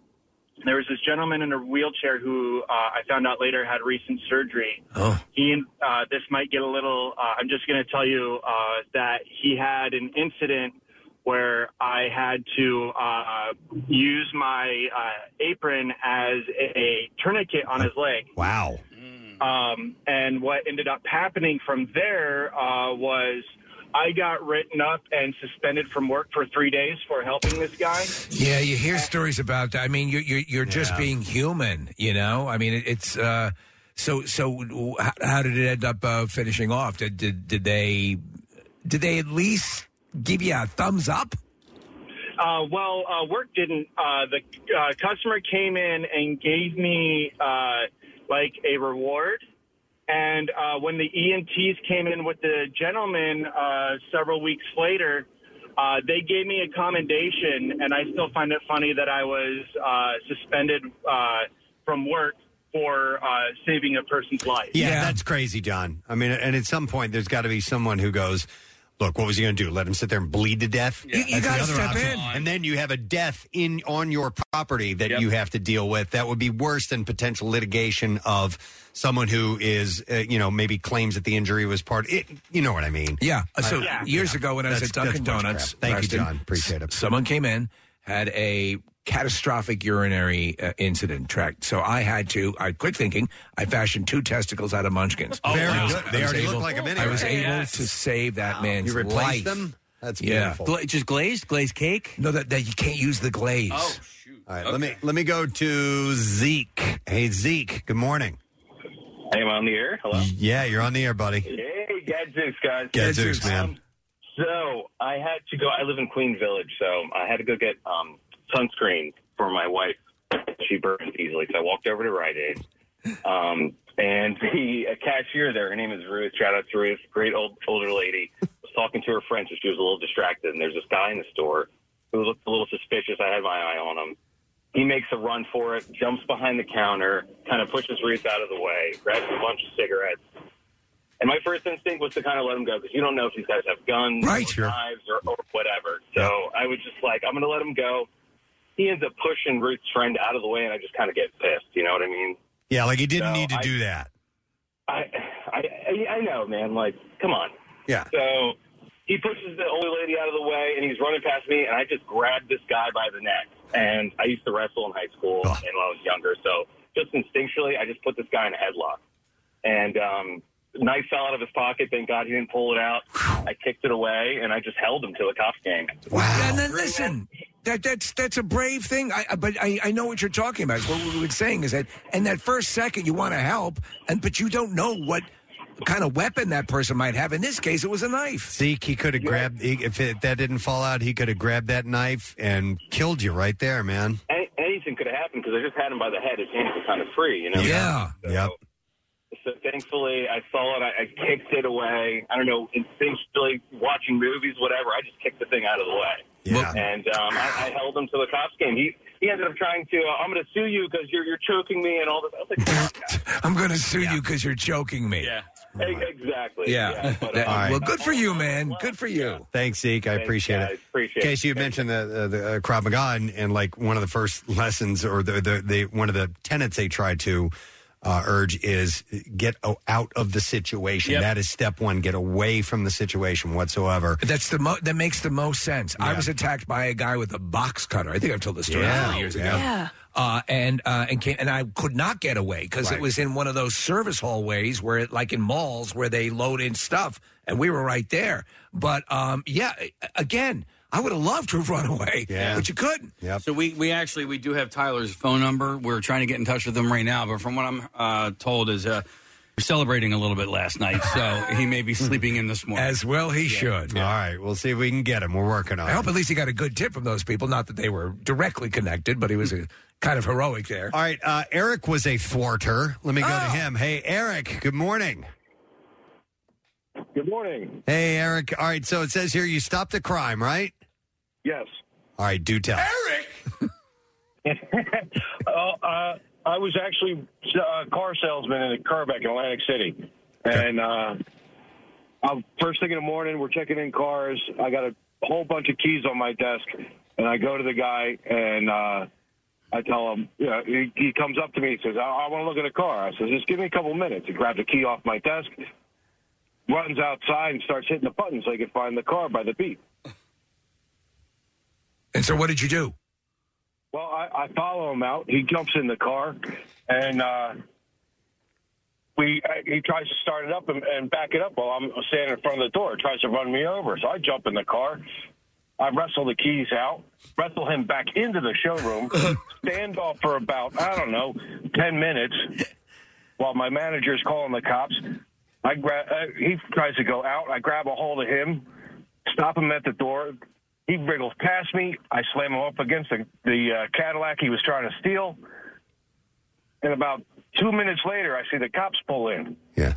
there was this gentleman in a wheelchair who uh, I found out later had recent surgery.
Oh.
He, uh, this might get a little. Uh, I'm just going to tell you uh, that he had an incident where I had to uh, use my uh, apron as a, a tourniquet on his leg.
Wow.
Um, and what ended up happening from there uh, was I got written up and suspended from work for three days for helping this guy.
Yeah, you hear stories about that. I mean, you're you're, you're just being human, you know. I mean, it, it's uh, so so. How, how did it end up uh, finishing off? Did, did did they did they at least give you a thumbs up?
Uh, well, uh, work didn't. Uh, the uh, customer came in and gave me uh, like a reward. And uh, when the EMTs came in with the gentleman uh, several weeks later, uh, they gave me a commendation, and I still find it funny that I was uh, suspended uh, from work for uh, saving a person's life.
Yeah, that's crazy, John. I mean, and at some point, there's got to be someone who goes, Look, what was he going to do? Let him sit there and bleed to death?
You- you
That's
gotta
another
step
option.
in.
and then you have a death in on your property that
Yep.
you have to deal with. That would be worse than potential litigation of someone who is, uh, you know, maybe claims that the injury was part. It, you know what I mean?
Yeah. Uh, So
I-
years
yeah.
ago, when I was
That's-
at Dunkin'
that's bunch of
Donuts,
crap. Thank
Preston,
you, John. Appreciate it.
s- Someone came in, had a catastrophic urinary uh, incident tract. So I had to. I quit thinking. I fashioned two testicles out of munchkins.
Oh, Very
I was-
good.
I
They
was
already
able-
look like 'em
I
anyway.
was able
Yes.
to save that
Wow.
man's
You replaced
life.
them? That's
yeah.
beautiful.
Gla- just glazed, glazed cake. No, that, that you can't use the glaze. Oh,
All right, let me let me go to Zeke. Hey, Zeke. Good morning.
Hey, am I on the air? Hello?
Yeah, you're on the air, buddy.
Hey, Gadzooks, guys.
Gadzooks, man.
So I had to go. I live in Queen Village, so I had to go get um, sunscreen for my wife. She burns easily, so I walked over to Rite Aid. Um, and the a cashier there, her name is Ruth. Shout out to Ruth, great old older lady. Was talking to her friend, so she was a little distracted. And there's this guy in the store who looked a little suspicious. I had my eye on him. He makes a run for it, jumps behind the counter, kind of pushes Ruth out of the way, grabs a bunch of cigarettes. And my first instinct was to kind of let him go because you don't know if these guys have guns
Right,
or knives or, or whatever. So I was just like, I'm going to let him go. He ends up pushing Ruth's friend out of the way, and I just kind of get pissed. You know what I mean?
Yeah, like he didn't
No,
need to
I-
do that.
I, I, I- I know, man. Like, come on.
Yeah.
So he pushes the old lady out of the way, and he's running past me, and I just grab this guy by the neck. And I used to wrestle in high school and when I was younger, so just instinctually, I just put this guy in a headlock. And um, knife fell out of his pocket. Thank God he didn't pull it out. I kicked it away, and I just held him till the cops came.
And then listen, that that's that's a brave thing. I I- but I, I know what you're talking about. What we were saying is that in that first second you want to help, and but you don't know what kind of weapon that person might have. In this case, it was a knife.
Zeke, he could have grabbed he, if it, that didn't fall out. He could have grabbed that knife and killed you right there, man.
Any, anything could have happened because I just had him by the head. His hands were kind of free, you know.
Yep.
So thankfully, I saw it. I, I kicked it away. I don't know, instinctually watching movies, whatever. I just kicked the thing out of the way.
Yeah.
And um, I, I held him to the cops game. He he ended up trying to. Uh, I'm going to sue you because you're you're choking me and all this. I was like,
I'm going to sue you because you're choking me. Yeah.
"Hey, exactly.
Yeah.
but,
That-
uh,
um,
Well, good for you, man. Good for you.
Thanks, Zeke. I
Thanks,
appreciate
guys.
it.
Appreciate
Casey, you mentioned the uh, the uh, Krav Maga, and, and like one of the first lessons or the, the, the one of the tenets they try to uh, urge is get o- out of the situation.
Yep.
That is step one. Get away from the situation whatsoever.
That's the mo- that makes the most sense. I
Yeah.
was attacked by a guy with a box cutter. I think I've told this story
Yeah.
a few years ago.
Yeah.
Uh, and uh, and came, and I could not get away because
Right.
it was in one of those service hallways where, it, like in malls, where they load in stuff, and we were right there. But um, yeah, again, I would have loved to have run away,
Yeah.
but you couldn't.
So we, we actually we do have Tyler's phone number. We're trying to get in touch with him right now, but from what I'm uh, told is uh, we're celebrating a little bit last night, so he may be sleeping in this morning.
As well, he should.
All right, we'll see if we can get him. We're working on
I hope at least he got a good tip from those people. Not that they were directly connected, but he was a, kind of heroic there.
All right, uh, Eric was a thwarter. Let me go to him. Hey, Eric. Good morning.
Good morning.
Hey, Eric. All right, so it says here you stopped the crime, right?
Yes.
All right, do tell.
uh, uh, I was actually a car salesman in a Kerbeck, in Atlantic City, and uh, I, first thing in the morning, we're checking in cars. I got a whole bunch of keys on my desk, and I go to the guy and uh, I tell him. You know, he, he comes up to me. He says, "I, I want to look at a car." I says, "Just give me a couple minutes." He grabs a key off my desk, runs outside, and starts hitting the button so he can find the car by the beep.
And so, what did you do?
Well, I, I follow him out. He jumps in the car, and uh, we uh, he tries to start it up and, and back it up while I'm standing in front of the door. He tries to run me over, so I jump in the car. I wrestle the keys out, wrestle him back into the showroom, stand off for about I don't know ten minutes while my manager's calling the cops. I grab. Uh, he tries to go out. I grab a hold of him, stop him at the door. He wriggles past me. I slam him up against the, the uh, Cadillac he was trying to steal. And about two minutes later, I see the cops pull in.
Yeah.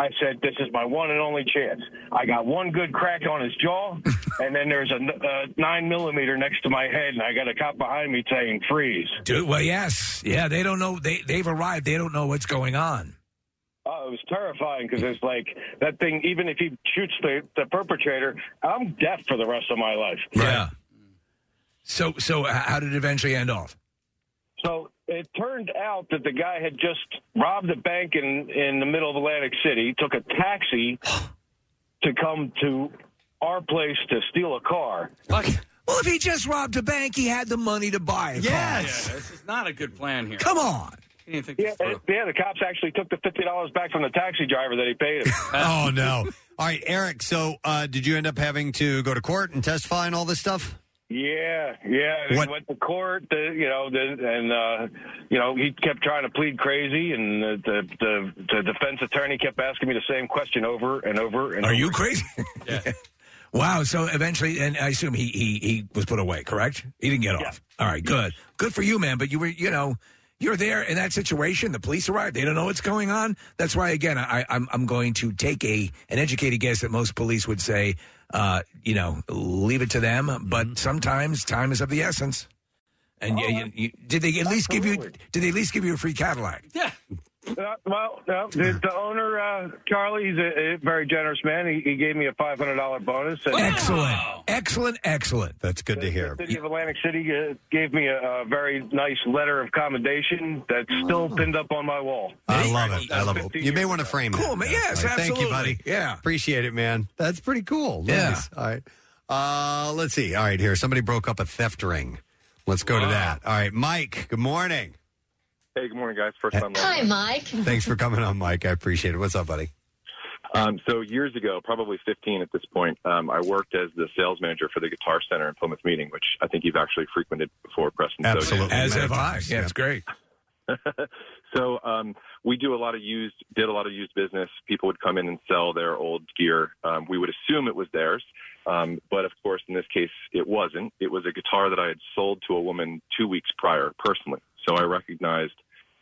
I said, "This is my one and only chance. I got one good crack on his jaw, and then there's a, n- a nine millimeter next to my head, and I got a cop behind me saying, "Freeze."
Dude, well, yes, yeah. They don't know. They they've arrived. They don't know what's going on.
Oh, it was terrifying because it's like that thing. Even if he shoots the, the perpetrator, I'm deaf for the rest of my life.
Yeah. So, so h- how did it eventually end off?
So it turned out that the guy had just robbed a bank in, in the middle of Atlantic City, took a taxi to come to our place to steal a car.
Well, if he just robbed a bank, he had the money to buy it.
Yeah, this is not a good plan here.
Come on.
You think
Yeah, and- yeah, the cops actually took the $50 back from the taxi driver that he paid him.
oh no! All right, Eric. So, uh, did you end up having to go to court and testify and all this stuff?
Yeah, yeah. He
What-
went to court, the, you know, the, and uh, you know he kept trying to plead crazy, and the the, the the defense attorney kept asking me the same question over and over and.
Are
over.
you crazy? Yeah. wow. So eventually, and I assume he he he was put away. Correct? He didn't get off. All right. Good. Good for you, man. But you were, you know, you're there in that situation. The police arrived. They don't know what's going on. That's why, again, I, I'm I'm going to take a an educated guess that most police would say, uh, you know, leave it to them. But sometimes time is of the essence. And you, you, you, did they at least give you? Did they at least give you a free Cadillac?
Uh, well, no, the, the owner uh, Charlie, he's a, a very generous man. He, he gave me a five hundred dollar bonus. And
Excellent, excellent, excellent. That's good to hear.
The city of Atlantic City uh, gave me a, a very nice letter of commendation that's still pinned up on my wall.
I love it. I love it. You may want to frame
Cool,
that.
man.
though.
Yes,
All right, Thank you,
absolutely.
buddy. Yeah. Appreciate it, man. That's pretty cool. Nice. All right. Uh, let's see. All right, here. Somebody broke up a theft ring. Let's go to that. All right, Mike. Good morning.
Hey, good morning, guys. First time.
Hi, Mike.
Thanks for coming on, Mike. I appreciate it. What's up, buddy?
Um, so years ago, probably 15 at this point, um, I worked as the sales manager for the Guitar Center in Plymouth Meeting, which I think you've actually frequented before, Preston. So-
Absolutely. As have I. Yeah, it's great.
so um, we do a lot of used, did a lot of used business. People would come in and sell their old gear. Um, we would assume it was theirs, um, but of course, in this case, it wasn't. It was a guitar that I had sold to a woman two weeks prior, personally. So I recognized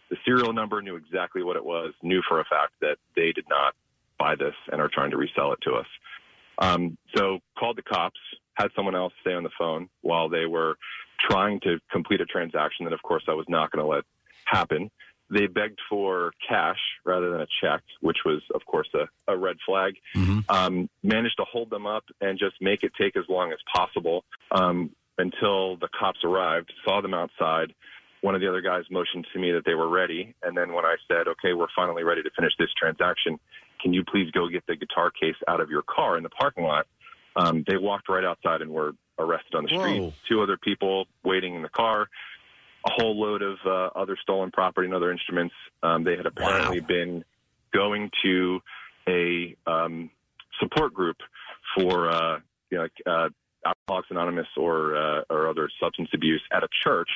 the serial number, knew exactly what it was, knew for a fact that they did not buy this and are trying to resell it to us. Um, so called the cops, had someone else stay on the phone while they were trying to complete a transaction that, of course, I was not going to let happen. They begged for cash rather than a check, which was, of course, a, a red flag. Um, managed to hold them up and just make it take as long as possible um, until the cops arrived, saw them outside. One of the other guys motioned to me that they were ready. And then when I said, okay, we're finally ready to finish this transaction, can you please go get the guitar case out of your car in the parking lot? Um, they walked right outside and were arrested on the street. Two other people waiting in the car, a whole load of uh, other stolen property and other instruments. Um, they had apparently been going to a um, support group for uh, you know, like, uh, Alcoholics Anonymous or uh, or other substance abuse at a church.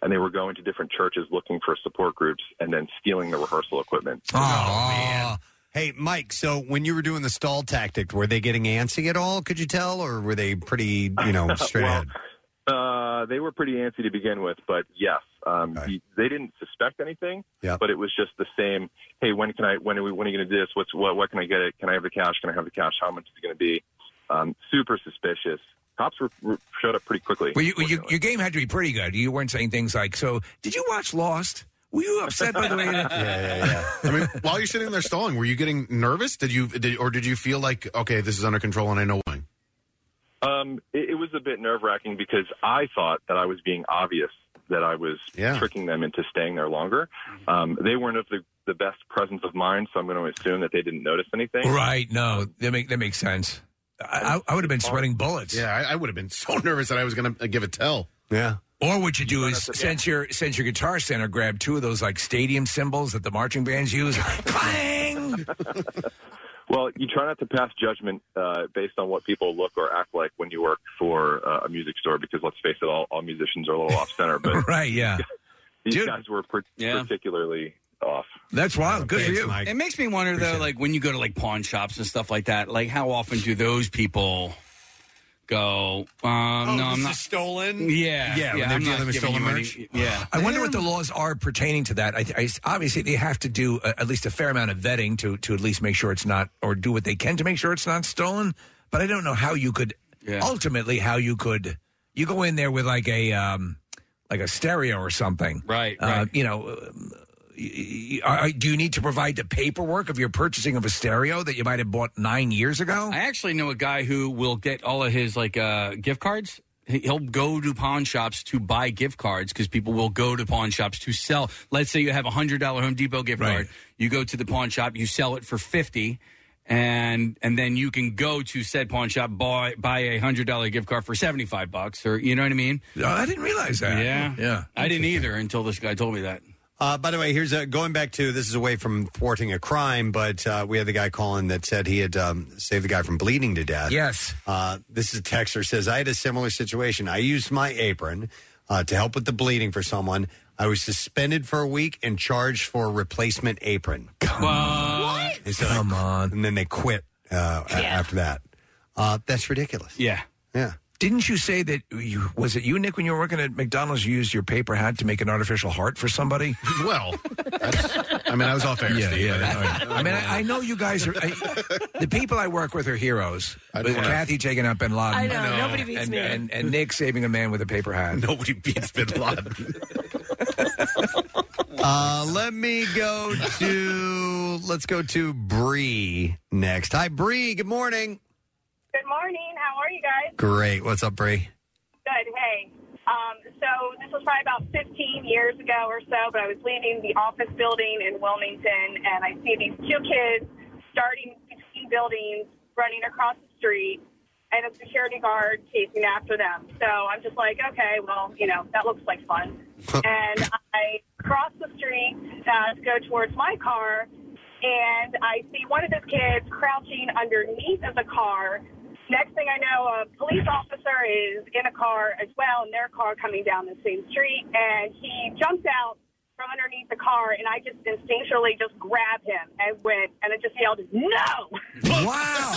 And they were going to different churches looking for support groups and then stealing the rehearsal equipment.
Oh, Hey, Mike. So when you were doing the stall tactic, were they getting antsy at all? Could you tell, or were they pretty, you know, straight
Well,
ahead?
Uh, they were pretty antsy to begin with, but yes, um, he- they didn't suspect anything.
Yep.
But it was just the same. Hey, when can I? When are we? When are you going to do this? What's what? What can I get? It? Can I have the cash? Can I have the cash? How much is it going to be? Um, super suspicious. Cops were, were showed up pretty quickly.
Well, you, you, your game had to be pretty good. You weren't saying things like, "So, did you watch Lost? Were you upset by the way?" that-"
I mean, while you're sitting there stalling, were you getting nervous? Did you, did, or did you feel like, okay, this is under control and I know why?
Um, it, it was a bit nerve wracking because I thought that I was being obvious that I was tricking them into staying there longer. Um, they weren't of the, the best presence of mind, so I'm going to assume that they didn't notice anything.
Right? No, that make that makes sense. I, I, I would have been sweating bullets.
Yeah, I, I would have been so nervous that I was going to give a tell.
Yeah.
Or what you do is since your since your guitar center, grab two of those like stadium cymbals that the marching bands use. Clang!
Well, you try not to pass judgment uh, based on what people look or act like when you work for uh, a music store, because let's face it, all, all musicians are a little off center. But
right? Yeah.
these guys were par- particularly off.
That's wild.
Good for you.
It makes me wonder though, like when you go to like pawn shops and stuff like that, like how often do those people go? Um, no, I'm not.
stolen.
Yeah,
yeah.
yeah,
when they're
I'm not
dealing with
giving
stolen
you any-
merch.
yeah.
I wonder what the laws are pertaining to that. I, I, obviously, they have to do uh, at least a fair amount of vetting to to at least make sure it's not, or do what they can to make sure it's not stolen. But I don't know how you could ultimately how you could you go in there with like a um like a stereo or something,
right?
Uh, you know, um, y- y- are- do you need to provide the paperwork of your purchasing of a stereo that you might have bought nine years ago?
I actually know a guy who will get all of his like uh, gift cards. He- He'll go to pawn shops to buy gift cards because people will go to pawn shops to sell. Let's say you have a hundred dollar Home Depot gift card. You go to the pawn shop, you sell it for fifty, and and then you can go to said pawn shop buy buy a hundred dollar gift card for seventy five bucks, or you know what I mean?
No, I didn't realize that.
Yeah,
Yeah.
I didn't either until this guy told me that.
Uh, by the way, here's a, going back to this is away from thwarting a crime, but uh, we had the guy calling that said he had um, saved the guy from bleeding to death.
Yes.
Uh, this is a texter says I had a similar situation. I used my apron uh, to help with the bleeding for someone. I was suspended for a week and charged for a replacement apron. Come
on, what?
Come on. And then they quit uh, a- after that. Uh, that's ridiculous.
Yeah.
Yeah.
Didn't you say that you was it you, Nick, when you were working at McDonald's, you used your paper hat to make an artificial heart for somebody?
Well, I mean, I was off air.
Yeah,
Steve.
yeah. I,
Oh,
I mean, I, I know you guys are. I, the people I work with are heroes.
I
With
know.
Kathy taking out Bin Laden,
I know, I know. nobody beats
and,
me.
and, and Nick saving a man with a paper hat.
Nobody beats Bin Laden.
Uh, let me go to let's go to Bree next. Hi, Bree. Good morning.
Good morning. How are you guys?
Great. What's up, Bree?
Good. Hey. Um, so this was probably about 15 years ago or so, but I was leaving the office building in Wilmington, and I see these two kids starting between buildings, running across the street, and a security guard chasing after them. So I'm just like, okay, well, you know, that looks like fun. and I cross the street uh, to go towards my car, and I see one of the kids crouching underneath of the car. Next thing I know, a police officer is in a car as well, in their car coming down the same street, and he jumps out from underneath the car, and I just instinctually just grabbed him and went, and I just yelled, "No!"
Wow.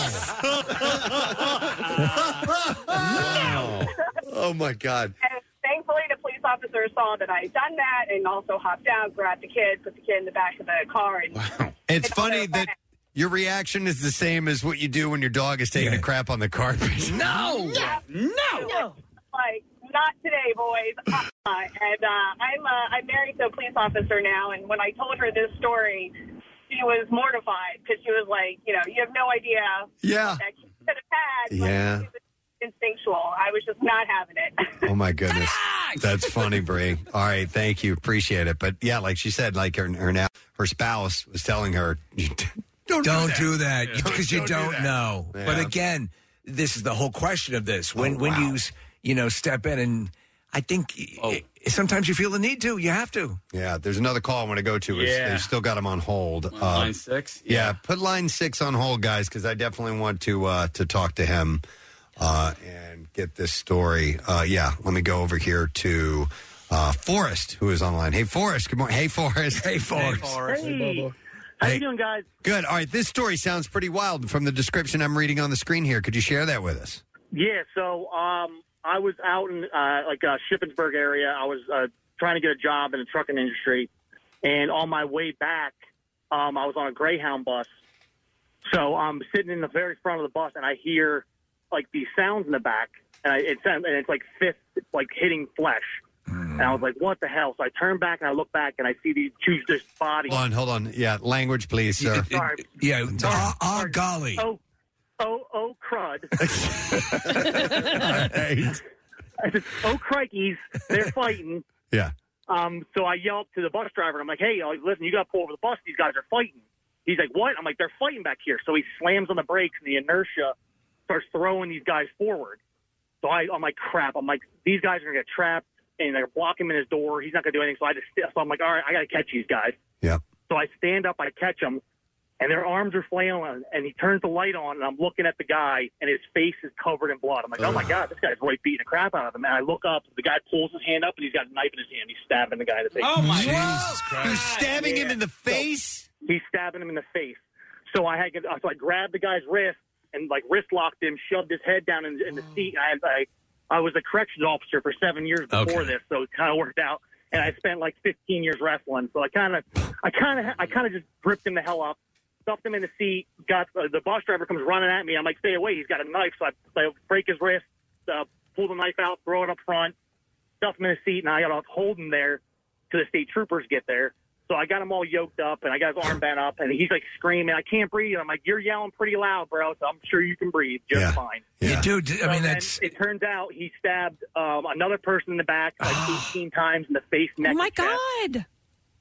oh my God.
And thankfully, the police officer saw that I had done that and also hopped out, grabbed the kid, put the kid in the back of the car, and
It's funny that your reaction is the same as what you do when your dog is taking a crap on the carpet.
no, no. Like not today, boys. Uh, and uh, I'm uh, I'm married to a police officer now, and when I told her this story, she was mortified because she was like, you know, you have no idea.
Yeah.
what That kid could have had. Like,
Yeah.
it was instinctual. I was just not having it.
Oh my goodness. That's funny, Bree. All right, thank you. Appreciate it. But yeah, like she said, like her her now her spouse was telling her
Don't,
that.
do that
Yeah.
because you
Don't do
don't,
that.
know.
Yeah. Oh,
But again, this is the whole question of this. When when you s- you know step in and I think
Oh.
i- i- sometimes you feel the need to. You have to.
Yeah, there's another call I want to go to.
Yeah.
Yeah. They've still got him on hold. Uh,
line six?
Yeah. put line six on hold, guys, because I definitely want to uh, to talk to him uh, and get this story. Uh, yeah, let me go over here to uh, Forrest, who is online. Hey, Forrest. Good morning. Hey, Forrest. Hey, Forrest.
Hey. How you doing, guys?
Good. All right. This story sounds pretty wild from the description I'm reading on the screen here. Could you share that with us?
Yeah, so um, I was out in uh, like uh, Shippensburg area. I was uh, trying to get a job in the trucking industry, and on my way back, um, I was on a Greyhound bus. So I'm sitting in the very front of the bus, and I hear like these sounds in the back, and I, it sound, and it's like fist like hitting flesh. And
Hmm.
I was like, "What the hell?" So I turn back and I look back, and I see these two just bodies.
Hold on. Hold on. Yeah, language, please, sir.
Sorry.
Yeah.
Oh,
Ah, ah, golly.
Oh, oh, oh, crud. I said, oh, crikeys, they're fighting.
Yeah.
Um, so I yell up to the bus driver, and I'm like, hey, uh, listen, you got to pull over the bus. These guys are fighting. He's like, what? I'm like, they're fighting back here. So he slams on the brakes, and the inertia starts throwing these guys forward. So I, I'm like, crap. I'm like, these guys are going to get trapped, and they're blocking him in his door. He's not going to do anything. So I just, so I'm like, all right, I got to catch these guys.
Yeah.
So I stand up, I catch him, and their arms are flailing, and he turns the light on, and I'm looking at the guy, and his face is covered in blood. I'm like, oh my god, this guy's really beating the crap out of him. And I look up, the guy pulls his hand up, and he's got a knife in his hand. He's stabbing the guy in the face.
Oh, my Jesus God. Christ. He's stabbing him in the face.
he's stabbing him in the face. So I had, so I grabbed the guy's wrist and like wrist locked him, shoved his head down in, in the seat. I, had, I I was a corrections officer for seven years before this, so it kind of worked out. And I spent like 15 years wrestling, so I kind of, I kind of, I kind of just gripped him the hell up, stuffed him in the seat. Got uh, the bus driver comes running at me. I'm like, stay away. He's got a knife, so I, I break his wrist, uh, pull the knife out, throw it up front, stuff him in a seat, and I got to hold him there till the state troopers get there. So I got him all yoked up and I got his arm bent up and he's like screaming, I can't breathe. I'm like, You're yelling pretty loud, bro. So I'm sure you can breathe. You're fine.
Yeah, dude. I mean,
So then
that's
Uh, It turns out he stabbed um, another person in the back like 18 times in the face, neck. Oh my
god!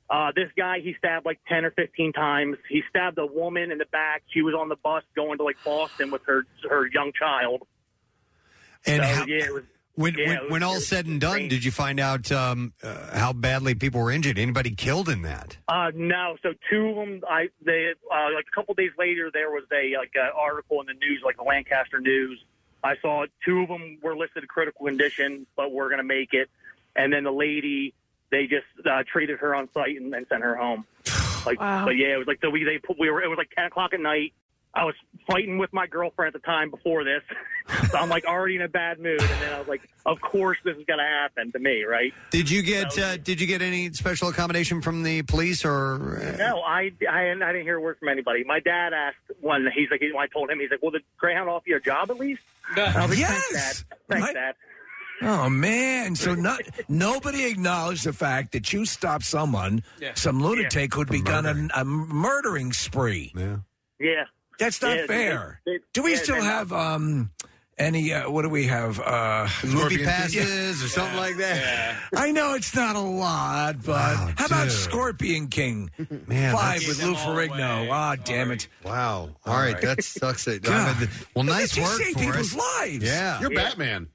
Uh, this guy he stabbed like 10 or 15 times. He stabbed a woman in the back. She was on the bus going to like Boston with her her young child.
And
so,
how-
yeah, it was,
When,
yeah,
when,
it was-
when all said and done, did you find out um, uh, how badly people were injured? Anybody killed in that?
Uh, no, so two of them, I they uh, like a couple days later, there was a like an article in the news, like the Lancaster News. I saw two of them were listed critical condition, but we're gonna make it. And then the lady, they just uh, treated her on site and, and sent her home. Like,
Wow.
but yeah, it was like the we they put, we were it was like ten o'clock at night. I was fighting with my girlfriend at the time before this, so I'm like already in a bad mood. And then I was like, of course this is gonna happen to me, right?
Did you get uh, Did you get any special accommodation from the police or? uh,
No, I, I, didn't- I didn't hear a word from anybody. My dad asked when he's like, when I told him, he's like, "Will the Greyhound offer you a job at least?" I was like,
Yes!
Thanks, Dad. Thanks, Dad.
oh man. So not nobody acknowledged the fact that you stopped someone,
Yeah.
some lunatic who'd
From
begun a, a murdering spree.
Yeah.
Yeah,
That's not
Yeah,
fair.
they- they-
do we
yeah, uh,
still
they're not-
have um any uh, what do we have uh
Movie passes or something like that.
I know it's not a lot, but how about Scorpion King?
Man,
Five
that's-
with Lou Ferrigno. Ah, damn it.
Wow. All right, that sucks. It.
God.
Well,
Look at
nice
you
work
save
for
people's
us.
lives.
Yeah,
You're
Yeah. Batman.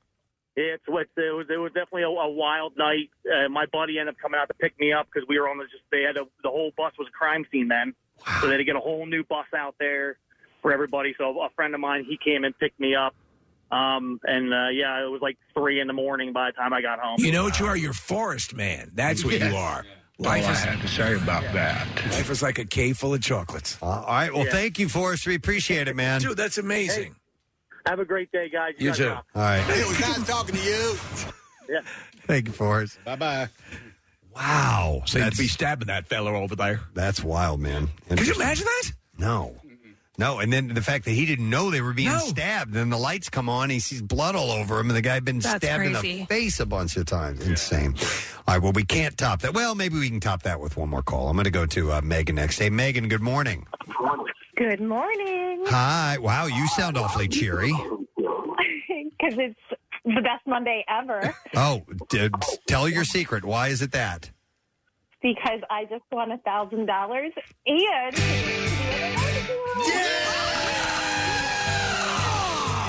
It's what it was. It was definitely a, a wild night. Uh, my buddy ended up coming out to pick me up because we were on the just. They had a, the whole bus was a crime scene then, so they had to get a whole new bus out there for everybody. So a friend of mine he came and picked me up. Um, and uh, yeah, it was like three in the morning by the time I got home.
You know what you are? You're Forest Man. That's what
Yes.
you are.
All I had
to say about that. Life is like a cave full of chocolates.
Uh, all right. Well, thank you, Forrest. We appreciate it, man.
Dude, that's amazing.
Have a great day, guys.
You
guys
too.
rock.
All right.
Hey, it was nice talking to you.
Thank you, Forrest.
Bye bye.
Wow.
So you'd be
stabbing that fella over there.
That's wild, man.
Could you
Interesting.
imagine that?
No. No, and then the fact that he didn't know they were being
No.
stabbed, then the lights come on, he sees blood all over him, and the guy had been
That's
stabbed in
crazy.
the face a bunch of times. Insane. All right, well, we can't top that. Well, maybe we can top that with one more call. I'm going to go to uh, Megan next. Hey, Megan, good morning.
Good morning.
Hi. Wow, you sound awfully cheery.
Because it's the best Monday ever.
Oh, d- tell your secret. Why is it that?
because I just won a thousand dollars and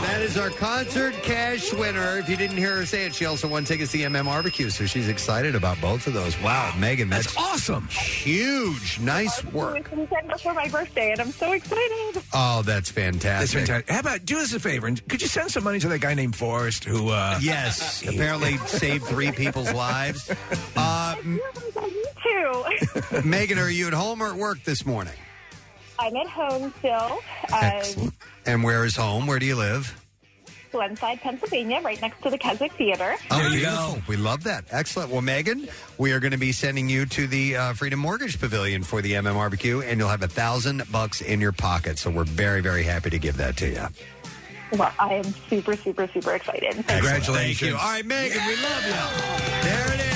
That is our concert cash winner. If you didn't hear her say it, she also won tickets to the MM barbecue, so she's excited about both of those. Wow, Megan, that's,
awesome.
Huge. Nice work.
it's the weekend before my birthday, and I'm so excited.
Oh, that's fantastic.
That's fantastic. How about do us a favor and could you send some money to that guy named Forrest who uh
Yes, apparently saved three people's lives. Uh, m-
Two.
Megan, are you at home or at work this morning?
I'm at home still, uh,
Excellent. And where is home? Where do you live?
Glenside, Pennsylvania, right next to the Keswick Theater.
Oh, you go. We love that. Excellent. Well, Megan, we are going to be sending you to the uh, Freedom Mortgage Pavilion for the MMRBQ, and you'll have a thousand bucks in your pocket. So we're very, very happy to give that to you.
Well, I am super, super, super excited.
Congratulations. Thank you. All right, Megan, we love you. There it is.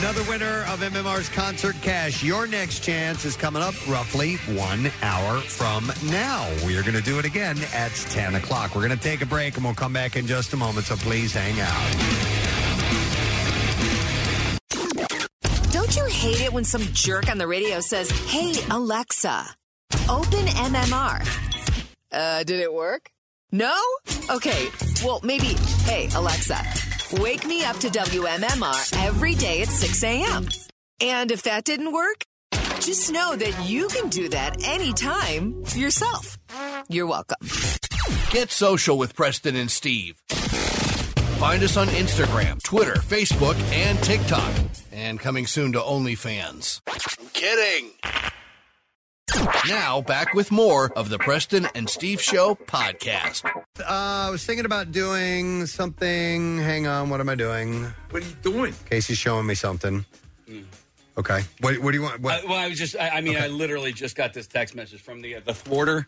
Another winner of MMR's Concert Cash. Your next chance is coming up roughly one hour from now. We are going to do it again at 10 o'clock. We're going to take a break and we'll come back in just a moment, so please hang out.
Don't you hate it when some jerk on the radio says, Hey, Alexa, open MMR? Uh, did it work? No? Okay, well, maybe, Hey, Alexa, wake me up to WMMR every day at 6 a.m. And if that didn't work, just know that you can do that anytime yourself. You're welcome.
Get social with Preston and Steve. Find us on Instagram, Twitter, Facebook, and TikTok. And coming soon to OnlyFans. I'm kidding. Now, back with more of the Preston and Steve Show podcast.
Uh, I was thinking about doing something. Hang on, what am I doing?
What are you doing? Hmm.
Casey's showing me something. Okay. What, what do you want? What?
I, well, I was just, I, I mean, I literally just got this text message from the, uh, the thwarter.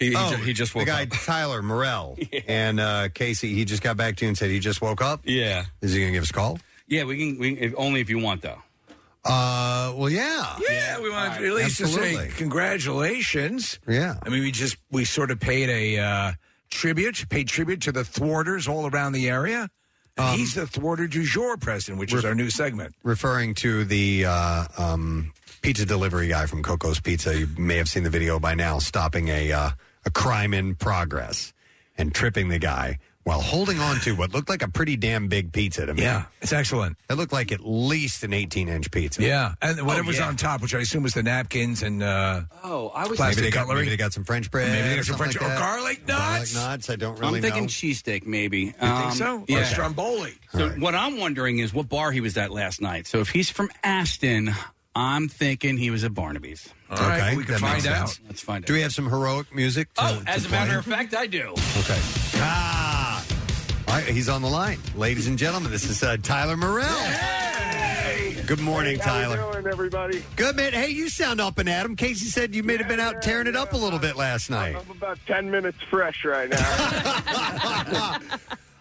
He, he ju- he just woke
oh, the guy
up.
Tyler Morell and uh, Casey. He just got back to you and said he just woke up.
Yeah.
Is he going to give us a call?
Yeah, we can, we, if, only if you want, though.
Uh, well, yeah.
Yeah, we wanted to at least to say
Absolutely.
congratulations.
Yeah.
I mean, we just we sort of paid a uh, tribute, paid tribute to the thwarters all around the area. And
Um,
he's the thwarter du jour, Preston, which is our new segment.
Referring to the uh, um, pizza delivery guy from Coco's Pizza, you may have seen the video by now, stopping a uh, a crime in progress and tripping the guy while holding on to what looked like a pretty damn big pizza to me.
Yeah, it's excellent.
It looked like at least an 18 inch pizza.
Yeah, and whatever's
Oh, yeah.
on top, which I assume was the napkins and uh,
oh, I was
maybe they, got, maybe they got some French bread.
Maybe they
or
got some
something
French
like
or
that.
garlic nuts.
nuts. I don't
I'm thinking cheesesteak, maybe. You
think so? Or stromboli.
So what I'm wondering is what bar he was at last night. So if he's from Aston, I'm thinking he was at Barnaby's.
All right, Okay, we can that find makes out. sense.
Let's find out.
Do we have some heroic music? To,
Oh, as
to
a matter
play?
of fact, I do.
Okay. Ah. All right, he's on the line. Ladies and gentlemen, this is uh, Tyler Morrell. Good morning,
Hey, how you
Tyler.
doing, everybody?
Good, man. Hey, you sound up and at him. Casey said you may have been out tearing it up a little bit last night.
I'm about 10 minutes fresh right now.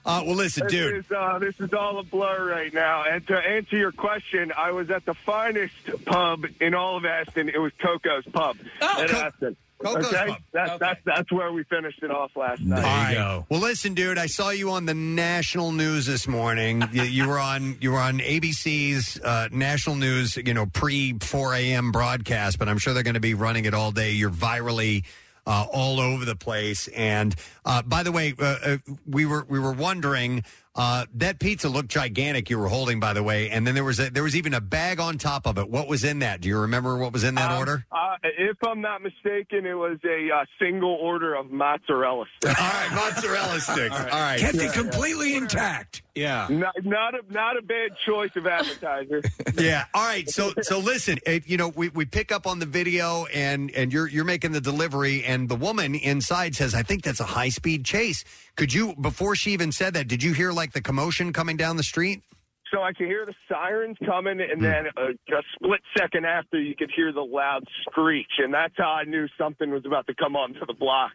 Uh, well, listen,
this
dude.
Is, uh, this is all a blur right now. And to answer your question, I was at the finest pub in all of Aston. It was Coco's Pub in Aston.
Oh, Coco's
okay?
Pub.
That's, That's, that's where we finished it off last night.
go. Well, listen, dude. I saw you on the national news this morning. you, you were on you were on ABC's uh, national news, you know, pre four a.m. broadcast. But I'm sure they're going to be running it all day. You're virally uh, all over the place. And uh, by the way, uh, uh, we were we were wondering. Uh, that pizza looked gigantic. You were holding, by the way, and then there was a, there was even a bag on top of it. What was in that? Do you remember what was in that
Um,
order?
Uh, if I'm not mistaken, it was a uh, single order of mozzarella sticks. All
right, mozzarella sticks. All right.
Kept it completely intact.
Yeah.
Not, not a not a bad choice of appetizer.
yeah. All right. So so listen, it, you know, we, we pick up on the video and and you're you're making the delivery and the woman inside says, "I think that's a high speed chase." Could you before she even said that, did you hear like the commotion coming down the street?
So I could hear the sirens coming,
Hmm.
and then a, a split second after, you could hear the loud screech, and that's how I knew something was about to come onto the block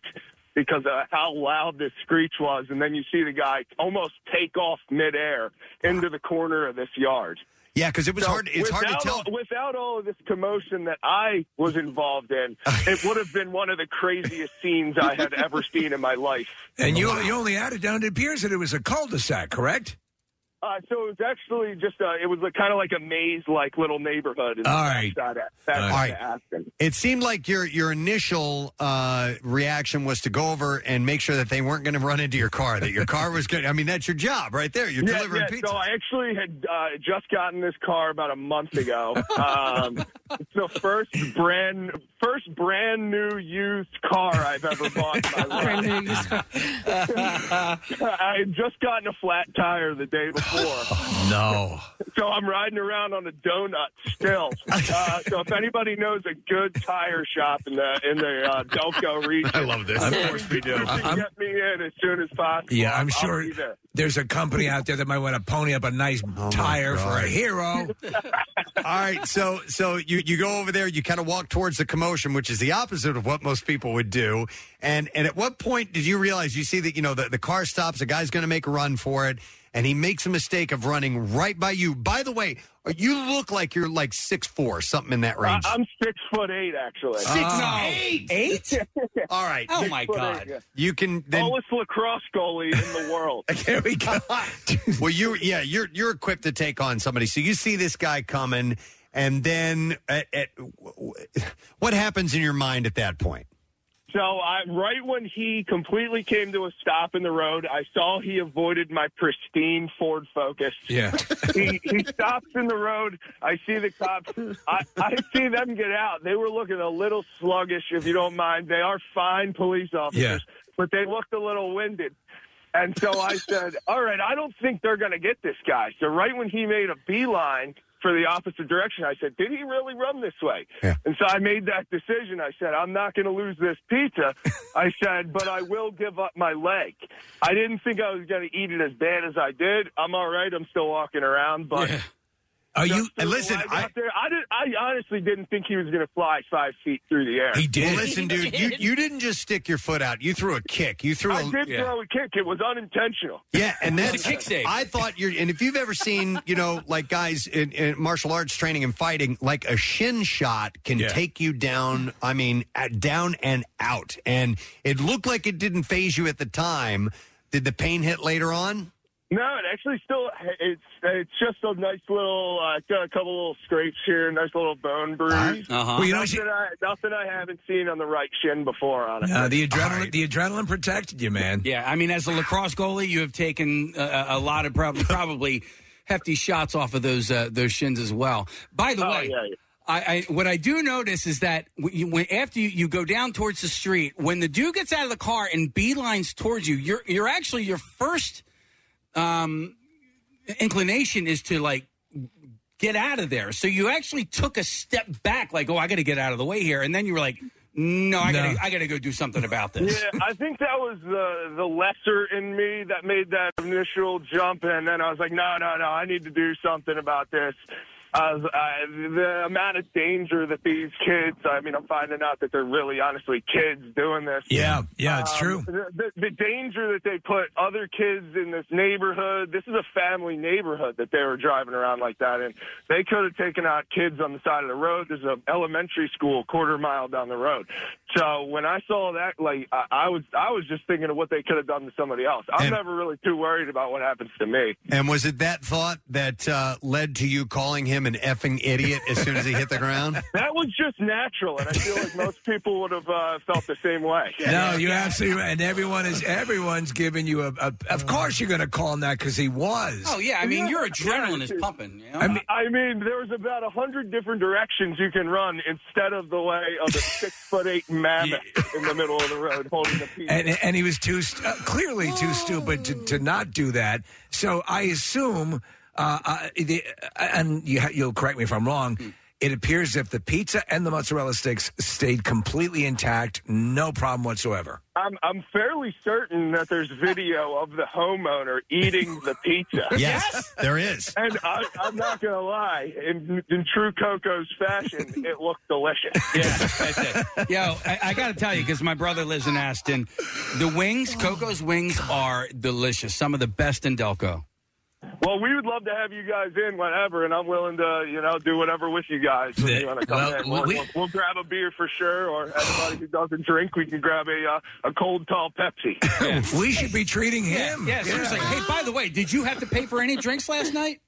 because of how loud this screech was. And then you see the guy almost take off midair into the corner of this yard.
Yeah, because it was
So
hard. It's hard to
without
tell.
all- without all of this commotion that I was involved in, it would have been one of the craziest scenes I had ever seen in my life.
And you you only added down. It appears that it was a cul-de-sac, correct?
Uh, so it was actually just uh, it was a, kind of like a maze-like little neighborhood. in the
All right.
backside of- backside
All right.
of Aspen.
It seemed like your your initial uh, reaction was to go over and make sure that they weren't going to run into your car. That your car was good. I mean, that's your job right there. You're
Yeah,
delivering
yeah,
pizza.
So I actually had uh, just gotten this car about a month ago. um, it's the first brand, first brand new used car I've ever bought. In my brand new used car. I had just gotten a flat tire the day before.
No.
So I'm riding around on a donut still. Uh, so if anybody knows a good tire shop in the in the uh, Delco region,
I love this. Of course we do.
You
I'm-
can get me in as soon as possible.
Yeah, I'm
I'll
sure
be there.
there's a company out there that might want to pony up a nice tire for
Oh, God.
a hero.
All right, so so you you go over there, you kind of walk towards the commotion, which is the opposite of what most people would do. And and at what point did you realize you see that you know the, the car stops, the guy's going to make a run for it, and he makes a mistake of running right by you. By the way, you look like you're like six four, something in that range.
I- I'm six foot eight, actually.
Six Oh. eight?
eight.
All right.
Oh
Six
my
foot
God.
eight, yeah. You can then
Tallest lacrosse goalie in the world.
there we go.
well, you yeah, you're you're equipped to take on somebody. So you see this guy coming, and then at, at, what happens in your mind at that point?
So I, right when he completely came to a stop in the road, I saw he avoided my pristine Ford Focus.
Yeah.
he, he stops in the road. I see the cops. I, I see them get out. They were looking a little sluggish, if you don't mind. They are fine police officers,
Yeah.
but they looked a little winded. And so I said, "All right, I don't think they're going to get this guy." So right when he made a beeline for the opposite direction, I said, "Did he really run this way?" And so I made that decision. I said, "I'm not going to lose this pizza." I said, "But I will give up my leg." I didn't think I was going to eat it as bad as I did. I'm all right. I'm still walking around, but
Are you?
And listen, I, I, did, I honestly didn't think he was going to fly five feet through the air.
Well, listen, dude, you, you didn't just stick your foot out. You threw a kick. You threw. a
I did
yeah.
throw a kick. It was unintentional.
Yeah, and
It was
that's
a kick save.
I thought you're, and if you've ever seen, you know, like guys in, in martial arts training and fighting, like a shin shot can
Yeah.
take you down. I mean, at- down and out. And it looked like it didn't phase you at the time. Did the pain hit later on?
No, it actually still it's it's just a nice little uh, got a couple little scrapes here, nice little bone bruise.
Uh-huh. Well, you know,
nothing,
she-
I, nothing I haven't seen on the right shin before. Honestly,
Uh, the adrenaline, the adrenaline protected you, man.
Yeah, I mean, as a lacrosse goalie, you have taken uh, a lot of prob- probably hefty shots off of those uh, those shins as well. By the way, I, I, what I do notice is that when, you, when after you, you go down towards the street, when the dude gets out of the car and beelines towards you, you're you're actually your first um, inclination is to like get out of there. So you actually took a step back, like, oh, I got to get out of the way here, and then you were like, no, I gotta, I gotta go do something about this.
Yeah, I think that was the the lesser in me that made that initial jump, and then I was like, no, no, no, I need to do something about this. Uh, I, the amount of danger that these kids, I mean, I'm finding out that they're really honestly kids doing this.
Yeah, yeah, it's
Um,
true.
The, the, the danger that they put other kids in this neighborhood, this is a family neighborhood that they were driving around like that in. They could have taken out kids on the side of the road. There's an elementary school a quarter mile down the road. So when I saw that, like, I, I was I was just thinking of what they could have done to somebody else. I'm never really too worried about what happens to me.
And was it that thought that uh, led to you calling him an effing idiot as soon as he hit the ground?
That was just natural, and I feel like most people would have uh, felt the same way.
No, you're absolutely right. And everyone is everyone's giving you a. a of course, you're going to call him that because he was.
Oh yeah, I mean your adrenaline is pumping. I mean,
I mean, there was about a hundred different directions you can run instead of the way of a six foot eight mammoth in the middle of the road holding a piece.
and and he was too st- uh, clearly too stupid to, to not do that. So I assume, uh, uh, the, uh, and you, ha- you'll correct me if I'm wrong. It appears if the pizza and the mozzarella sticks stayed completely intact, no problem whatsoever.
I'm I'm fairly certain that there's video of the homeowner eating the pizza.
Yes, there is.
And I, I'm not gonna lie, in, in true Coco's fashion, it looked delicious.
Yo, I, I got to tell you because my brother lives in Aston. The wings, Coco's wings, are delicious. Some of the best in Delco.
Well, we would love to have you guys in whenever, and I'm willing to, you know, do whatever with you guys when you want to come
Well,
in. We'll,
we-
we'll, we'll grab a beer for sure, or anybody who doesn't drink, we can grab a uh, a cold tall Pepsi.
We should be treating him.
Yeah, seriously. Hey, by the way, did you have to pay for any drinks last night?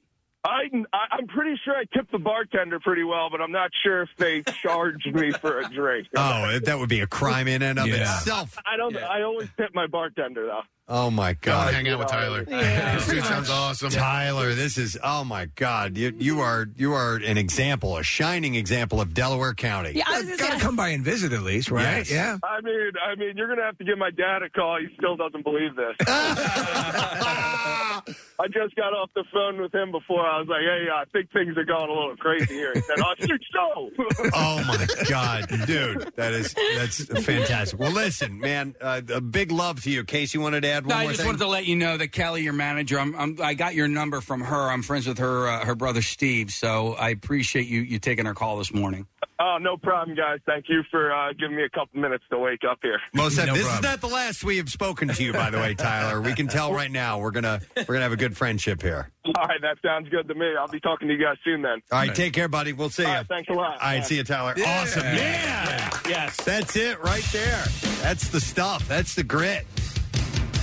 I, I- I'm pretty sure I tipped the bartender pretty well, but I'm not sure if they charged me for a drink.
Oh, that would be a crime in and of itself.
I don't. I always tip my bartender though.
Oh my God!
hang out with Tyler. Yeah, This dude pretty sounds much. awesome.
Tyler, this is oh my God! You you are you are an example, a shining example of Delaware County.
Yeah, I was just Gotta gonna- come by and visit at least, right? Yeah.
I mean, I mean, you're gonna have to give my dad a call. He still doesn't believe this. I just got off the phone with him before. I was like, "Hey, I think things are going a little crazy here." He said, "I think so."
Oh my God, dude, that is that's fantastic. Well, listen, man, uh, a big love to you. Casey wanted to add one
No, I
more
just
thing.
wanted to let you know that Kelly, your manager, I'm, I'm, I got your number from her. I'm friends with her uh, her brother Steve, so I appreciate you you taking our call this morning.
Oh, no problem, guys. Thank you for uh, giving me a couple minutes to wake up here.
Most of- this is not the last we have spoken to you, by the way, Tyler. We can tell right now we're gonna we're gonna have a good friendship here.
All right, that sounds good to me. I'll be talking to you guys soon then.
All right, take care, buddy. We'll see
All
you.
right, thanks a lot.
All right, see you, Tyler.
Yeah.
Awesome, man.
Yes,
that's it right there. That's the stuff. That's the grit.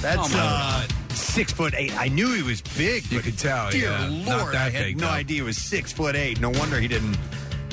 That's
Oh, my
uh, six foot eight. I knew he was big. You could tell. Dear
yeah.
Lord,
Not that
I had
big,
no
though.
idea he was six foot eight. No wonder he didn't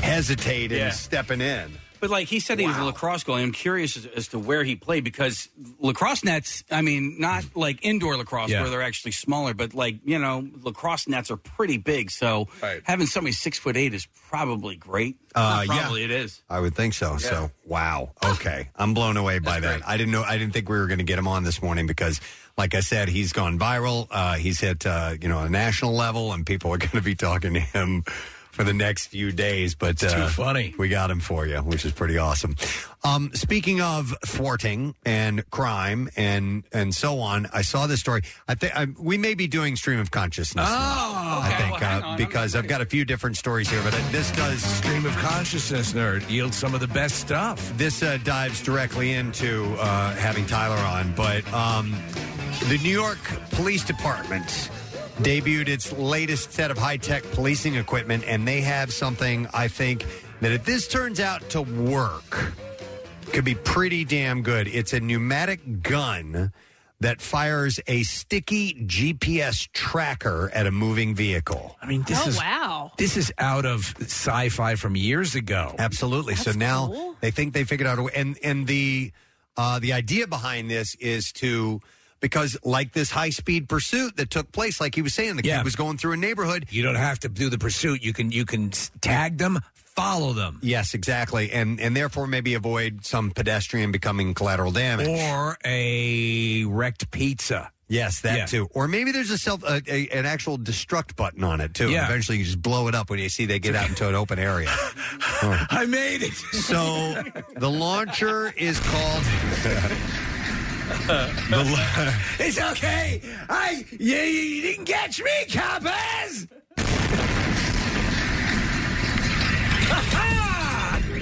hesitate in
Yeah.
stepping in.
But like he said, he was a lacrosse goalie. I'm curious as, as to where he played because lacrosse nets. I mean, not like indoor lacrosse
Yeah.
where they're actually smaller, but like you know, lacrosse nets are pretty big. So having somebody six foot eight is probably great.
Uh, yeah.
probably it is.
I would think so.
Yeah.
So wow. Okay. I'm blown away by that. I didn't know I didn't think we were gonna get him on this morning because like I said, he's gone viral. Uh, he's hit uh, you know, a national level and people are gonna be talking to him for the next few days. But uh,
It's too funny.
we got him for you, which is pretty awesome. Um, speaking of thwarting and crime and and so on, I saw this story. I think we may be doing stream of consciousness. now, I think uh, because I've got a few different stories here, but it- this does
stream of consciousness nerd yield some of the best stuff.
This uh, dives directly into uh, having Tyler on, but um, the New York Police Department debuted its latest set of high tech policing equipment, and they have something I think that if this turns out to work, could be pretty damn good. It's a pneumatic gun that fires a sticky GPS tracker at a moving vehicle.
I mean, this
oh
is
wow!
this is out of sci-fi from years ago.
Absolutely. so now they think they figured out a way, and and the uh, the idea behind this is to because like this high speed pursuit that took place, like he was saying, the
Yeah.
kid was going through a neighborhood.
You don't have to do the pursuit. You can you can s- tag them, follow them,
Yes, exactly, and and therefore maybe avoid some pedestrian becoming collateral damage.
or a wrecked pizza.
Yes, that
Yeah.
too. Or maybe there's a self a, a, an actual destruct button on it too.
Yeah.
And eventually, you just blow it up when you see they get out into an open area. Huh.
I made it.
So the launcher is called. the
It's okay. I you, you didn't catch me, coppers.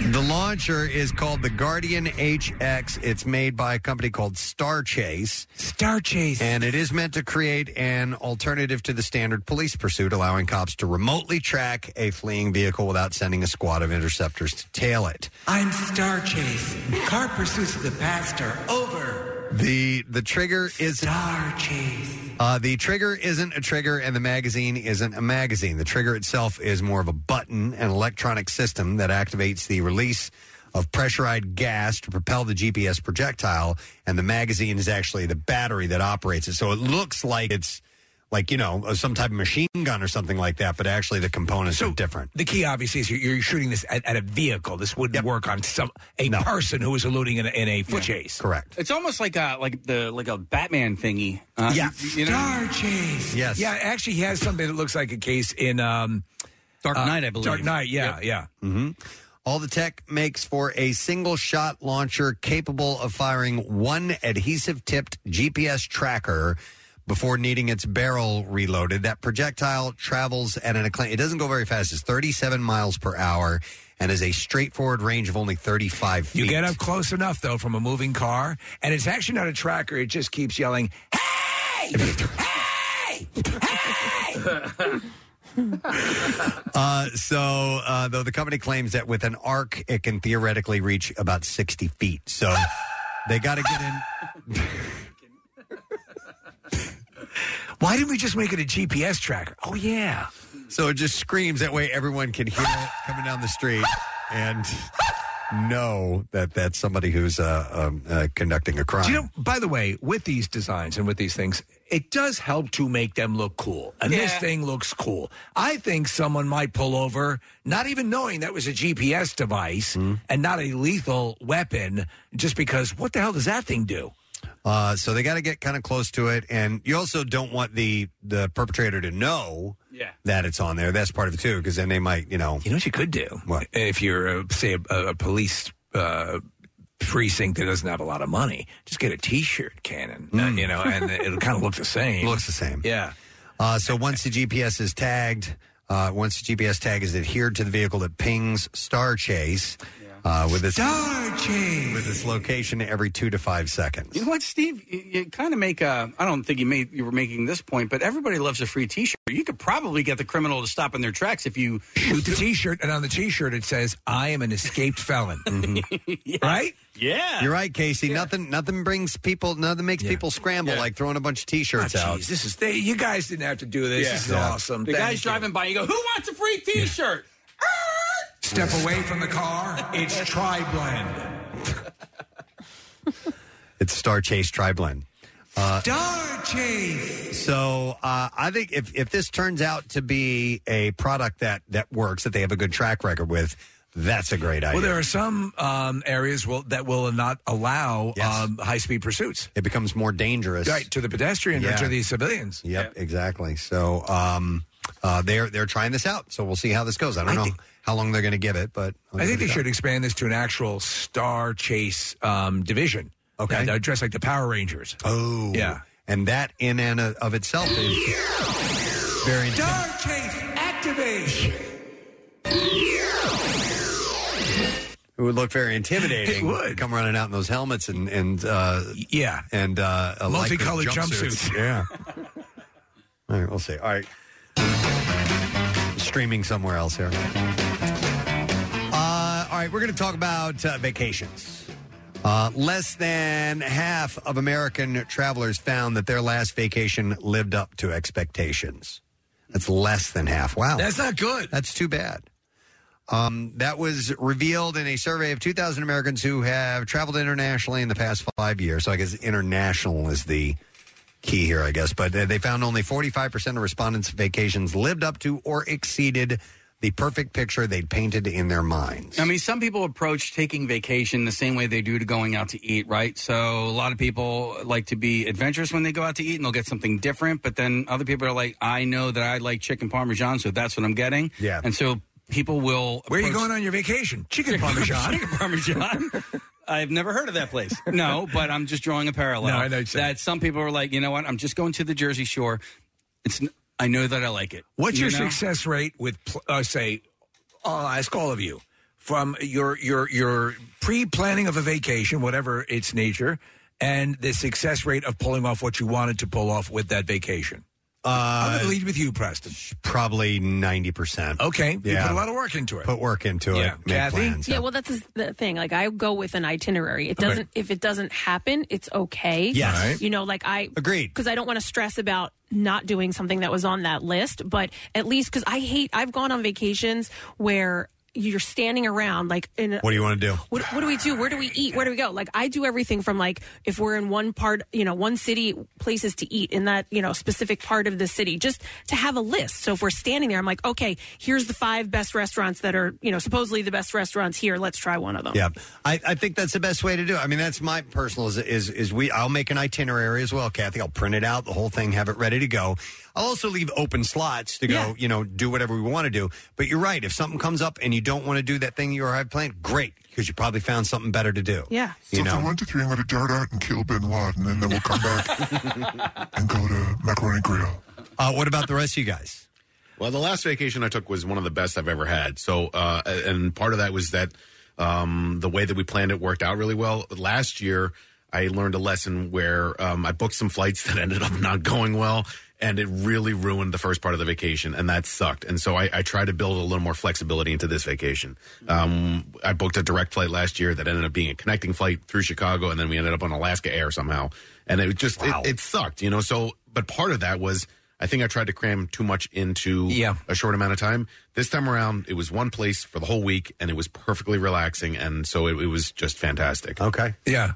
The launcher is called the Guardian HX. It's made by a company called Star Chase.
Star Chase.
And it is meant to create an alternative to the standard police pursuit, allowing cops to remotely track a fleeing vehicle without sending a squad of interceptors to tail it.
I'm Star Chase. Car pursuits of the past are over.
The the trigger is
Star Chase.
Uh, the trigger isn't a trigger, and the magazine isn't a magazine. The trigger itself is more of a button, an electronic system that activates the release of pressurized gas to propel the GPS projectile, and the magazine is actually the battery that operates it. So it looks like it's like you know some type of machine gun or something like that, but actually the components are different.
The key, obviously, is you're, you're shooting this at, at a vehicle. This wouldn't work on some a person who is eluding in a, in a foot chase.
Correct.
It's almost like a like the like a Batman thingy. Uh,
yeah.
you know.
Star Chase.
Yes.
Yeah, actually, he has something that looks like a case in um,
Dark
uh,
Knight, I believe.
Dark Knight. Yeah,
Yep.
yeah.
hmm All the tech makes for a single shot launcher capable of firing one adhesive tipped GPS tracker before needing its barrel reloaded. That projectile travels at an acclaim. It doesn't go very fast. It's 37 miles per hour and has a straightforward range of only 35 feet.
You get up close enough though from a moving car, and it's actually not a tracker. It just keeps yelling,
Uh, so, uh, though the company claims that with an arc, it can theoretically reach about 60 feet. So they got to get in.
"Why didn't we just make it a GPS tracker?" Oh yeah.
So it just screams that way everyone can hear it coming down the street and know that that's somebody who's uh, um, uh, conducting a crime.
Do you know? By the way, with these designs and with these things, it does help to make them look cool. And this
Yeah.
thing looks cool. I think someone might pull over, not even knowing that was a GPS device
Hmm.
and not a lethal weapon, just because what the hell does that thing do?
Uh, so they got to get kind of close to it, and you also don't want the the perpetrator to know
Yeah.
that it's on there. That's part of it too, because then they might, you know,
You know what you could do?
What?
If you're, uh, say, a, a police uh, precinct that doesn't have a lot of money, just get a T-shirt cannon, uh, you know, and it'll kind of look the same.
Looks the same.
Yeah.
Uh, so once the GPS is tagged, uh, once the GPS tag is adhered to the vehicle, it pings Star Chase uh, with its
Star Chase
with its location every two to five seconds.
You know what, Steve? You, you kind of make a. I don't think you made you were making this point, but everybody loves a free T-shirt. You could probably get the criminal to stop in their tracks if you
shoot the T-shirt, and on the T-shirt it says, uh, "I am an escaped felon." Right?
Yeah.
You're right, Casey. Nothing nothing brings people nothing makes people scramble like throwing a bunch of t shirts
Oh,
out.
jeez, this is they, you guys didn't have to do this.
Yeah.
This is
Yeah.
awesome.
The
Thank
guy's
you.
driving by, you go, "Who wants a free T-shirt?"
Step away from the car. It's tri-blend.
It's Star Chase Tri Blend. Uh,
Star Chase.
so uh, I think if, if this turns out to be a product that, that works, that they have a good track record with, that's a great idea.
Well, there are some um, areas will, that will not allow um, high-speed pursuits.
it becomes more dangerous.
Right to the pedestrian or
Yeah.
to the civilians.
Yep, exactly. So, um, uh, they're they're trying this out, so we'll see how this goes. I don't know how long they're going to give it, but I'll
I
give
think
it
they
a shot.
should expand this to an actual Star Chase um, division.
Okay.
They're dressed like the Power Rangers.
Oh,
yeah.
And that in and of itself is very interesting.
Star Chase activate.
It would look very intimidating. It would come running out in those helmets and and uh,
yeah
and uh, uh, lycra
Multicolored jumpsuits.
Yeah. All right, we'll see. All right, streaming somewhere else here. Uh, all right, we're going to talk about uh, vacations. Uh, less than half of American travelers found that their last vacation lived up to expectations. That's less than half. Wow,
That's not good.
That's too bad. Um, that was revealed in a survey of 2,000 Americans who have traveled internationally in the past five years. So I guess international is the key here, I guess. But uh, they found only 45% of respondents' vacations lived up to or exceeded the perfect picture they'd painted in their mind.
I mean, some people approach taking vacation the same way they do to going out to eat, right? So a lot of people like to be adventurous when they go out to eat and they'll get something different. But then other people are like, I know that I like chicken parmesan, so that's what I'm getting.
Yeah.
And so people will.
Where are you
approach-
going on your vacation? Chicken parmesan.
Chicken parmesan. I've never heard of that place. No, but I'm just drawing a parallel.
No, I know what you're saying.
that some people are like, you know what? I'm just going to the Jersey Shore. It's n- I know that I like it.
What's
You
your
know?
success rate with pl- uh, say? I'll ask all of you from your your your pre planning of a vacation, whatever its nature, and the success rate of pulling off what you wanted to pull off with that vacation. I'm
Uh,
going to lead with you, Preston.
Probably 90%.
Okay, you
Yeah.
put a lot of work into it.
Put work into
Yeah.
it. Make
Kathy?
plans.
Yeah, well, that's the thing. Like, I go with an itinerary. It
Okay.
doesn't. If it doesn't happen, it's okay.
Yes. All right.
you know, like I
Agreed.
because I don't want to stress about not doing something that was on that list. But at least because I hate, I've gone on vacations where you're standing around like in. a-
What do you want to do?
What, what do we do? Where do we eat? Where do we go? Like I do everything from like if we're in one part, you know, one city, places to eat in that you know specific part of the city, just to have a list. So if we're standing there, I'm like, okay, here's the five best restaurants that are you know supposedly the best restaurants here. Let's try one of them.
Yeah, I, I think that's the best way to do it. I mean, that's my personal is, is is we. I'll make an itinerary as well, Kathy. I'll print it out, the whole thing, have it ready to go. I'll also leave open slots to go, you know, do whatever we want to do. But you're right. If something comes up and you don't want to do that thing you already planned, great, because you probably found something better to do.
Yeah.
You
so
know.
from one to three, I'm going to dart out and kill Bin Laden, and then we'll come back and go to Macaroni Grill.
Uh, what about the rest of you guys?
Well, the last vacation I took was one of the best I've ever had. So, uh, and part of that was that um, the way that we planned it worked out really well. Last year, I learned a lesson where um, I booked some flights that ended up not going well, and it really ruined the first part of the vacation, and that sucked. And so I, I tried to build a little more flexibility into this vacation. Um, I booked a direct flight last year that ended up being a connecting flight through Chicago, and then we ended up on Alaska Air somehow, and it just it, it sucked, you know. So, but part of that was. I think I tried to cram too much into a short amount of time. This time around, it was one place for the whole week, and it was perfectly relaxing, and so it, it was just fantastic.
Okay.
Yeah.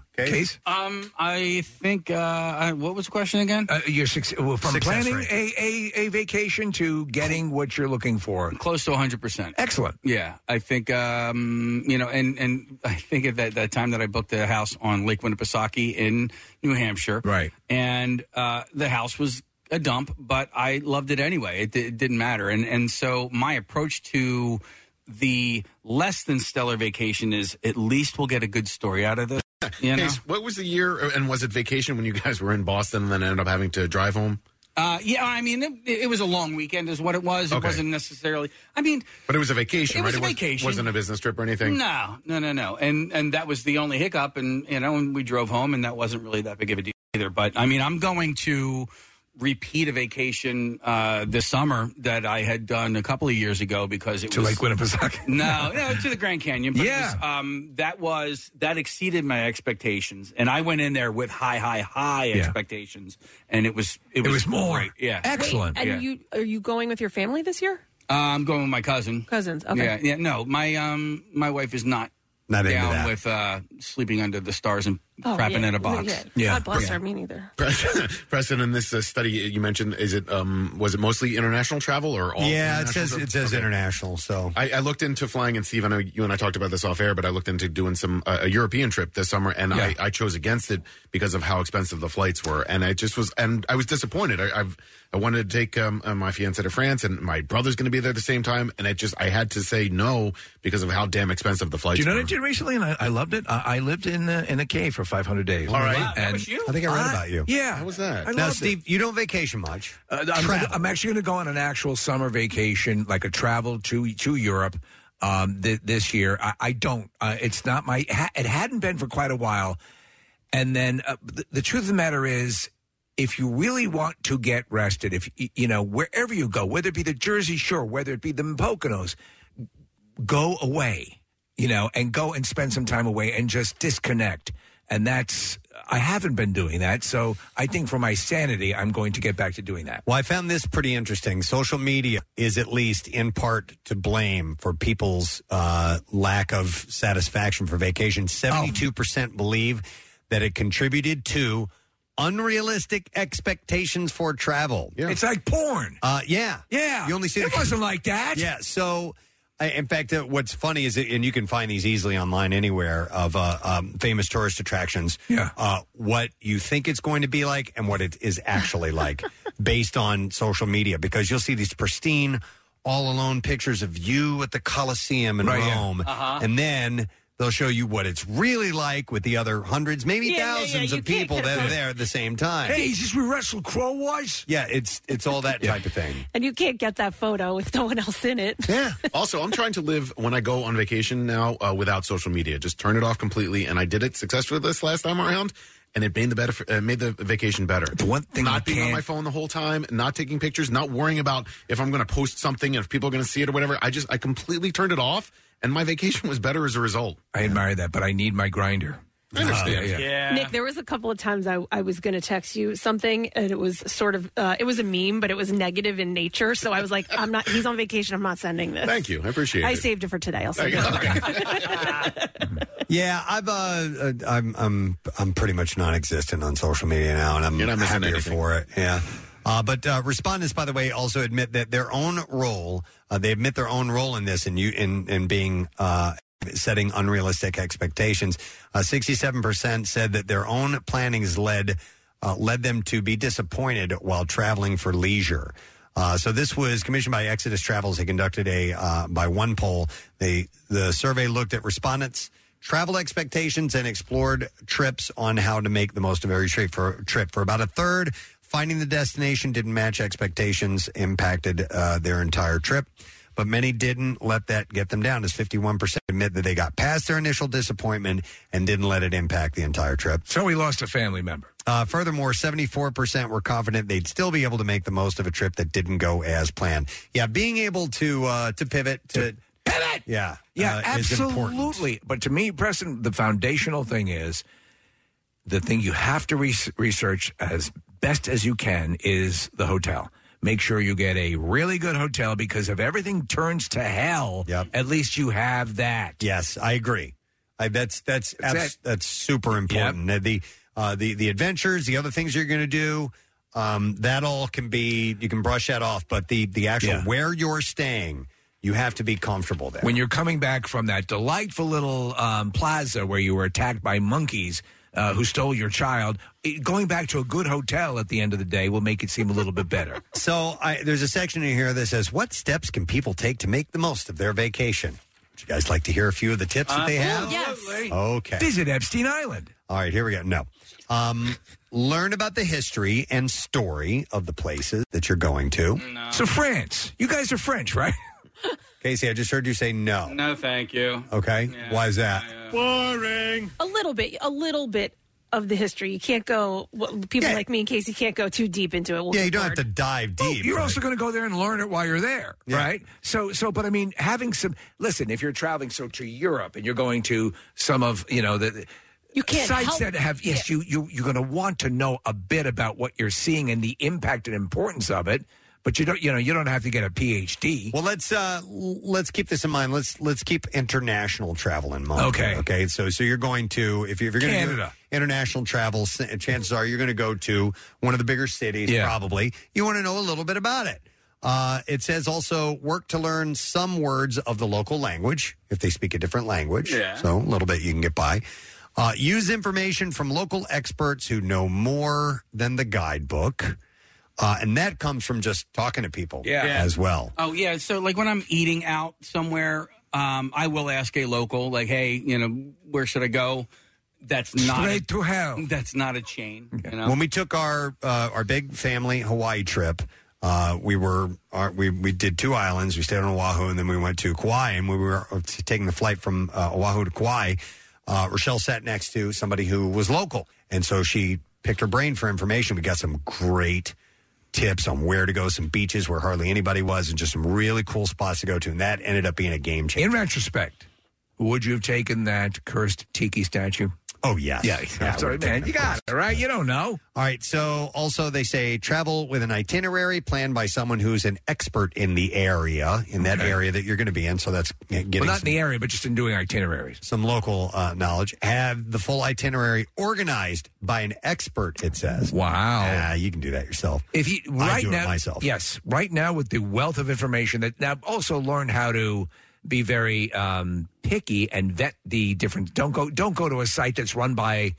Um, I think. Uh, I, what was the question again?
Uh, your success, well, From planning a, a, a vacation to getting what you're looking for.
Close to 100%.
Excellent.
Yeah, I think um, you know, and and I think at that, that time that I booked a house on Lake Winnipesaukee in New Hampshire,
right?
And uh, the house was a dump, but I loved it anyway. It, di- it didn't matter, and and so my approach to the less than stellar vacation is at least we'll get a good story out of this. You know?
Case, what was the year, uh, and was it vacation when you guys were in Boston and then ended up having to drive home?
Uh, yeah, I mean, it, it was a long weekend, is what it was. It
Okay.
wasn't necessarily. I mean,
But it was a vacation,
It was
right?
a vacation.
Was, not a business trip or anything.
No, no, no, no. And and that was the only hiccup. And you know, and we drove home, and that wasn't really that big of a deal either. But I mean, I'm going to repeat a vacation uh, this summer that I had done a couple of years ago because it
To
was
Lake Winnipesaukee.
no, no, to the Grand Canyon. But it
Yeah.
was, um, that was that exceeded my expectations, and I went in there with high, high, high
Yeah.
expectations, and it was it,
It was more.
great. yeah,
Wait, and
yeah.
you are you going with your family this year?
Uh, I'm going with my cousin.
Cousins, okay.
Yeah, yeah. No, my um, my wife is not
Not into
down
that.
with uh, sleeping under the stars and
Oh,
crapping
yeah.
in a box.
Yeah. God bless her. Me neither.
Preston, in this uh, study you mentioned, is it um, was it mostly international travel or all?
yeah, it
international
says
travel?
it says
Okay.
international. So
I, I looked into flying, and Steve, I know you and I talked about this off air, but I looked into doing some uh, a European trip this summer, and I, I chose against it because of how expensive the flights were, and I just was, and I was disappointed. I, I've I wanted to take um, uh, my fiance to France, and my brother's going to be there at the same time, and I just I had to say no because of how damn expensive the flights.
Do you know
were.
what I did recently? And I, I loved it. I, I lived in uh, in a cave for 500 days.
All right. Wow, that
and
was you? I think I read about you.
Yeah,
How was
that? I
now,
loved
Steve, you don't vacation much.
Uh, I'm, I'm actually going to go on an actual summer vacation, like a travel to to Europe um, th- this year. I, I don't. Uh, it's not my. Ha- it hadn't been for quite a while. And then uh, the, the truth of the matter is, if you really want to get rested, if y- you know wherever you go, whether it be the Jersey Shore, whether it be the Poconos, go away, you know, and go and spend some time away and just disconnect. And that's, I haven't been doing that. So I think for my sanity, I'm going to get back to doing that.
Well, I found this pretty interesting. Social media is at least in part to blame for people's uh, lack of satisfaction for vacation. 72% believe that it contributed to unrealistic expectations for travel.
It's like porn.
Uh, yeah.
Yeah.
You only see
it wasn't like that.
Yeah. So, I, in fact, uh, what's funny is, that, and you can find these easily online anywhere of uh, um, famous tourist attractions. Yeah. Uh, what you think it's going to be like and what it is actually like, based on social media, because you'll see these pristine, all alone pictures of you at the Colosseum in
Right, yeah.
Rome,
Uh-huh.
and then. They'll show you what it's really like with the other hundreds, maybe
Yeah, yeah, yeah,
thousands
you
of
can't
people that are
compare-
there at the same time.
Hey, is this where Russell Crowe was?
Yeah, it's it's all that type of thing.
And you can't get that photo with no one else in it.
Yeah.
also, I'm trying to live when I go on vacation now uh, without social media. Just turn it off completely, and I did it successfully this last time around, and it made the better uh, made the vacation better. The
one thing
not being on my phone the whole time, not taking pictures, not worrying about if I'm going to post something and if people are going to see it or whatever. I just I completely turned it off, and my vacation was better as a result.
I admire that, but I need my grinder.
I understand.
Uh, yeah, yeah.
Nick, there was a couple of times I, I was going to text you something, and it was sort of uh, it was a meme, but it was negative in nature. So I was like, I'm not. He's on vacation. I'm not sending this.
Thank you. I appreciate
I
it.
saved it for today. I'll
Thank
send it.
Yeah, I've uh, uh, I'm I'm I'm pretty much non-existent on social media now, and I'm
You're not missing
happier
anything.
for it. Yeah. Uh, but uh, respondents, by the way, also admit that their own role, uh, they admit their own role in this, and you in in being uh, setting unrealistic expectations. Uh, Sixty-seven percent said that their own plannings led uh, led them to be disappointed while traveling for leisure. Uh, so this was commissioned by Exodus Travels. They conducted a uh, by one poll. They the survey looked at respondents' travel expectations and explored trips on how to make the most of every trip. For trip for about a third, finding the destination didn't match expectations, impacted uh, their entire trip. But many didn't let that get them down. As fifty-one percent admit that they got past their initial disappointment and didn't let it impact the entire trip.
So we lost a family member.
Uh, furthermore, 74% were confident they'd still be able to make the most of a trip that didn't go as planned. Yeah, being able to uh, to pivot to,
pivot.
Yeah,
Yeah,
uh, is important.
absolutely. But to me, Preston, the foundational thing is the thing you have to re- research as best as you can is the hotel. Make sure you get a really good hotel because if everything turns to hell, at least you have that.
Yes, I agree. I, that's that's
That's
abs-
it.
that's super important. Uh, The uh, the the adventures, the other things you're going to do, um, that all can be you can brush that off. But the the actual
Yeah.
where you're staying, you have to be comfortable there.
When you're coming back from that delightful little um, plaza where you were attacked by monkeys uh, who stole your child, it- going back to a good hotel at the end of the day will make it seem a little bit better.
So I, there's a section in here that says, "What steps can people take to make the most of their vacation?" Would you guys like to hear a few of the tips
Uh,
that they have? Okay.
Visit Epstein Island.
All right, here we go. No. Um, learn about the history and story of the places that you're going to.
So France, you guys are French, right?
Casey, I just heard you say no.
No, thank you.
Okay, why is that?
Boring. A little bit. A little bit of the history. You can't go. Well, people like me and Casey can't go too deep into it. We'll
yeah,
get
you don't
bored.
have to dive deep.
Oh, You're also going to go there and learn it while you're there, right? So, so, but I mean, having some. Listen, if you're traveling, so to Europe and you're going to some of you know the.
You can't
sites
help-
that have yes, you you you're going to want to know a bit about what you're seeing and the impact and importance of it. But you don't, you know, you don't have to get a PhD.
Well, let's uh, let's keep this in mind. Let's let's keep international travel in mind.
Okay.
Okay. So so you're going to if, you, if you're going
Canada.
to international travel, s- chances are you're going to go to one of the bigger cities.
Yeah.
Probably. You want to know a little bit about it. Uh, it says also work to learn some words of the local language if they speak a different language.
Yeah.
So a little bit you can get by. Uh, use information from local experts who know more than the guidebook. Uh, and that comes from just talking to people as well.
Oh yeah, so like when I'm eating out somewhere, um, I will ask a local, like, hey, you know, where should I go? That's not
Straight
to hell.
That's not a chain. You know?
When we took our uh, our big family Hawaii trip, uh, we were our, we we did two islands. We stayed on Oahu, and then we went to Kauai. And when we were uh, t- taking the flight from uh, Oahu to Kauai, uh, Rochelle sat next to somebody who was local, and so she picked her brain for information. We got some great tips on where to go, some beaches where hardly anybody was, and just some really cool spots to go to. And that ended up being a game changer.
In retrospect, would you have taken that cursed tiki statue?
Oh yes. Yeah,
Yeah.
I
I'm sorry,
would've taken
man.
that
You got it, right? You don't know.
All right. So, also, they say travel with an itinerary planned by someone who's an expert in the area, in that area that you're going to be in. So, that's getting
well, not
some,
in the area, but just in doing itineraries.
some local uh, knowledge. Have the full itinerary organized by an expert, it says.
Wow.
Yeah, you can do that yourself.
If you right
I do
now,
it myself.
yes, right now with the wealth of information that now I've also learned how to be very um, picky and vet the different. Don't go, don't go to a site that's run by,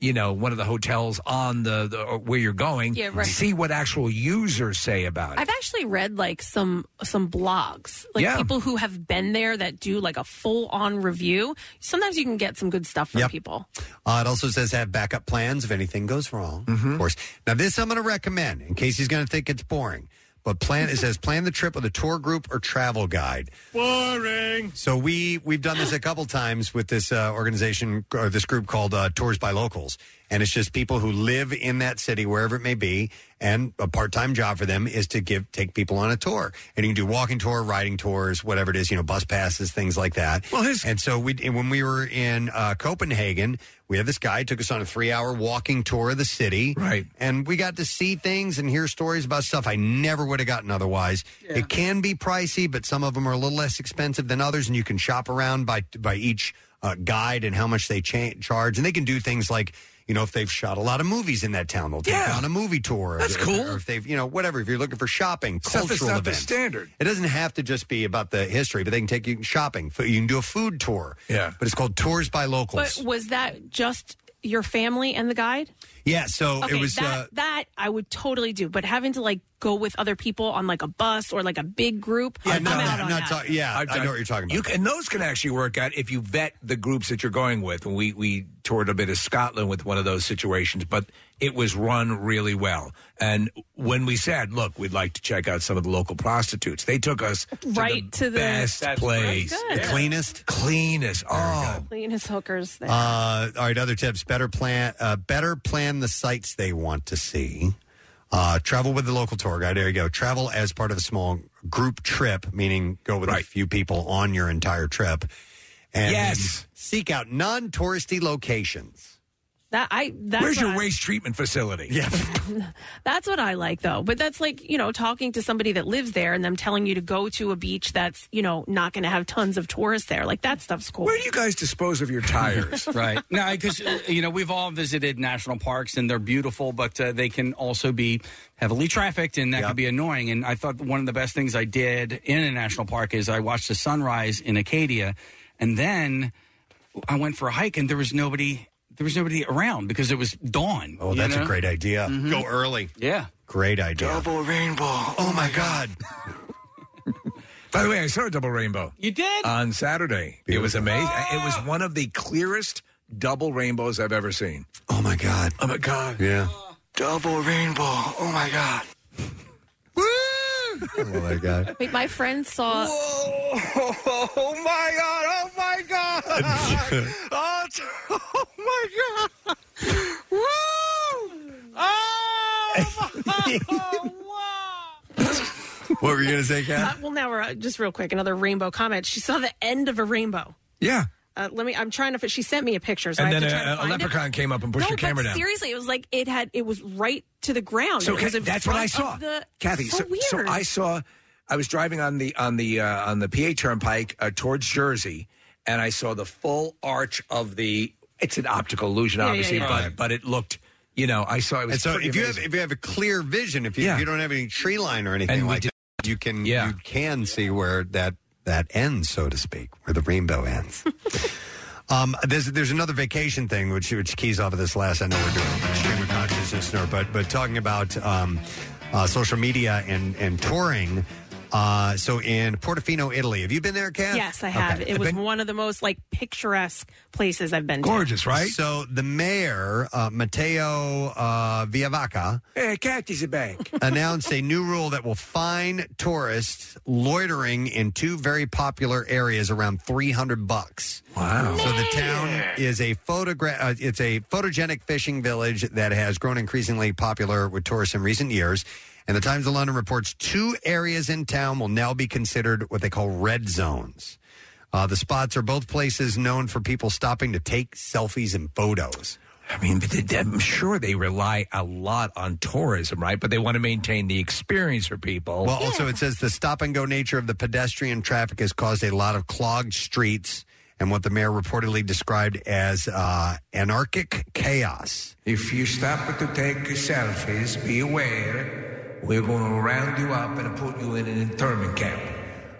you know, one of the hotels on the, the or where you're going.
Yeah, right.
See what actual users say about it.
I've actually read like some some blogs, like
Yeah.
people who have been there that do like a full on review. Sometimes you can get some good stuff from
Yep.
people.
Uh, it also says have backup plans if anything goes wrong.
Mm-hmm.
Of course. Now, this I'm going to recommend in case he's going to think it's boring. But plan it says plan the trip with a tour group or travel guide.
Boring.
So we we've done this a couple times with this uh, organization or this group called uh, Tours by Locals, and it's just people who live in that city wherever it may be, and a part time job for them is to give take people on a tour, and you can do walking tour, riding tours, whatever it is, you know, bus passes, things like that. Well, and so we and when we were in uh, Copenhagen, we had this guy took us on a three hour walking tour of the city, right? And we got to see things and hear stories about stuff I never would have gotten otherwise. It can be pricey, but some of them are a little less expensive than others, and you can shop around by by each uh, guide and how much they cha- charge, and they can do things like. You know, if they've shot a lot of movies in that town, they'll take you on a movie tour. That's cool. Or if they've, you know, whatever. If you're looking for shopping,
Stuff that's
cultural
not the
events.
standard.
It doesn't have to just be about the history, but they can take you shopping. F- You can do a food tour. Yeah. But it's called Tours by Locals.
But was that just your family and the guide?
yeah, so
okay,
it was.
that,
uh,
that I would totally do, but having to like go with other people on like a bus or like a big group,
Yeah,
I'm
no,
out
no,
on
not
that.
talk-
yeah, I know
done-
what you're talking about.
You can, and those can actually work out if you vet the groups that you're going with. And we we toured a bit of Scotland with one of those situations, but it was run really well. And when we said, "Look, we'd like to check out some of the local prostitutes," they took us to
Right to the-
best
That's
place,
good. The
cleanest,
cleanest. Oh,
Cleanest hookers. There.
Uh, all right, other tips: better plan, uh, better plan the sites they want to see. Uh, travel with the local tour guide. There you go. Travel as part of a small group trip, meaning go with a few people on your entire trip. And yes. Seek out non-touristy locations.
That I that's
where's
what
your
I-
waste treatment facility?
Yeah,
That's what I like though. But that's like, you know, talking to somebody that lives there and them telling you to go to a beach that's, you know, not going to have tons of tourists there. Like that stuff's cool.
Where do you guys dispose of your tires?
right. No, because you know we've all visited national parks and they're beautiful, but uh, they can also be heavily trafficked, and that can be annoying. And I thought one of the best things I did in a national park is I watched the sunrise in Acadia, and then I went for a hike, and there was nobody. There was nobody around because it was dawn.
Oh,
you
that's
know?
a great idea.
Mhm.
Go early.
Yeah.
Great idea.
Double rainbow.
Oh my God.
By the way, I saw a double rainbow.
You did
on Saturday. It was amazing. It was one of the clearest double rainbows I've ever seen.
Oh my god.
Oh my god.
Yeah.
Double rainbow. Oh my god.
oh my god.
Wait, my friend saw
Oh my god! Oh my god! oh, t- oh my god! Woo!
Uh,
Oh! My-
What were you going to say,
Uh, well, now we're uh, just real quick. Another rainbow comment. She saw the end of a rainbow.
Yeah.
Uh, let me. I'm trying to. fi- She sent me a picture, so
and
I have
then
to try to
a, a
find it.
leprechaun came up and pushed
no,
your camera
but
down.
Seriously, it was like it had. It was right to the ground.
So
it was
Kathy,
in
that's what I
front
saw,
of The,
Kathy.
so,
So,
weird.
so I saw. I was driving on the on the uh, on the PA Turnpike uh, towards Jersey, and I saw the full arch of the. It's an optical illusion,
Yeah, yeah,
obviously,
yeah.
but but it looked. You know, I saw it was.
And so
pretty
if you have
amazing.
if you have a clear vision, if you,
Yeah.
if you don't have any tree line or anything
And we
like that, you can you can see where that that ends, so to speak, where the rainbow ends. um, there's there's another vacation thing which which keys off of this last. I know we're doing stream of consciousness, nerd, but but talking about um, uh, social media and and touring. Uh, so in Portofino, Italy, have you been there, Kath?
yes, I have.
Okay.
It was one of the most like picturesque places I've been. to.
So the mayor, uh, Matteo uh, Viavaca,
hey, Kathy's a bank,
announced a new rule that will fine tourists loitering in two very popular areas around 300 bucks. Wow. So the town is a photograph uh, it's a photogenic fishing village that has grown increasingly popular with tourists in recent years. And the Times of London reports two areas in town will now be considered what they call red zones. Uh, the spots are both places known for people stopping to take selfies and photos.
I mean, but they- I'm sure they rely a lot on tourism, right? But they want to maintain the experience for people.
Well, also it says the stop and go nature of the pedestrian traffic has caused a lot of clogged streets and what the mayor reportedly described as uh, anarchic chaos.
If you stop to take selfies, be aware we're going to round you up and put you in an internment camp.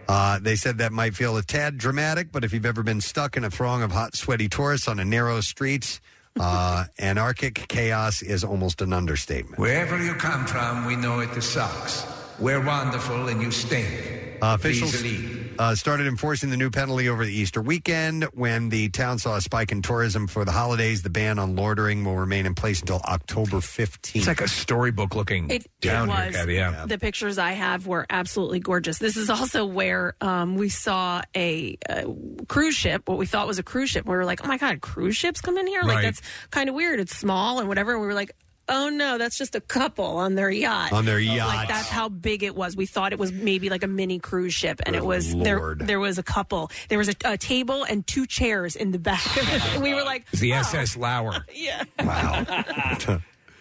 Uh, they said that might feel a tad dramatic, but if you've ever been stuck in a throng of hot, sweaty tourists on a narrow street, uh, anarchic chaos is almost an understatement.
Wherever you come from, we know it sucks. We're wonderful and you stink.
Uh,
Please
officials
leave.
uh, started enforcing the new penalty over the Easter weekend when the town saw a spike in tourism for the holidays. The ban on loitering will remain in place until October 15th. It's
like a storybook looking
It, it was. The pictures I have were absolutely gorgeous. This is also where um, we saw a uh, cruise ship, what we thought was a cruise ship. We were like, oh my God, cruise ships come in here? Like,
Right.
that's kind of weird. It's small and whatever. And we were like, oh no, that's just a couple on their yacht.
On their
Like,
yacht.
that's how big it was. We thought it was maybe like a mini cruise ship. And it
Good
was
Lord.
there There was a couple. There was a, a table and two chairs in the back. And we were like,
It's the SS Lauer.
yeah.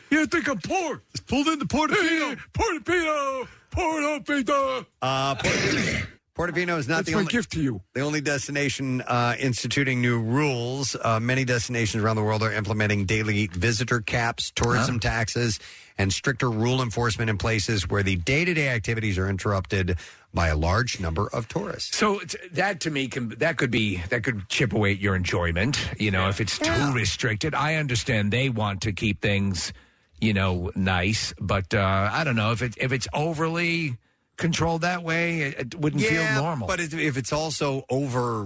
you think I'm poor?
It's pulled into Portofino.
Portofino. Portofino.
Uh, Portofino. Portofino is not
That's
the
my
only
gift to you.
The only destination uh, instituting new rules. Uh, many destinations around the world are implementing daily visitor caps, tourism taxes, and stricter rule enforcement in places where the day-to-day activities are interrupted by a large number of tourists.
So it's- that to me can that could be that could chip away at your enjoyment. You know, if it's too restricted, I understand they want to keep things, you know, nice. But uh, I don't know if it if it's overly controlled that way, it, it wouldn't
Yeah,
feel normal.
But it- if it's also over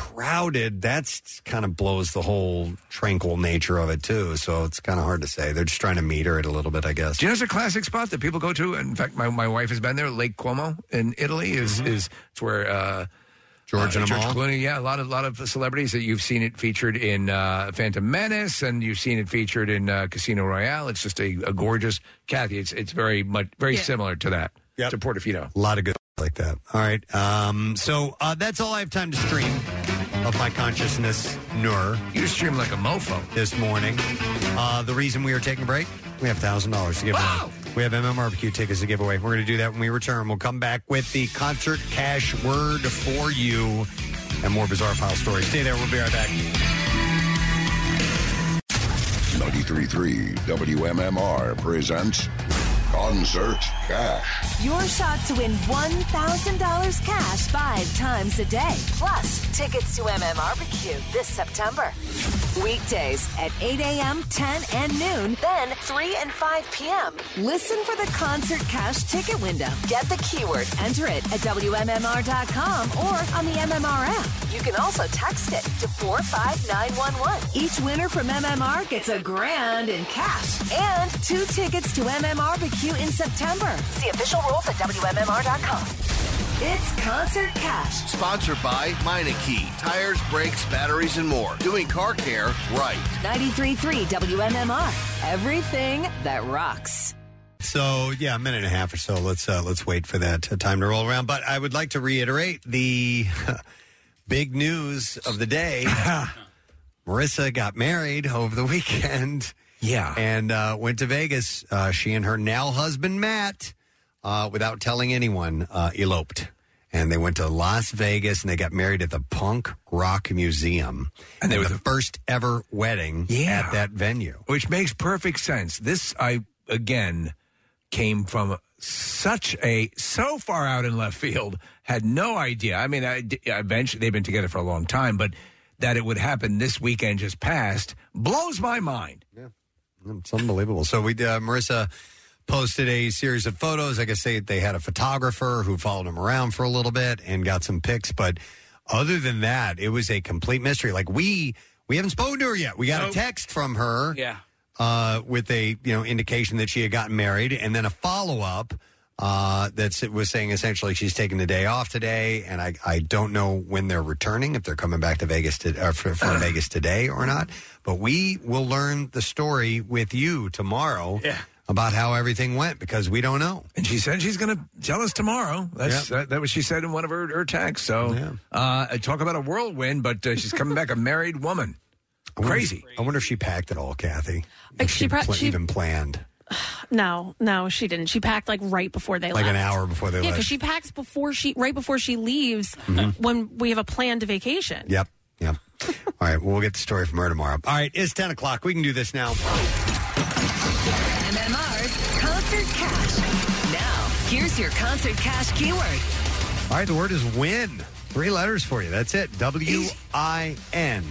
crowded, that's kind of blows the whole tranquil nature of it too. So it's kind of hard to say. They're just trying to meter it a little bit, I guess.
Do you know it's a classic spot that people go to? In fact, my, my wife has been there. Lake Como in Italy is is it's where uh,
George
uh,
Mm-hmm. and Amal?
Clooney. Yeah, a lot of lot of celebrities that you've seen it featured in uh, Phantom Menace, and you've seen it featured in uh, Casino Royale. It's just a, a gorgeous Kathy. It's it's very much very
Yeah.
similar to that to Portofino.
A lot of good like that. All right. Um, so uh, that's all I have time to stream of my consciousness, Nur.
You stream like a mofo
this morning. Uh, the reason we are taking a break, we have thousand dollars to give away. We have MMRBQ tickets to give away. We're going to do that when we return. We'll come back with the concert cash word for you and more bizarre file stories. Stay there. We'll be right back.
93.3 WMMR presents Concert Cash.
Your shot to win $1,000 cash five times a day. Plus, tickets to MMRBQ this September. Weekdays at 8 a.m., 10 and noon, then 3 and 5 p.m. Listen for the concert cash ticket window. Get the keyword, enter it at WMMR.com or on the MMR app. You can also text it to 45911. Each winner from MMR gets a grand in cash and two tickets to MMRBQ in September. See official rules at WMMR.com. It's Concert Cash.
Sponsored by Meineke. Tires, brakes, batteries, and more. Doing car care right.
93.3 WMMR. Everything that rocks.
So yeah, a minute and a half or so. Let's uh, let's wait for that uh, time to roll around. But I would like to reiterate the big news of the day. Marissa got married over the weekend.
Yeah.
And uh, went to Vegas. Uh, she and her now husband, Matt, uh, without telling anyone, uh, eloped. And they went to Las Vegas and they got married at the Punk Rock Museum. And they were the first ever wedding at that venue.
Which makes perfect sense. This I again came from such a so far out in left field. Had no idea. I mean, I, I eventually they've been together for a long time, but that it would happen this weekend just passed blows my mind.
It's unbelievable. So we, uh, Marissa, posted a series of photos. Like I say, they had a photographer who followed him around for a little bit and got some pics. But other than that, it was a complete mystery. Like we, we haven't spoken to her yet. We got a
Nope.
text from her,
Yeah.
uh, with a you know indication that she had gotten married, and then a follow up. Uh, that's it was saying essentially she's taking the day off today, and I, I don't know when they're returning if they're coming back to Vegas to, uh, fr- from Vegas today or not. But we will learn the story with you tomorrow about how everything went because we don't know.
And she said she's going to tell us tomorrow. That's that, that was she said in one of her, her texts. So uh, talk about a whirlwind, but uh, she's coming back a married woman. Crazy.
I wonder if she packed it all, Kathy.
Like she, pro-
Pla-
she
even planned.
no, no, she didn't. She packed like right before they
Like
left.
an hour before they
Yeah,
left.
because she packs before she right before she leaves
Mhm.
when we have a planned vacation.
Yep. Yep. All right. Well, we'll get the story from her tomorrow. All right. It's 10 o'clock. We can do this now.
MMR's Concert Cash. Now, here's your Concert Cash keyword.
All right. The word is win. Three letters for you. That's it. W I N.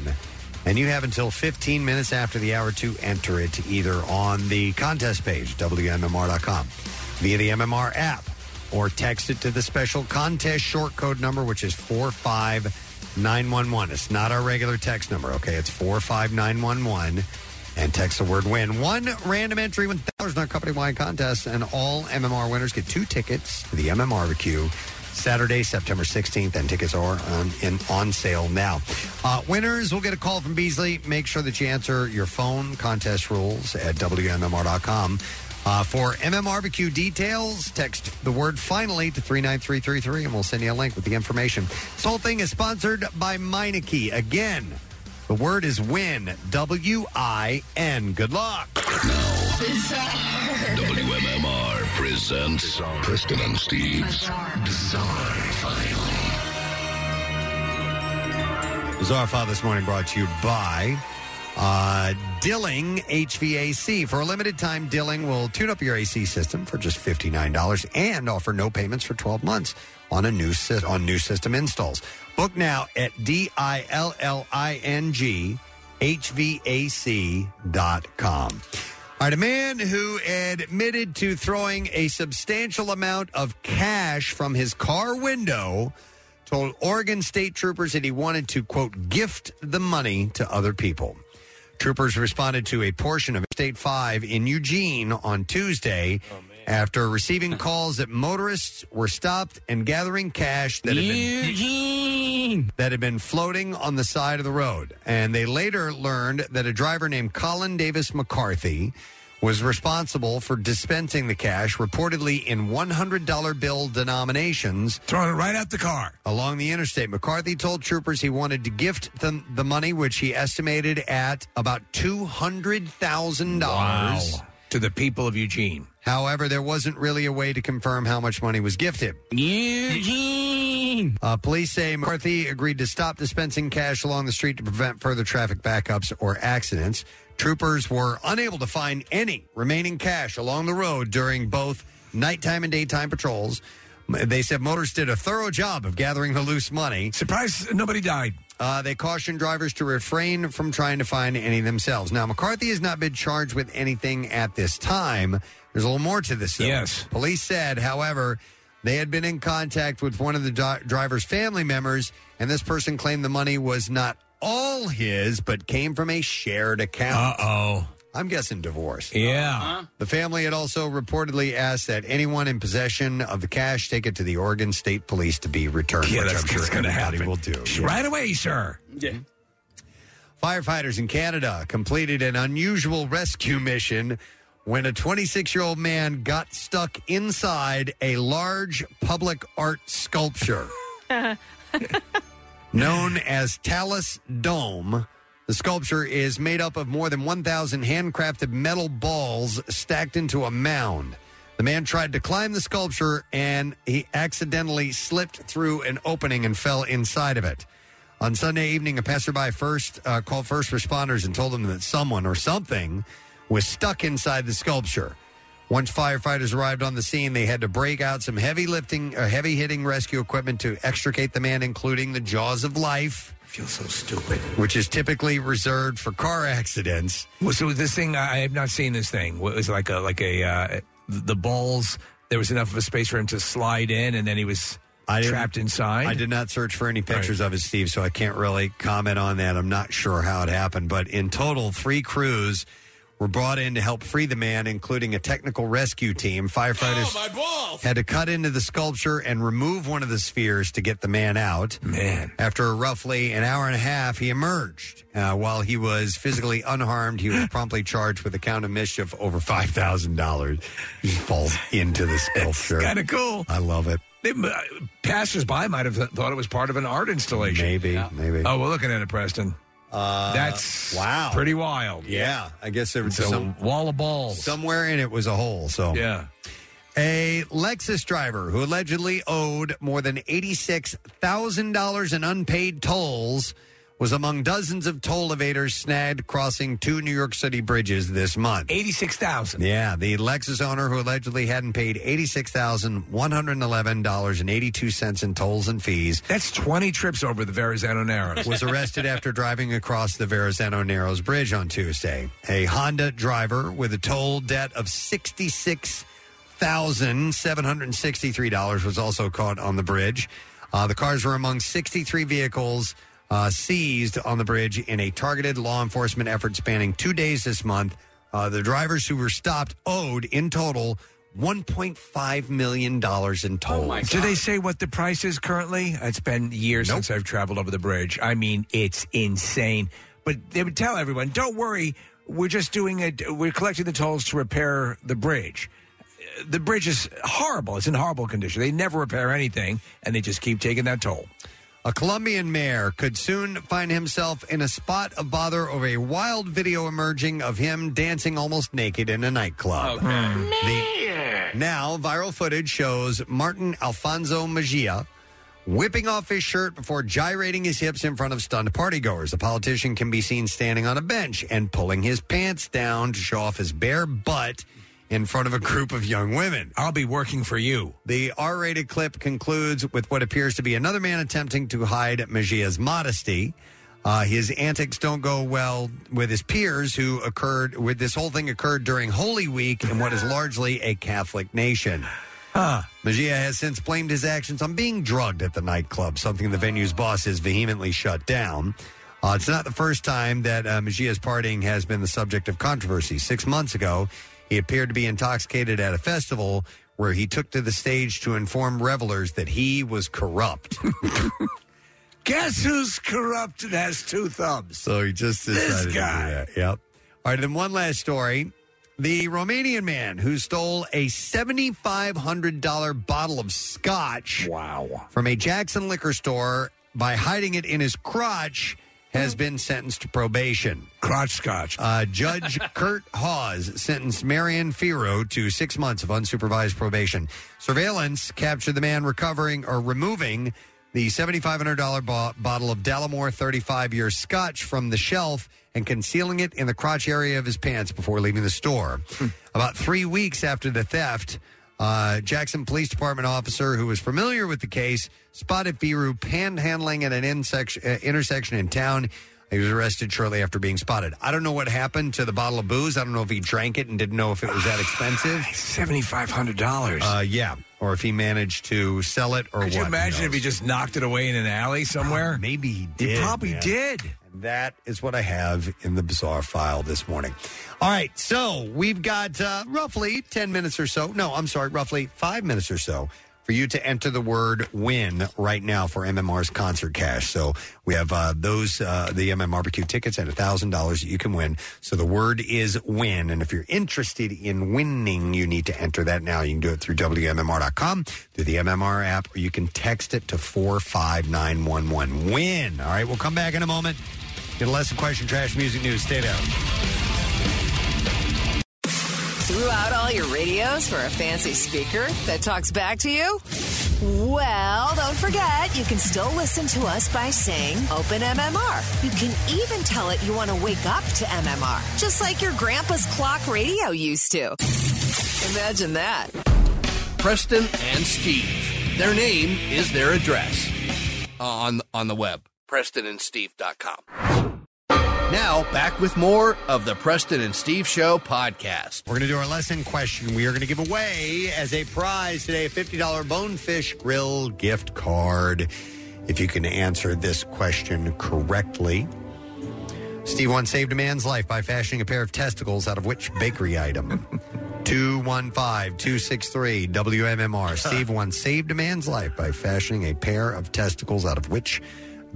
And you have until 15 minutes after the hour to enter it either on the contest page, WMMR.com, via the MMR app, or text it to the special contest short code number, which is 45911. It's not our regular text number, okay? It's 45911. and text the word win. One random entry wins dollars in our company wide contest, and all MMR winners get two tickets to the MMR MMRBQ Saturday, September 16th, and tickets are on, in, on sale now. Uh, winners will get a call from Beasley. Make sure that you answer your phone contest rules at WMMR.com. Uh, for MMRBQ details, text the word finally to 39333 and we'll send you a link with the information. This whole thing is sponsored by Meineke. Again, the word is win. W I N. Good luck.
WMMR presents Preston and Steve's Bizarre File.
Bizarre File this morning brought to you by uh, Dilling HVAC. For a limited time, Dilling will tune up your AC system for just $59 and offer no payments for 12 months on a new sy- on new system installs. Book now at D I L L I N G HVAC.com. All right, a man who admitted to throwing a substantial amount of cash from his car window told Oregon state troopers that he wanted to, quote, gift the money to other people. Troopers responded to a portion of State 5 in Eugene on Tuesday after receiving calls that motorists were stopped and gathering cash that had been that had been floating on the side of the road. And they later learned that a driver named Colin Davis McCarthy was responsible for dispensing the cash, reportedly in $100 bill denominations.
Throwing it right out the car.
Along the interstate. McCarthy told troopers he wanted to gift them the money, which he estimated at about $200,000.
Wow. To the people of Eugene.
However, there wasn't really a way to confirm how much money was gifted.
Eugene!
Uh, police say McCarthy agreed to stop dispensing cash along the street to prevent further traffic backups or accidents. Troopers were unable to find any remaining cash along the road during both nighttime and daytime patrols. M- They said motorists did a thorough job of gathering the loose money.
Surprised nobody died.
Uh, they cautioned drivers to refrain from trying to find any themselves. Now, McCarthy has not been charged with anything at this time. There's a little more to this, though. Yes. Police said, however, they had been in contact with one of the di- driver's family members, and this person claimed the money was not all his, but came from a shared account.
Uh oh.
I'm guessing divorce.
Yeah.
The family had also reportedly asked that anyone in possession of the cash take it to the Oregon State Police to be returned,
Yeah,
which
that's
I'm sure
gonna
everybody
happen.
will do.
Sh-
Yeah.
Right away, sir.
Yeah.
Firefighters in Canada completed an unusual rescue mission when a 26 year old man got stuck inside a large public art sculpture. Known as Talus Dome, the sculpture is made up of more than 1,000 handcrafted metal balls stacked into a mound. The man tried to climb the sculpture and he accidentally slipped through an opening and fell inside of it. On Sunday evening, a passerby first uh, called first responders and told them that someone or something was stuck inside the sculpture. Once firefighters arrived on the scene, they had to break out some heavy lifting, uh, heavy hitting rescue equipment to extricate the man, including the jaws of life. I feel so stupid. Which is typically reserved for car accidents.
Well, so this thing I I have not seen this thing. It was like a like a uh, the balls. There was enough of a space for him to slide in, and then he was
didn't-
trapped inside.
I did not search for any pictures of it, Steve, so I can't really comment on that. I'm not sure how it happened, but in total, three crews were brought in to help free the man, including a technical rescue team. Firefighters had to cut into the sculpture and remove one of the spheres to get the man out. Man. After roughly an hour and a half, he emerged. Uh, while he was physically unharmed, he was promptly charged with a count of mischief over $5,000. He falls into the sculpture.
Kind of cool.
I love it.
They, uh, passersby might have th- thought it was part of an art installation.
Maybe, maybe.
Oh, we're looking at it, Preston.
Uh,
That's
wow,
pretty wild.
Yeah, I guess there was
It's a
some
wall of balls
somewhere in it was a hole. So
yeah,
a Lexus driver who allegedly owed more than eighty-six thousand dollars in unpaid tolls was among dozens of toll evaders snagged crossing two New York City bridges this month.
Eighty-six thousand.
Yeah, the Lexus owner who allegedly hadn't paid eighty-six thousand one hundred eleven dollars and eighty-two cents in tolls and fees
That's twenty trips over the Verrazano Narrows.
was arrested after driving across the Verrazano Narrows Bridge on Tuesday. A Honda driver with a toll debt of $66,763 was also caught on the bridge. Uh, the cars were among 63 vehicles uh, seized on the bridge in a targeted law enforcement effort spanning two days this month. Uh, the drivers who were stopped owed in total $1.5 million in tolls.
Do they say what the price is currently? It's been years since I've traveled over the bridge. I mean, it's insane. But they would tell everyone, "Don't worry, we're just doing it. We're collecting the tolls to repair the bridge." Uh, The bridge is horrible. It's in horrible condition. They never repair anything, and they just keep taking that toll.
A Colombian mayor could soon find himself in a spot of bother over a wild video emerging of him dancing almost naked in a nightclub. The- Hmm. now, viral footage shows Martin Alfonso Mejia whipping off his shirt before gyrating his hips in front of stunned partygoers. The politician can be seen standing on a bench and pulling his pants down to show off his bare butt in front of a group of young women.
I'll be working for you.
The R rated clip concludes with what appears to be another man attempting to hide Mejia's modesty. Uh, his antics don't go well with his peers, who occurred with this whole thing occurred during Holy Week in what is largely a Catholic nation. Ah. Mejia has since blamed his actions on being drugged at the nightclub, something the venue's boss has vehemently shut down. Uh, it's not the first time that uh, Mejia's partying has been the subject of controversy. Six months ago, he appeared to be intoxicated at a festival where he took to the stage to inform revelers that he was corrupt.
Guess who's corrupt and has two thumbs?
So he just decided
guy.
to do that. Yep. All right, then one last story. The Romanian man who stole a $7,500 bottle of scotch
wow.
from a Jackson liquor store by hiding it in his crotch has been sentenced to probation.
Crotch scotch.
Uh, Judge Kurt Hawes sentenced Marion Firo to six months of unsupervised probation. Surveillance captured the man recovering or removing the $7,500 bo- bottle of Dalamore 35 year scotch from the shelf and concealing it in the crotch area of his pants before leaving the store.
Hmm.
About three weeks after the theft, uh, Jackson Police Department officer who was familiar with the case spotted Firu panhandling at an insect- uh, intersection in town. He was arrested shortly after being spotted. I don't know what happened to the bottle of booze. I don't know if he drank it and didn't know if it was that expensive.
Seventy five hundred dollars.
Uh, yeah, or if he managed to sell it or
Could
what.
you
who
imagine
knows.
if
Ah,
he just knocked it away in an alley somewhere?
maybe he
He
did,
probably
man.
did.
And that is what I have in the bizarre file this morning. All right, so we've got uh, roughly 10 minutes or so. No, I'm sorry, roughly five minutes or so for you to enter the word win right now for MMR's concert cash. So we have uh, those, uh, the MMRBQ tickets at $1,000 that you can win. So the word is win. And if you're interested in winning, you need to enter that now. You can do it through WMMR.com, through the MMR app, or you can text it to 45911. Win. All right, we'll come back in a moment. Get a lesson question, trash music news. Stay down.
Threw out all your radios for a fancy speaker that talks back to you? Well, don't forget, you can still listen to us by saying Open MMR. You can even tell it you want to wake up to MMR, just like your grandpa's clock radio used to. Imagine that.
Preston and Steve. Their name is their address on on the web. PrestonandSteve.com. Now back with more of the Preston and Steve Show podcast.
We're going to do our lesson question. We are going to give away as a prize today a $50 Bonefish Grill gift card. If you can answer this question correctly, Steve once saved a man's life by fashioning a pair of testicles out of which bakery item? 215 263 WMMR. Steve once saved a man's life by fashioning a pair of testicles out of which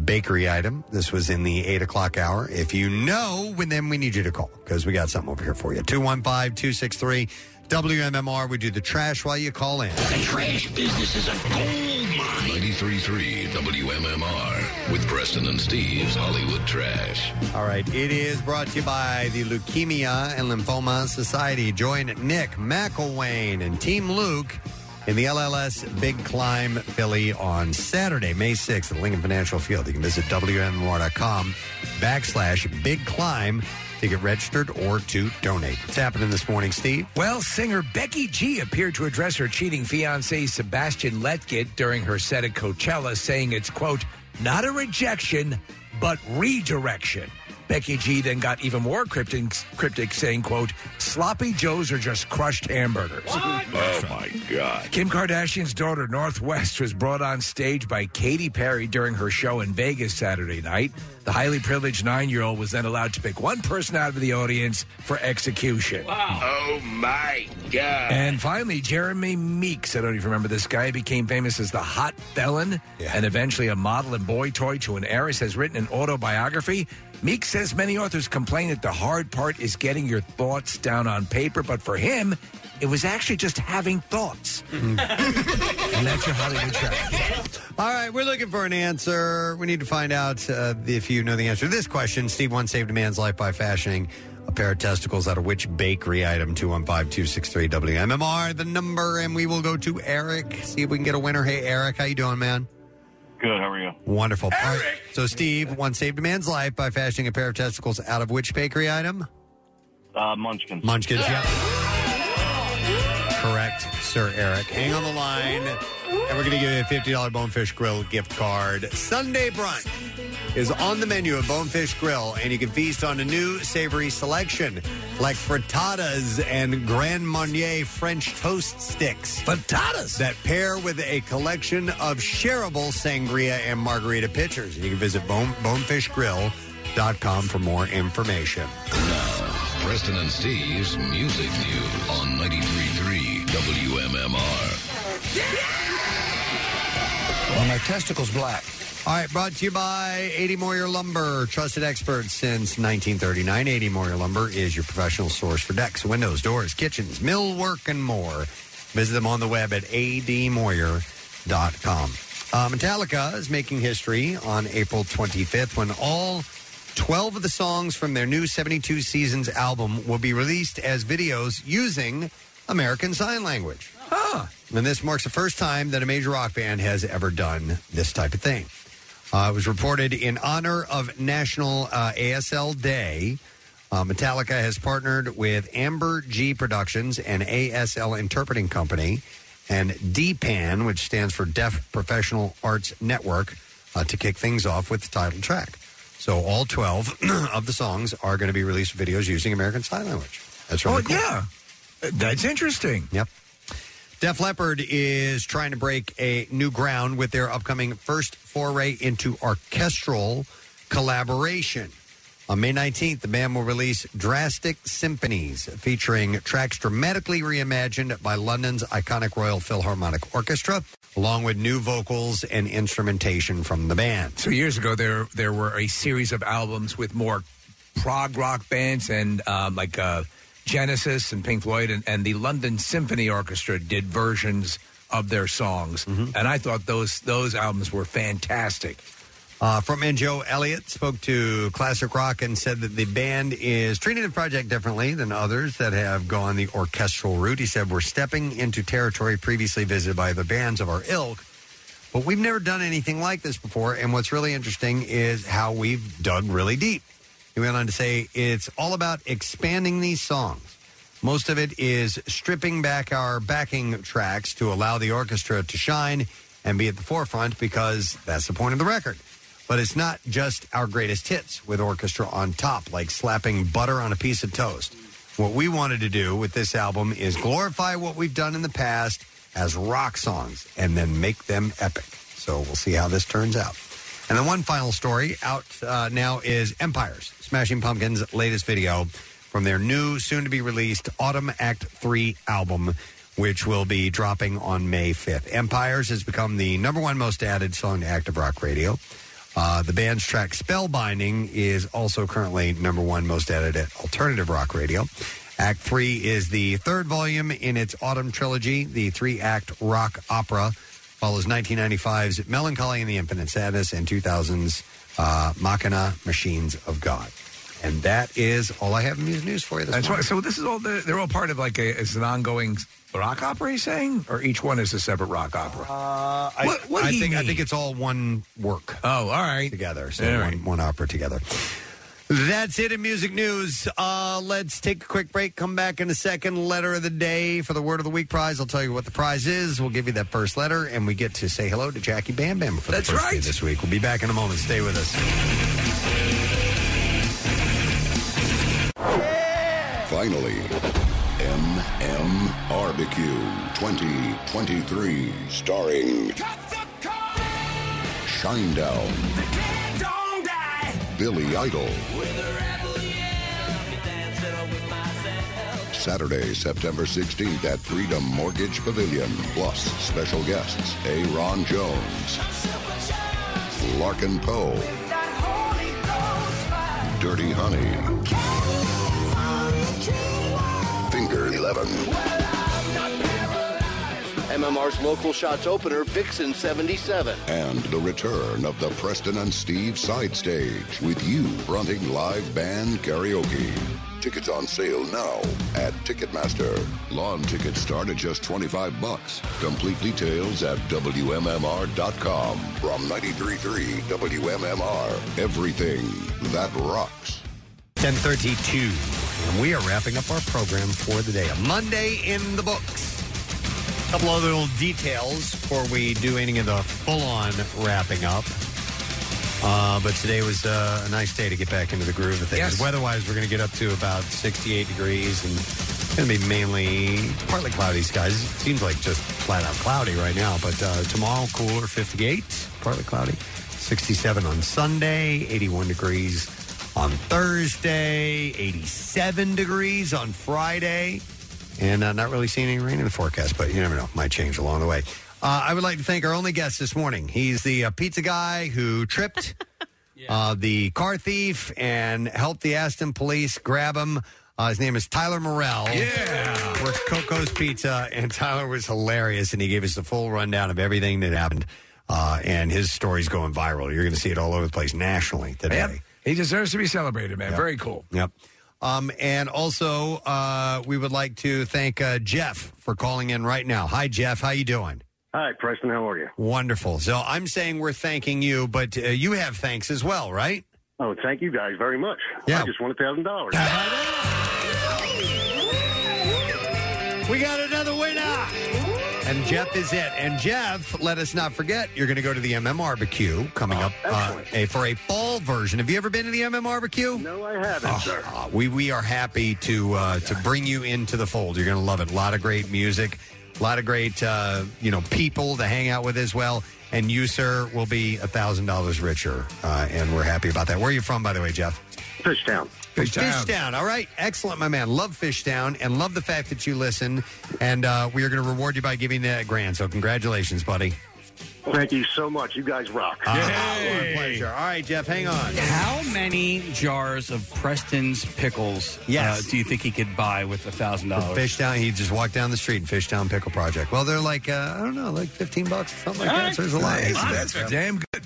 bakery item? This was in the 8 o'clock hour. If you know, well, then we need you to call because we got something over here for you. 215 263 WMMR. We do the trash while you call in.
The trash business is a gold mine. 93.3 WMMR with Preston and Steve's Hollywood Trash.
All right, it is brought to you by the Leukemia and Lymphoma Society. Join Nick McElwain and Team Luke in the LLS Big Climb Philly on Saturday, May 6th at Lincoln Financial Field. You can visit WMMR.com backslash Big Climb to get registered or to donate. What's happening this morning, Steve?
Well, singer Becky G appeared to address her cheating fiance Sebastian Letget during her set at Coachella, saying it's, quote, not a rejection, but redirection. Becky G then got even more cryptic, cryptic saying, quote, sloppy joes are just crushed hamburgers.
Oh my God.
Kim Kardashian's daughter, Northwest, was brought on stage by Katy Perry during her show in Vegas Saturday night. The highly privileged nine year old was then allowed to pick one person out of the audience for execution.
Oh my God.
And finally, Jeremy Meeks. I don't even remember this guy. He became famous as the hot felon and eventually a model and boy toy to an heiress, has written an autobiography. Meeks says many authors complain that the hard part is getting your thoughts down on paper, but for him, it was actually just having thoughts.
Mm-hmm.
and that's your Hollywood trash.
All right, we're looking for an answer. We need to find out uh, if you know the answer to this question. Steve once saved a man's life by fashioning a pair of testicles out of which bakery item? 215 263 WMMR, the number, and we will go to Eric, see if we can get a winner. Hey, Eric, how you doing, man?
Good. How are you?
Wonderful. All right, So, Steve once saved a man's life by fashioning a pair of testicles out of which bakery item?
Uh, Munchkins.
Munchkins, yeah. Correct, Sir Eric. Hang on the line, and we're going to give you a $50 Bonefish Grill gift card. Sunday brunch is on the menu at Bonefish Grill, and you can feast on a new savory selection like frittatas and Grand Marnier French toast sticks.
Frittatas!
That pair with a collection of shareable sangria and margarita pitchers. You can visit bone, bonefishgrill.com for more information.
Preston and Steve's Music News on 93.3 WMMR.
Well, my testicles black. All right, brought to you by 80 Moyer Lumber, trusted expert since 1939. 80 Moyer Lumber is your professional source for decks, windows, doors, kitchens, millwork, and more. Visit them on the web at admoyer.com. Uh, Metallica is making history on April 25th when all 12 of the songs from their new 72 Seasons album will be released as videos using American Sign Language. And this marks the first time that a major rock band has ever done this type of thing. Uh, it was reported in honor of National uh, ASL Day. Uh, Metallica has partnered with Amber G Productions, an ASL interpreting company, and DPAN, which stands for Deaf Professional Arts Network, uh, to kick things off with the title track. So all 12 of the songs are going to be released with videos using American Sign Language. That's really
Oh,
cool.
yeah. That's interesting.
Yep. Def Leppard is trying to break a new ground with their upcoming first foray into orchestral collaboration. On May 19th, the band will release Drastic Symphonies, featuring tracks dramatically reimagined by London's iconic Royal Philharmonic Orchestra, along with new vocals and instrumentation from the band.
So years ago, there there were a series of albums with more prog rock bands and um, like uh, Genesis and Pink Floyd and, and the London Symphony Orchestra did versions of their songs,
Mm-hmm.
and I thought those those albums were fantastic.
Uh, frontman Joe Elliott spoke to Classic Rock and said that the band is treating the project differently than others that have gone the orchestral route. He said, We're stepping into territory previously visited by the bands of our ilk, but we've never done anything like this before. And what's really interesting is how we've dug really deep. He went on to say, It's all about expanding these songs. Most of it is stripping back our backing tracks to allow the orchestra to shine and be at the forefront because that's the point of the record. But it's not just our greatest hits with orchestra on top, like slapping butter on a piece of toast. What we wanted to do with this album is glorify what we've done in the past as rock songs and then make them epic. So we'll see how this turns out. And the one final story out uh, now is Empires, Smashing Pumpkins' latest video from their new, soon to be released Autumn Act 3 album, which will be dropping on May 5th. Empires has become the number one most added song to active rock radio. Uh, the band's track Spellbinding is also currently number one most added at alternative rock radio. Act 3 is the third volume in its autumn trilogy, the three act rock opera. Follows 1995's Melancholy and the Infinite Sadness and 2000's uh, Machina Machines of God. And that is all I have in music news for you this
That's
morning.
right. So this is all the, they're all part of like a it's an ongoing rock opera. You saying, or each one is a separate rock opera?
Uh, I, I think I think it's all one work.
Oh, all right,
together. So
All
one,
right.
one opera together. That's it in music news. Uh, let's take a quick break. Come back in a second. Letter of the day for the word of the week prize. I'll tell you what the prize is. We'll give you that first letter, and we get to say hello to Jackie Bam Bam for
That's
the first day
right.
this week. We'll be back in a moment. Stay with us.
Finally, MM Barbecue 2023, starring Shinedown, Billy Idol. Saturday, September 16th at Freedom Mortgage Pavilion. Plus, special guests A. Ron Jones, Larkin Poe, Dirty Honey, Finger 11.
MMR's local shots opener, Vixen 77.
And the return of the Preston and Steve side stage with you fronting live band karaoke. Tickets on sale now at Ticketmaster. Lawn tickets start at just 25 bucks. Complete details at WMMR.com. From 93.3 WMMR, everything that rocks.
1032. And we are wrapping up our program for the day. A Monday in the books. A couple other little details before we do any of the full-on wrapping up. Uh, but today was uh, a nice day to get back into the groove of things.
Yes.
Weather-wise, we're going to get up to about 68 degrees and it's going to be mainly partly cloudy skies. It seems like just flat out cloudy right now. But uh, tomorrow, cooler, 58, partly cloudy. 67 on Sunday, 81 degrees on Thursday, 87 degrees on Friday, and uh, not really seeing any rain in the forecast, but you never know. Might change along the way. Uh, I would like to thank our only guest this morning. He's the uh, pizza guy who tripped uh, the car thief and helped the Aston police grab him. Uh, his name is Tyler Morell. Yeah. Works Coco's Pizza, and Tyler was hilarious, and he gave us the full rundown of everything that happened. Uh, and his story's going viral. You're going to see it all over the place nationally today.
Yep. He deserves to be celebrated, man. Very cool.
Yep. Um, and also, uh, we would like to thank uh, Jeff for calling in right now. Hi, Jeff. How you doing?
Hi, Preston. How are you?
Wonderful. So I'm saying we're thanking you, but uh, you have thanks as well, right?
Oh, thank you guys very much. I just won a thousand dollars.
We got another winner. And Jeff is it. And Jeff, let us not forget, you're going to go to the MMRBQ coming
Oh,
up uh, a, for a fall version. Have you ever been to the MMRBQ?
No, I haven't, sir.
Uh, we we are happy to uh, to bring you into the fold. You're going to love it. A lot of great music, a lot of great uh, you know people to hang out with as well. And you, sir, will be a thousand dollars richer, uh, and we're happy about that. Where are you from, by the way, Jeff?
Fishtown.
Fishtown. All right. Excellent, my man. Love Fishtown and love the fact that you listen. And uh, we are going to reward you by giving that a grand. So, congratulations, buddy.
Thank you so much. You guys rock.
Our Ah. pleasure. All right, Jeff, hang on.
How many jars of Preston's pickles
Yes.
uh, do you think he could buy with a thousand dollars?
Fishtown, he just walked down the street and Fishtown Pickle Project. Well, they're like, uh, I don't know, like 15 bucks, something like
All
that.
right.
So there's a lot.
Nice. That's damn
good.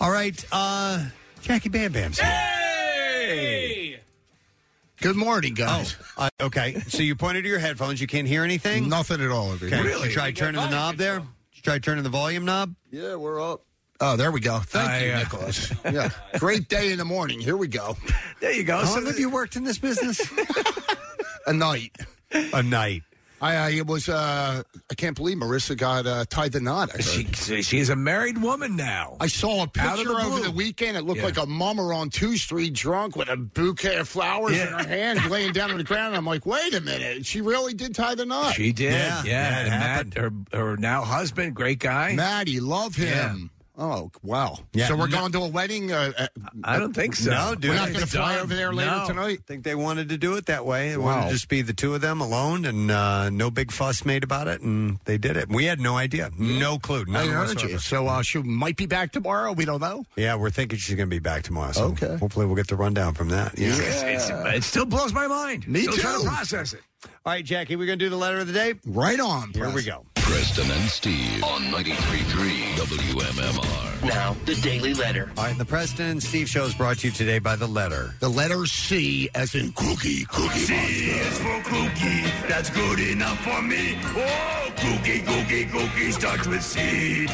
All right, uh, Jackie Bam Bam's here.
Good morning, guys.
Oh, uh, okay. So you pointed to your headphones. You can't hear anything?
Nothing at all. Over
Okay.
here.
Did you try turning the knob there? Did you try turning the volume knob?
Yeah, we're up. Oh, there we go. Thank you,
uh,
Nicholas. Yeah, great day in the morning. Here we go. There you go.
How long have you worked in this business?
a night.
A night.
I, I it was. Uh, I can't believe Marissa got uh, tied the knot. I heard.
She, she's a married woman now.
I saw a
Out of
picture
the
over
blue.
the weekend. It looked
Yeah.
like a mummer on two street drunk with a bouquet of flowers in
Yeah.
her hand, laying down on the ground. I'm like, wait a minute, she really did tie the knot.
She did. Yeah. and Matt, her, her now husband, great guy.
Maddie, love him. Oh wow!
Yeah.
so we're
No-
going to a wedding? Uh, uh,
I don't think so.
No, dude.
We're not going to fly over there later
No.
tonight.
I think they wanted to do it that way. They wanted
Wow.
to just be the two of them alone and uh, no big fuss made about it. And they did it. We had no idea. No clue. None
I heard
whatsoever.
you. So uh, she might be back tomorrow. We don't know.
Yeah, we're thinking she's going to be back tomorrow. So okay. Hopefully, we'll get the rundown from that. Yeah.
It's- it's- it still blows my mind.
Me
still Trying
too.
to process it.
All right, Jackie, we're going to do the letter of the day.
Right on.
Here we go.
Preston and Steve on 93.3 WMMR.
Now,
the Daily Letter.
All right, the Preston and Steve show is brought to you today by the letter.
The letter C, as in cookie, cookie
C is for cookie. That's good enough for me. Oh, cookie, cookie, cookie starts with C.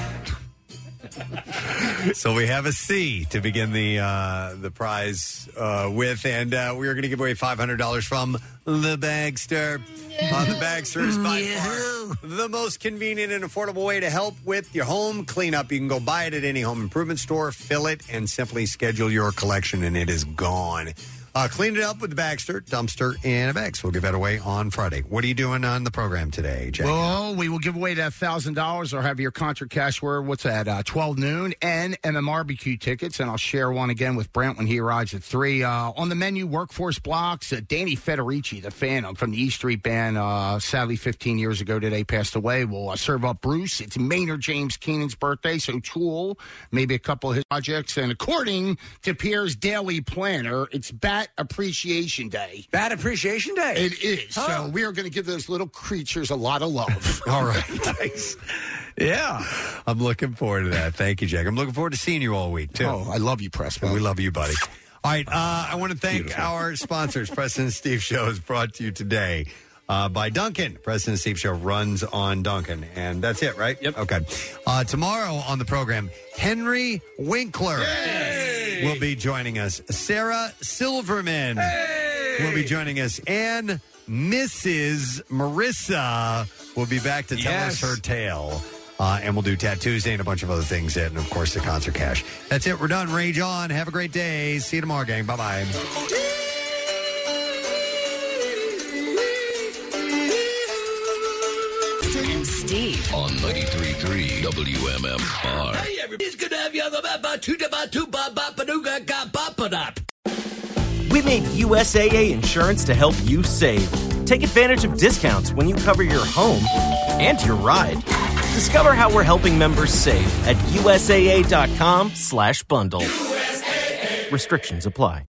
so we have a C to begin the uh, the prize uh, with, and uh, we are going to give away five hundred dollars from the Bagster. Uh, the Bagster is by far the most convenient and affordable way to help with your home cleanup. You can go buy it at any home improvement store, fill it, and simply schedule your collection, and it is gone. Uh, clean it up with the Bagster dumpster in a bag. So we'll give that away on Friday. What are you doing on the program today, Jack?
Well, we will give away that thousand dollars or have your contra cash word. What's that? Uh, Twelve noon and MMRBQ tickets, and I'll share one again with Brent when he arrives at three. Uh, on the menu, workforce blocks. Uh, Danny Federici, the phantom from the E Street Band, uh, sadly 15 years ago today passed away. We'll uh, serve up Bruce. It's Maynard James Keenan's birthday, so Tool, maybe a couple of his projects, and according to Pierre's Daily Planner, it's Bat Appreciation Day.
Bat Appreciation Day.
It is. So we are going to give those little creatures a lot of love.
All right. Nice. Yeah. I'm looking forward to that. Thank you, Jack. I'm looking forward to seeing you all week, too.
Oh, I love you, Preston.
We love you, buddy. All right. Uh, I want to thank our sponsors. Preston and Steve Show is brought to you today uh, by Duncan. Preston and Steve Show runs on Duncan. And that's it, right? Yep. Okay. Uh, tomorrow on the program, Henry Winkler will be joining us. Sarah Silverman will be joining us. And Mrs. Marissa will be back to tell us
Yes.
her tale. Uh, and we'll do tattoos and a bunch of other things, and of course, the concert cash. That's it. We're done. Rage on. Have a great day. See you tomorrow, gang. Bye bye.
Preston and Steve on 93.3 WMMR.
Hey, everybody's good to have you on the map. Ba-tu-da-ba-tu-ba-ba-ba-doo-ga-ga-ba-ba-dap.
We made USAA insurance to help you save. Take advantage of discounts when you cover your home and your ride. Discover how we're helping members save at USAA.com slash bundle. Restrictions apply.